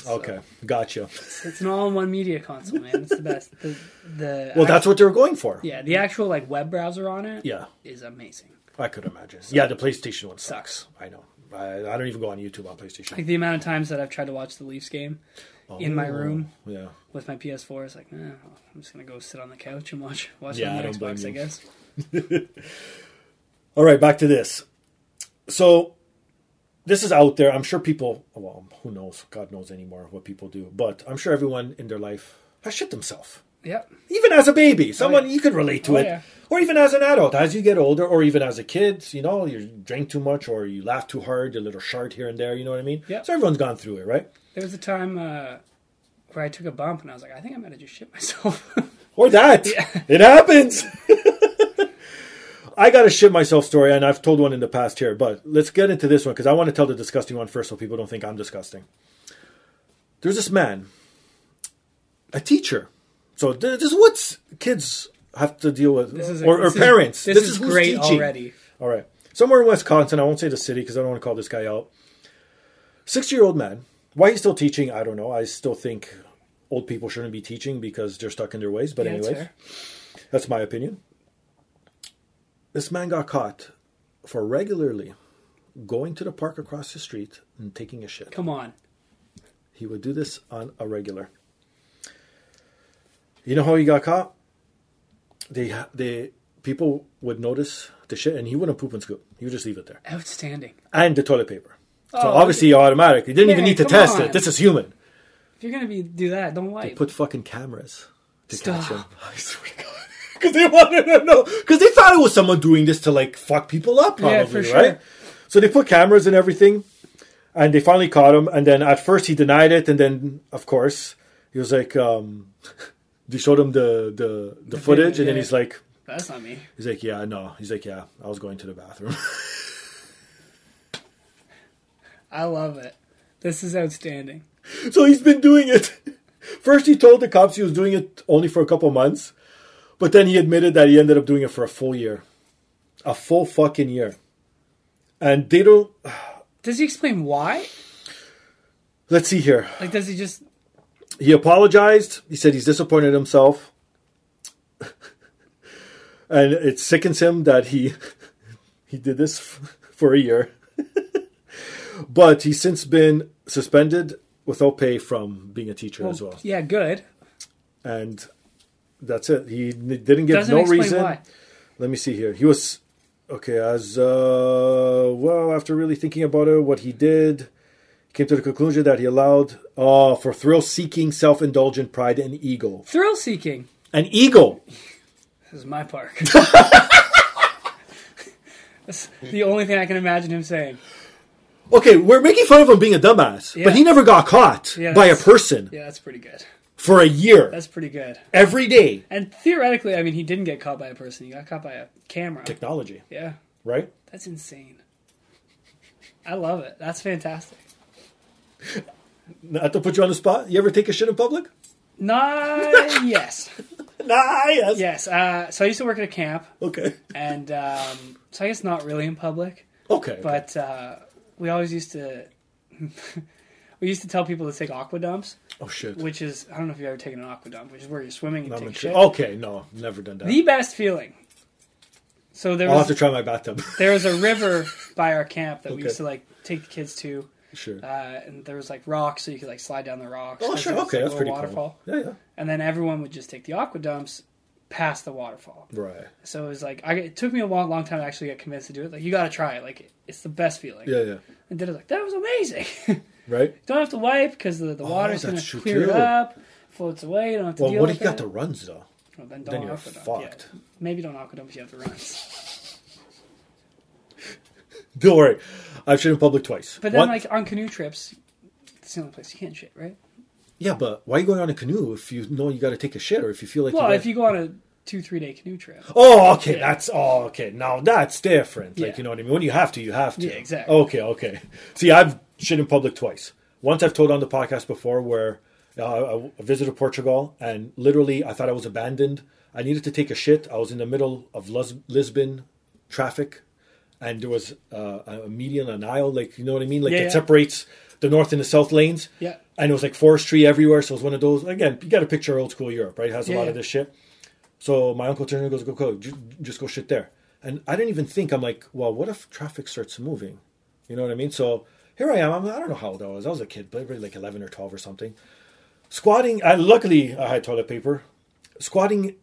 Speaker 1: Okay, gotcha.
Speaker 2: It's an all-in-one media console, man. It's the best. The, the
Speaker 1: Well, that's what they were going for.
Speaker 2: yeah. The actual like web browser on it is
Speaker 1: Yeah,
Speaker 2: amazing.
Speaker 1: I could imagine. Yeah, the PlayStation one sucks.
Speaker 2: Sucks.
Speaker 1: I know. I, I don't even go on YouTube on PlayStation. Oh,
Speaker 2: Like the amount of times that I've tried to watch the Leafs game in my room
Speaker 1: Yeah.
Speaker 2: with my PS4 is like, nah, I'm just gonna go sit on the couch and watch watch
Speaker 1: Yeah, I
Speaker 2: it on
Speaker 1: don't
Speaker 2: the
Speaker 1: blame
Speaker 2: Xbox, I
Speaker 1: you.
Speaker 2: guess.
Speaker 1: All right, back to this. So this is out there. I'm sure people. Well, who knows? God knows anymore what people do. But I'm sure everyone in their life has shit themselves.
Speaker 2: Yep.
Speaker 1: Even as a baby, someone
Speaker 2: yeah.
Speaker 1: you could relate to
Speaker 2: Oh,
Speaker 1: it,
Speaker 2: yeah.
Speaker 1: or even as an adult, as you get older, or even as a kid, you know, you drink too much, or you laugh too hard, a little shart here and there. You know what I mean?
Speaker 2: Yeah.
Speaker 1: So everyone's gone through it, right?
Speaker 2: There was a time uh, where I took a bump and I was like, I think I might have just shit myself.
Speaker 1: Or that. It happens. I got a shit myself story, and I've told one in the past here, but let's get into this one because I want to tell the disgusting one first so people don't think I'm disgusting. There's this man a teacher. So th- this is what kids have to deal with,
Speaker 2: This is a-
Speaker 1: or, or
Speaker 2: this is-
Speaker 1: parents.
Speaker 2: this is
Speaker 1: who's
Speaker 2: great already.
Speaker 1: All right, somewhere in Wisconsin, I won't say the city because I don't want to call this guy out. Sixty-year-old man. Why he's still teaching, I don't know. I still think old people shouldn't be teaching because they're stuck in their ways. But
Speaker 2: Yeah, that's
Speaker 1: anyways,
Speaker 2: fair.
Speaker 1: that's my opinion. This man got caught for regularly going to the park across the street and taking a shit.
Speaker 2: Come on.
Speaker 1: He would do this on a regular. You know how he got caught? They they people would notice the shit, and he wouldn't poop and scoop. He would just leave it there,
Speaker 2: Outstanding.
Speaker 1: and the toilet paper. So
Speaker 2: Oh,
Speaker 1: obviously, automatic. He didn't even
Speaker 2: Yeah,
Speaker 1: need to
Speaker 2: come
Speaker 1: test
Speaker 2: on.
Speaker 1: it. This is human.
Speaker 2: If you're gonna be do that, don't wipe.
Speaker 1: Put fucking cameras to catch him.
Speaker 2: Stop.
Speaker 1: I swear to God. Because they wanted to know. Because they thought it was someone doing this to like fuck people up, probably,
Speaker 2: Yeah, for sure.
Speaker 1: right? So they put cameras and everything, and they finally caught him. And then at first he denied it, and then of course he was like, um, they showed him the the, the footage, and then
Speaker 2: yeah.
Speaker 1: he's like,
Speaker 2: That's not me.
Speaker 1: he's like, yeah, no, he's like, yeah, I was going to the bathroom.
Speaker 2: I love it. This is outstanding.
Speaker 1: So he's been doing it. First, he told the cops he was doing it only for a couple months, but then he admitted that he ended up doing it for a full year. A full fucking year. And they don't.
Speaker 2: Does he explain why?
Speaker 1: Let's see here.
Speaker 2: Like, does he just?
Speaker 1: He apologized. He said he's disappointed in himself. and it sickens him that he he did this f- for a year. but he's since been suspended without pay from being a teacher as well.
Speaker 2: Yeah, good.
Speaker 1: and that's it. He n- didn't give
Speaker 2: Doesn't
Speaker 1: no
Speaker 2: explain
Speaker 1: reason.
Speaker 2: why.
Speaker 1: Let me see here. He was okay as uh, well after really thinking about it, what he did. he Came to the conclusion that he allowed oh for thrill seeking, self indulgent pride and ego.
Speaker 2: Thrill seeking.
Speaker 1: An ego.
Speaker 2: This is my park. That's the only thing I can imagine him saying.
Speaker 1: Okay, we're making fun of him being a dumbass,
Speaker 2: Yeah.
Speaker 1: but he never got caught
Speaker 2: Yeah,
Speaker 1: by a
Speaker 2: that's-
Speaker 1: person
Speaker 2: Yeah, that's pretty good.
Speaker 1: for a year.
Speaker 2: That's pretty good.
Speaker 1: every day.
Speaker 2: And theoretically, I mean, he didn't get caught by a person. He got caught by a camera.
Speaker 1: Technology,
Speaker 2: Yeah,
Speaker 1: right?
Speaker 2: that's insane. I love it. That's fantastic.
Speaker 1: Not to put you on the spot. You ever take a shit in public?
Speaker 2: Nah, yes,
Speaker 1: Nah, yes.
Speaker 2: yes. Uh, so I used to work at a camp,
Speaker 1: Okay.
Speaker 2: and um, so I guess not really in public.
Speaker 1: Okay.
Speaker 2: But uh, we always used to we used to tell people to take aqua dumps,
Speaker 1: oh shit.
Speaker 2: which is I don't know if you've ever taken an aqua dump, which is where you're swimming and
Speaker 1: I'm
Speaker 2: take a
Speaker 1: in-
Speaker 2: shit.
Speaker 1: Okay, no, never done that.
Speaker 2: The best feeling. So there
Speaker 1: I'll have to
Speaker 2: was
Speaker 1: try my bathtub.
Speaker 2: there was a river by our camp that we
Speaker 1: Okay.
Speaker 2: used to like take the kids to,
Speaker 1: sure.
Speaker 2: uh, and there was like rocks, so you could like slide down the rocks.
Speaker 1: oh,
Speaker 2: There's,
Speaker 1: sure.
Speaker 2: like, this,
Speaker 1: Okay,
Speaker 2: like,
Speaker 1: that's
Speaker 2: little
Speaker 1: pretty
Speaker 2: waterfall.
Speaker 1: cool. Yeah, yeah.
Speaker 2: And then everyone would just take the aqua dumps past the waterfall.
Speaker 1: Right.
Speaker 2: So it was like I, it took me a long, long time to actually get convinced to do it. Like you got to try it. Like it's the best feeling.
Speaker 1: Yeah, yeah.
Speaker 2: And then I was like, that was amazing.
Speaker 1: Right.
Speaker 2: don't have to wipe because the, the water's gonna
Speaker 1: Oh, that's true,
Speaker 2: clear it
Speaker 1: too.
Speaker 2: up, floats away. You don't have to
Speaker 1: Well,
Speaker 2: deal
Speaker 1: what
Speaker 2: with
Speaker 1: if you got
Speaker 2: it.
Speaker 1: the runs though?
Speaker 2: Well, then don't
Speaker 1: then you're
Speaker 2: aqua dump. Yeah.
Speaker 1: fucked.
Speaker 2: Maybe don't aqua dump if you have to run.
Speaker 1: Don't worry, I've shit in public twice.
Speaker 2: But then,
Speaker 1: One-
Speaker 2: like on canoe trips, it's the only place you can't shit, right?
Speaker 1: yeah, but why are you going on a canoe if you know you got to take a shit or if you feel like?
Speaker 2: Well,
Speaker 1: gotta-
Speaker 2: if you go on a two three day canoe trip,
Speaker 1: Oh, okay. That's oh, okay. Now that's different. Like
Speaker 2: Yeah.
Speaker 1: you know what I mean. When you have to, you have to.
Speaker 2: Yeah, exactly.
Speaker 1: Okay, okay. See, I've shit in public twice. Once I've told on the podcast before where uh, I visited Portugal and literally I thought I was abandoned. I needed to take a shit. I was in the middle of Lis- Lisbon traffic, and there was uh, a median, an aisle, like you know what I mean, like
Speaker 2: Yeah,
Speaker 1: that
Speaker 2: yeah.
Speaker 1: separates the north and the south lanes.
Speaker 2: Yeah.
Speaker 1: And it was like forestry everywhere, so it was one of those. Again, you got to picture old school Europe, right? It has a
Speaker 2: Yeah,
Speaker 1: lot
Speaker 2: yeah.
Speaker 1: of this shit. So my uncle turned and goes, "Go, go, ju- just go shit there." And I didn't even think. I'm like, "Well, what if traffic starts moving?" You know what I mean? So here I am. I'm, I don't know how old I was. I was a kid, but really like 11 or 12 or something. Squatting. I luckily I had toilet paper. Squatting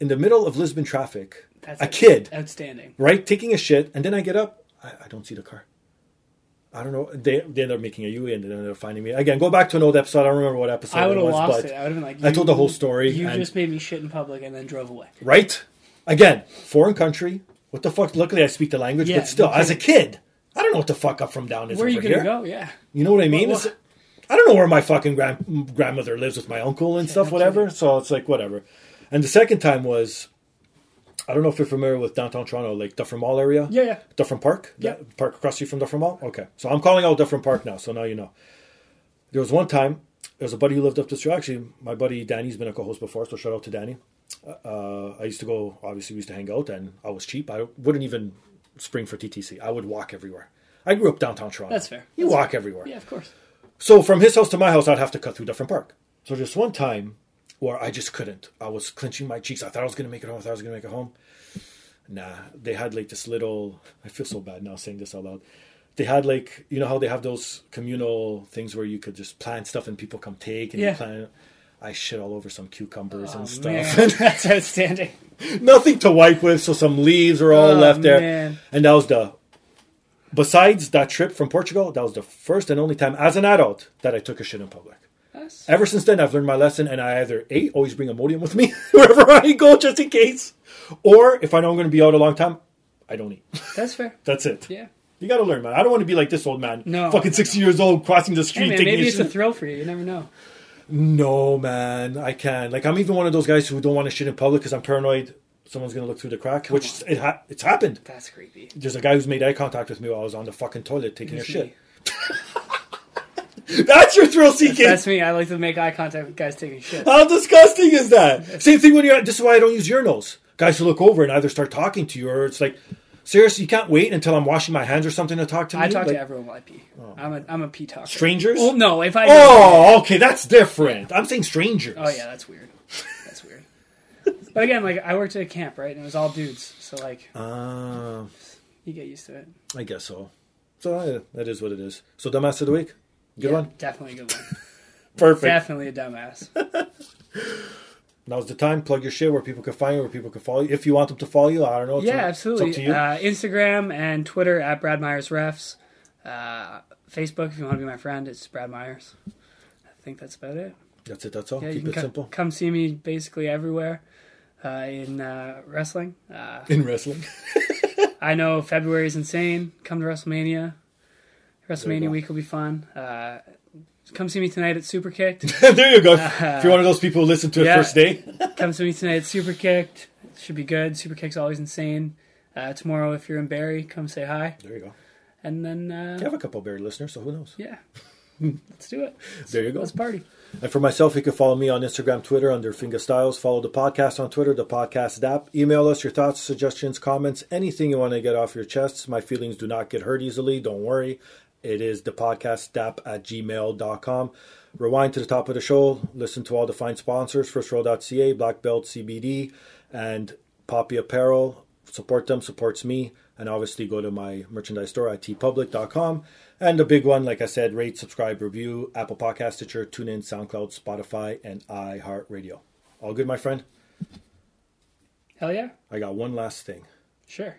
Speaker 1: in the middle of Lisbon traffic.
Speaker 2: that's
Speaker 1: a kid,
Speaker 2: outstanding.
Speaker 1: right, taking a shit, and then I get up. I, I don't see the car. I don't know. They they end up making a U and then they're finding me again. Go back to an old episode. I don't remember what episode.
Speaker 2: I
Speaker 1: it
Speaker 2: would have
Speaker 1: was,
Speaker 2: lost
Speaker 1: but
Speaker 2: it. I would have been like,
Speaker 1: I told the whole story.
Speaker 2: You
Speaker 1: and-
Speaker 2: just made me shit in public and then drove away.
Speaker 1: right? Again, foreign country. What the fuck? Luckily, I speak the language,
Speaker 2: Yeah,
Speaker 1: but still,
Speaker 2: no
Speaker 1: as a kid, I don't know what the fuck up from down is
Speaker 2: Where are you
Speaker 1: over
Speaker 2: gonna
Speaker 1: here.
Speaker 2: go? Yeah,
Speaker 1: You know what I mean?
Speaker 2: Well,
Speaker 1: It's- I don't know where my fucking grand, grandmother lives with my uncle and stuff, whatever. So it's like whatever. And the second time was, I don't know if you're familiar with downtown Toronto, like Dufferin Mall area.
Speaker 2: Yeah, yeah.
Speaker 1: Dufferin Park.
Speaker 2: Yeah.
Speaker 1: That Park across the street from Dufferin Mall. Okay, so I'm calling out Dufferin Park now, so now you know. There was one time there's a buddy who lived up the street. Actually, my buddy Danny's been a co-host before, so shout out to Danny. Uh, I used to go. Obviously, we used to hang out, and I was cheap. I wouldn't even spring for TTC. I would walk everywhere. I grew up downtown Toronto.
Speaker 2: That's fair.
Speaker 1: You
Speaker 2: That's
Speaker 1: walk everywhere.
Speaker 2: Yeah, of course.
Speaker 1: So from his house to my house, I'd have to cut through different park. So just one time where I just couldn't. I was clenching my cheeks. I thought I was going to make it home. I thought I was going to make it home. Nah, they had like this little. I feel so bad now saying this out loud. They had like you know how they have those communal things where you could just plant stuff and people come take and you
Speaker 2: Yeah. Oh,
Speaker 1: plant. I shit all over some cucumbers and stuff.
Speaker 2: Man, that's outstanding.
Speaker 1: Nothing to wipe with, so some leaves are all
Speaker 2: Oh,
Speaker 1: left there.
Speaker 2: man.
Speaker 1: And that was the. Besides that trip from Portugal, that was the first and only time as an adult that I took a shit in public.
Speaker 2: That's-
Speaker 1: Ever since then, I've learned my lesson, and I either a always bring Imodium with me wherever I go, just in case, or if I know I'm going to be out a long time, I don't eat.
Speaker 2: That's fair.
Speaker 1: That's it.
Speaker 2: Yeah.
Speaker 1: You got to learn, man. I don't want to be like this old man,
Speaker 2: No.
Speaker 1: fucking sixty years old, crossing the street.
Speaker 2: Hey, man,
Speaker 1: taking
Speaker 2: maybe
Speaker 1: a
Speaker 2: it's a
Speaker 1: shit.
Speaker 2: thrill for you. You never know.
Speaker 1: no, man, I can't. Like I'm even one of those guys who don't want to shit in public because I'm paranoid someone's going to look through the crack, which it ha- it's happened.
Speaker 2: That's creepy.
Speaker 1: There's a guy who's made eye contact with me while I was on the fucking toilet taking a
Speaker 2: That's
Speaker 1: shit. That's your thrill
Speaker 2: That's,
Speaker 1: seeking.
Speaker 2: that's me. I like to make eye contact with guys taking shit.
Speaker 1: How disgusting is that? Same thing when you're. This is why I don't use urinals. Guys who look over and either start talking to you or it's like, seriously, you can't wait until I'm washing my hands or something to talk to me.
Speaker 2: I talk
Speaker 1: Like,
Speaker 2: to everyone while I pee. I'm a I'm a pee talker.
Speaker 1: Oh. strangers.
Speaker 2: Well, no, if I
Speaker 1: Oh, okay, that's different. I'm saying strangers.
Speaker 2: oh yeah, that's weird. That's weird. but again, like I worked at a camp, right, and it was all dudes, so like
Speaker 1: Uh,
Speaker 2: you get used to it.
Speaker 1: I guess so. So uh, that is what it is. So dumbass of the week. Good
Speaker 2: Yeah,
Speaker 1: one.
Speaker 2: Definitely a good one.
Speaker 1: Perfect.
Speaker 2: definitely a dumbass.
Speaker 1: Now's the time. Plug your shit where people can find you, where people can follow you. If you want them to follow you, I don't know. It's
Speaker 2: yeah,
Speaker 1: up-
Speaker 2: absolutely.
Speaker 1: It's up to you.
Speaker 2: Uh, Instagram and Twitter at Brad Myers Refs. Uh, Facebook, if you want to be my friend, it's Brad Myers. I think that's about it.
Speaker 1: that's it. That's all.
Speaker 2: Yeah, you
Speaker 1: Keep
Speaker 2: can
Speaker 1: it
Speaker 2: co-
Speaker 1: simple.
Speaker 2: come see me basically everywhere uh, in uh, wrestling. Uh,
Speaker 1: In wrestling.
Speaker 2: I know February is insane. Come to
Speaker 1: you
Speaker 2: WrestleMania. WrestleMania
Speaker 1: go.
Speaker 2: week will be fun. Uh, come see me tonight at Super Kicked.
Speaker 1: there you go. if you're one of those people who listen to it
Speaker 2: Yeah.
Speaker 1: first day.
Speaker 2: Come to me tonight at Super Kicked. Should be good. Super Kicked's always insane. Uh, tomorrow, if you're in Barrie, come say hi.
Speaker 1: There you go.
Speaker 2: And then, uh,
Speaker 1: You have a couple buried listeners, so who knows?
Speaker 2: yeah, let's do it.
Speaker 1: There you go.
Speaker 2: Let's party.
Speaker 1: And for myself, you can follow me on Instagram, Twitter under Finga Styles. Follow the podcast on Twitter, the podcast app. Email us your thoughts, suggestions, comments, anything you want to get off your chests. My feelings do not get hurt easily. Don't worry. It is the podcast app at gmail.com. Rewind to the top of the show. Listen to all the fine sponsors, firstrow.ca, Black Belt CBD, and Poppy Apparel. Support them, supports me. And obviously go to my merchandise store at tpublic.com. And the big one, like I said, rate, subscribe, review, Apple Podcast, Stitcher, TuneIn, SoundCloud, Spotify, and iHeartRadio. All good, my friend?
Speaker 2: Hell yeah.
Speaker 1: I got one last thing.
Speaker 2: Sure.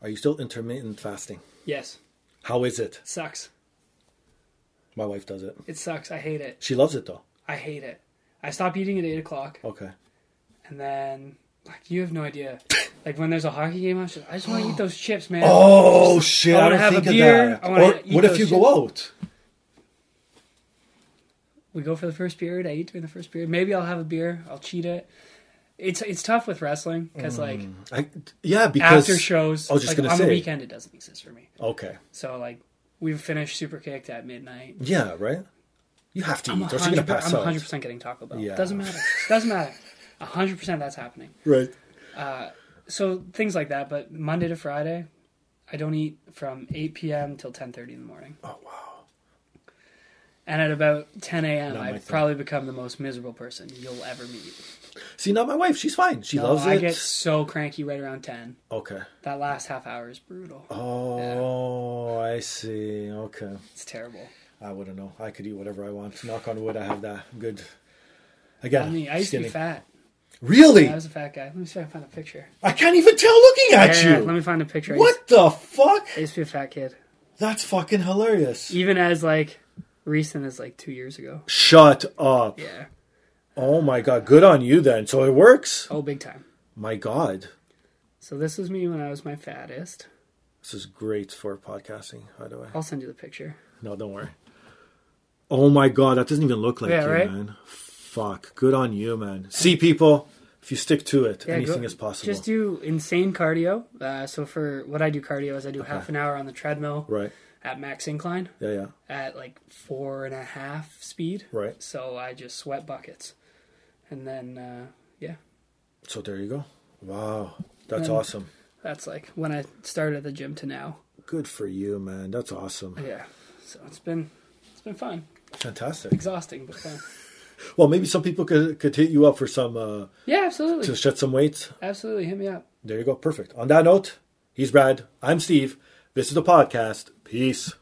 Speaker 1: Are you still intermittent fasting?
Speaker 2: Yes.
Speaker 1: How is it?
Speaker 2: Sucks.
Speaker 1: My wife does it.
Speaker 2: It sucks. I hate it.
Speaker 1: She loves it though.
Speaker 2: I hate it. I stop eating at eight o'clock,
Speaker 1: Okay.
Speaker 2: and then like you have no idea. Like when there's a hockey game, on, she's like, I just want to eat those chips, man.
Speaker 1: Oh shit!
Speaker 2: I
Speaker 1: I,
Speaker 2: wanna
Speaker 1: don't
Speaker 2: have a
Speaker 1: think of
Speaker 2: beer.
Speaker 1: that.
Speaker 2: I wanna
Speaker 1: Or
Speaker 2: eat
Speaker 1: what if
Speaker 2: those
Speaker 1: you go out?
Speaker 2: we go for the first period. I eat during the first period. Maybe I'll have a beer. I'll cheat it. It's it's tough with wrestling because like
Speaker 1: I, yeah, Mm. because
Speaker 2: after shows,
Speaker 1: I was just
Speaker 2: like,
Speaker 1: gonna
Speaker 2: on
Speaker 1: say.
Speaker 2: the weekend, it doesn't exist for me.
Speaker 1: Okay.
Speaker 2: So like we finish super kicked at midnight.
Speaker 1: Yeah. Right. You have to
Speaker 2: I'm
Speaker 1: eat, or else you're gonna
Speaker 2: 100
Speaker 1: pass
Speaker 2: I'm
Speaker 1: out.
Speaker 2: 100% getting Taco Bell.
Speaker 1: Yeah.
Speaker 2: Doesn't matter. Doesn't matter. 100% that's happening.
Speaker 1: Right.
Speaker 2: So things like that. But Monday to Friday, I don't eat from 8 p.m. till 10:30 in the morning. Oh wow. And at about 10 a.m.,
Speaker 1: Not my
Speaker 2: I
Speaker 1: thing.
Speaker 2: probably become the most miserable person you'll ever meet.
Speaker 1: See, not my wife. She's fine. She
Speaker 2: No,
Speaker 1: loves
Speaker 2: I
Speaker 1: it.
Speaker 2: get so cranky right around 10.
Speaker 1: Okay.
Speaker 2: That last half hour is brutal.
Speaker 1: Oh, I see. Okay.
Speaker 2: It's terrible.
Speaker 1: I wouldn't know. I could eat whatever I want. Knock on wood. I have that good. Again,
Speaker 2: I mean, I used to
Speaker 1: skinny.
Speaker 2: be fat.
Speaker 1: Really?
Speaker 2: I was a fat guy. Let me see if I can find a picture.
Speaker 1: I can't even tell looking at
Speaker 2: Yeah,
Speaker 1: you.
Speaker 2: Let me find a picture. I used-
Speaker 1: what the fuck?
Speaker 2: I used to be a fat kid.
Speaker 1: That's fucking hilarious.
Speaker 2: Even as like recent as like two years ago.
Speaker 1: Shut up.
Speaker 2: Yeah.
Speaker 1: Oh my god. Good on you then. So it works.
Speaker 2: Oh, big time.
Speaker 1: My god.
Speaker 2: So this was me when I was my fattest.
Speaker 1: This is great for podcasting, by the way.
Speaker 2: I'll send you the picture.
Speaker 1: No, don't worry. Oh my god, that doesn't even look like
Speaker 2: Yeah,
Speaker 1: you,
Speaker 2: right?
Speaker 1: man. Fuck. Good on you, man. See people, if you stick to it,
Speaker 2: Yeah,
Speaker 1: anything
Speaker 2: go-
Speaker 1: is possible.
Speaker 2: Just do insane cardio. Uh, so for what I do cardio is I do half an hour on the treadmill
Speaker 1: right.
Speaker 2: at max incline
Speaker 1: Yeah, yeah.
Speaker 2: at like four and a half speed.
Speaker 1: Right.
Speaker 2: So I just sweat buckets, and then uh, yeah,
Speaker 1: So there you go. Wow. That's
Speaker 2: Then-
Speaker 1: awesome.
Speaker 2: that's like when I started at the gym to now.
Speaker 1: Good for you, man. That's awesome.
Speaker 2: Yeah. So it's been it's been fun,
Speaker 1: Fantastic.
Speaker 2: exhausting but fun.
Speaker 1: Well, maybe some people could could hit you up for some uh
Speaker 2: Yeah,
Speaker 1: to
Speaker 2: absolutely,
Speaker 1: shed some weight.
Speaker 2: absolutely. Hit me up.
Speaker 1: There you go. Perfect. On that note, he's Brad. I'm Steve. This is the podcast. Peace.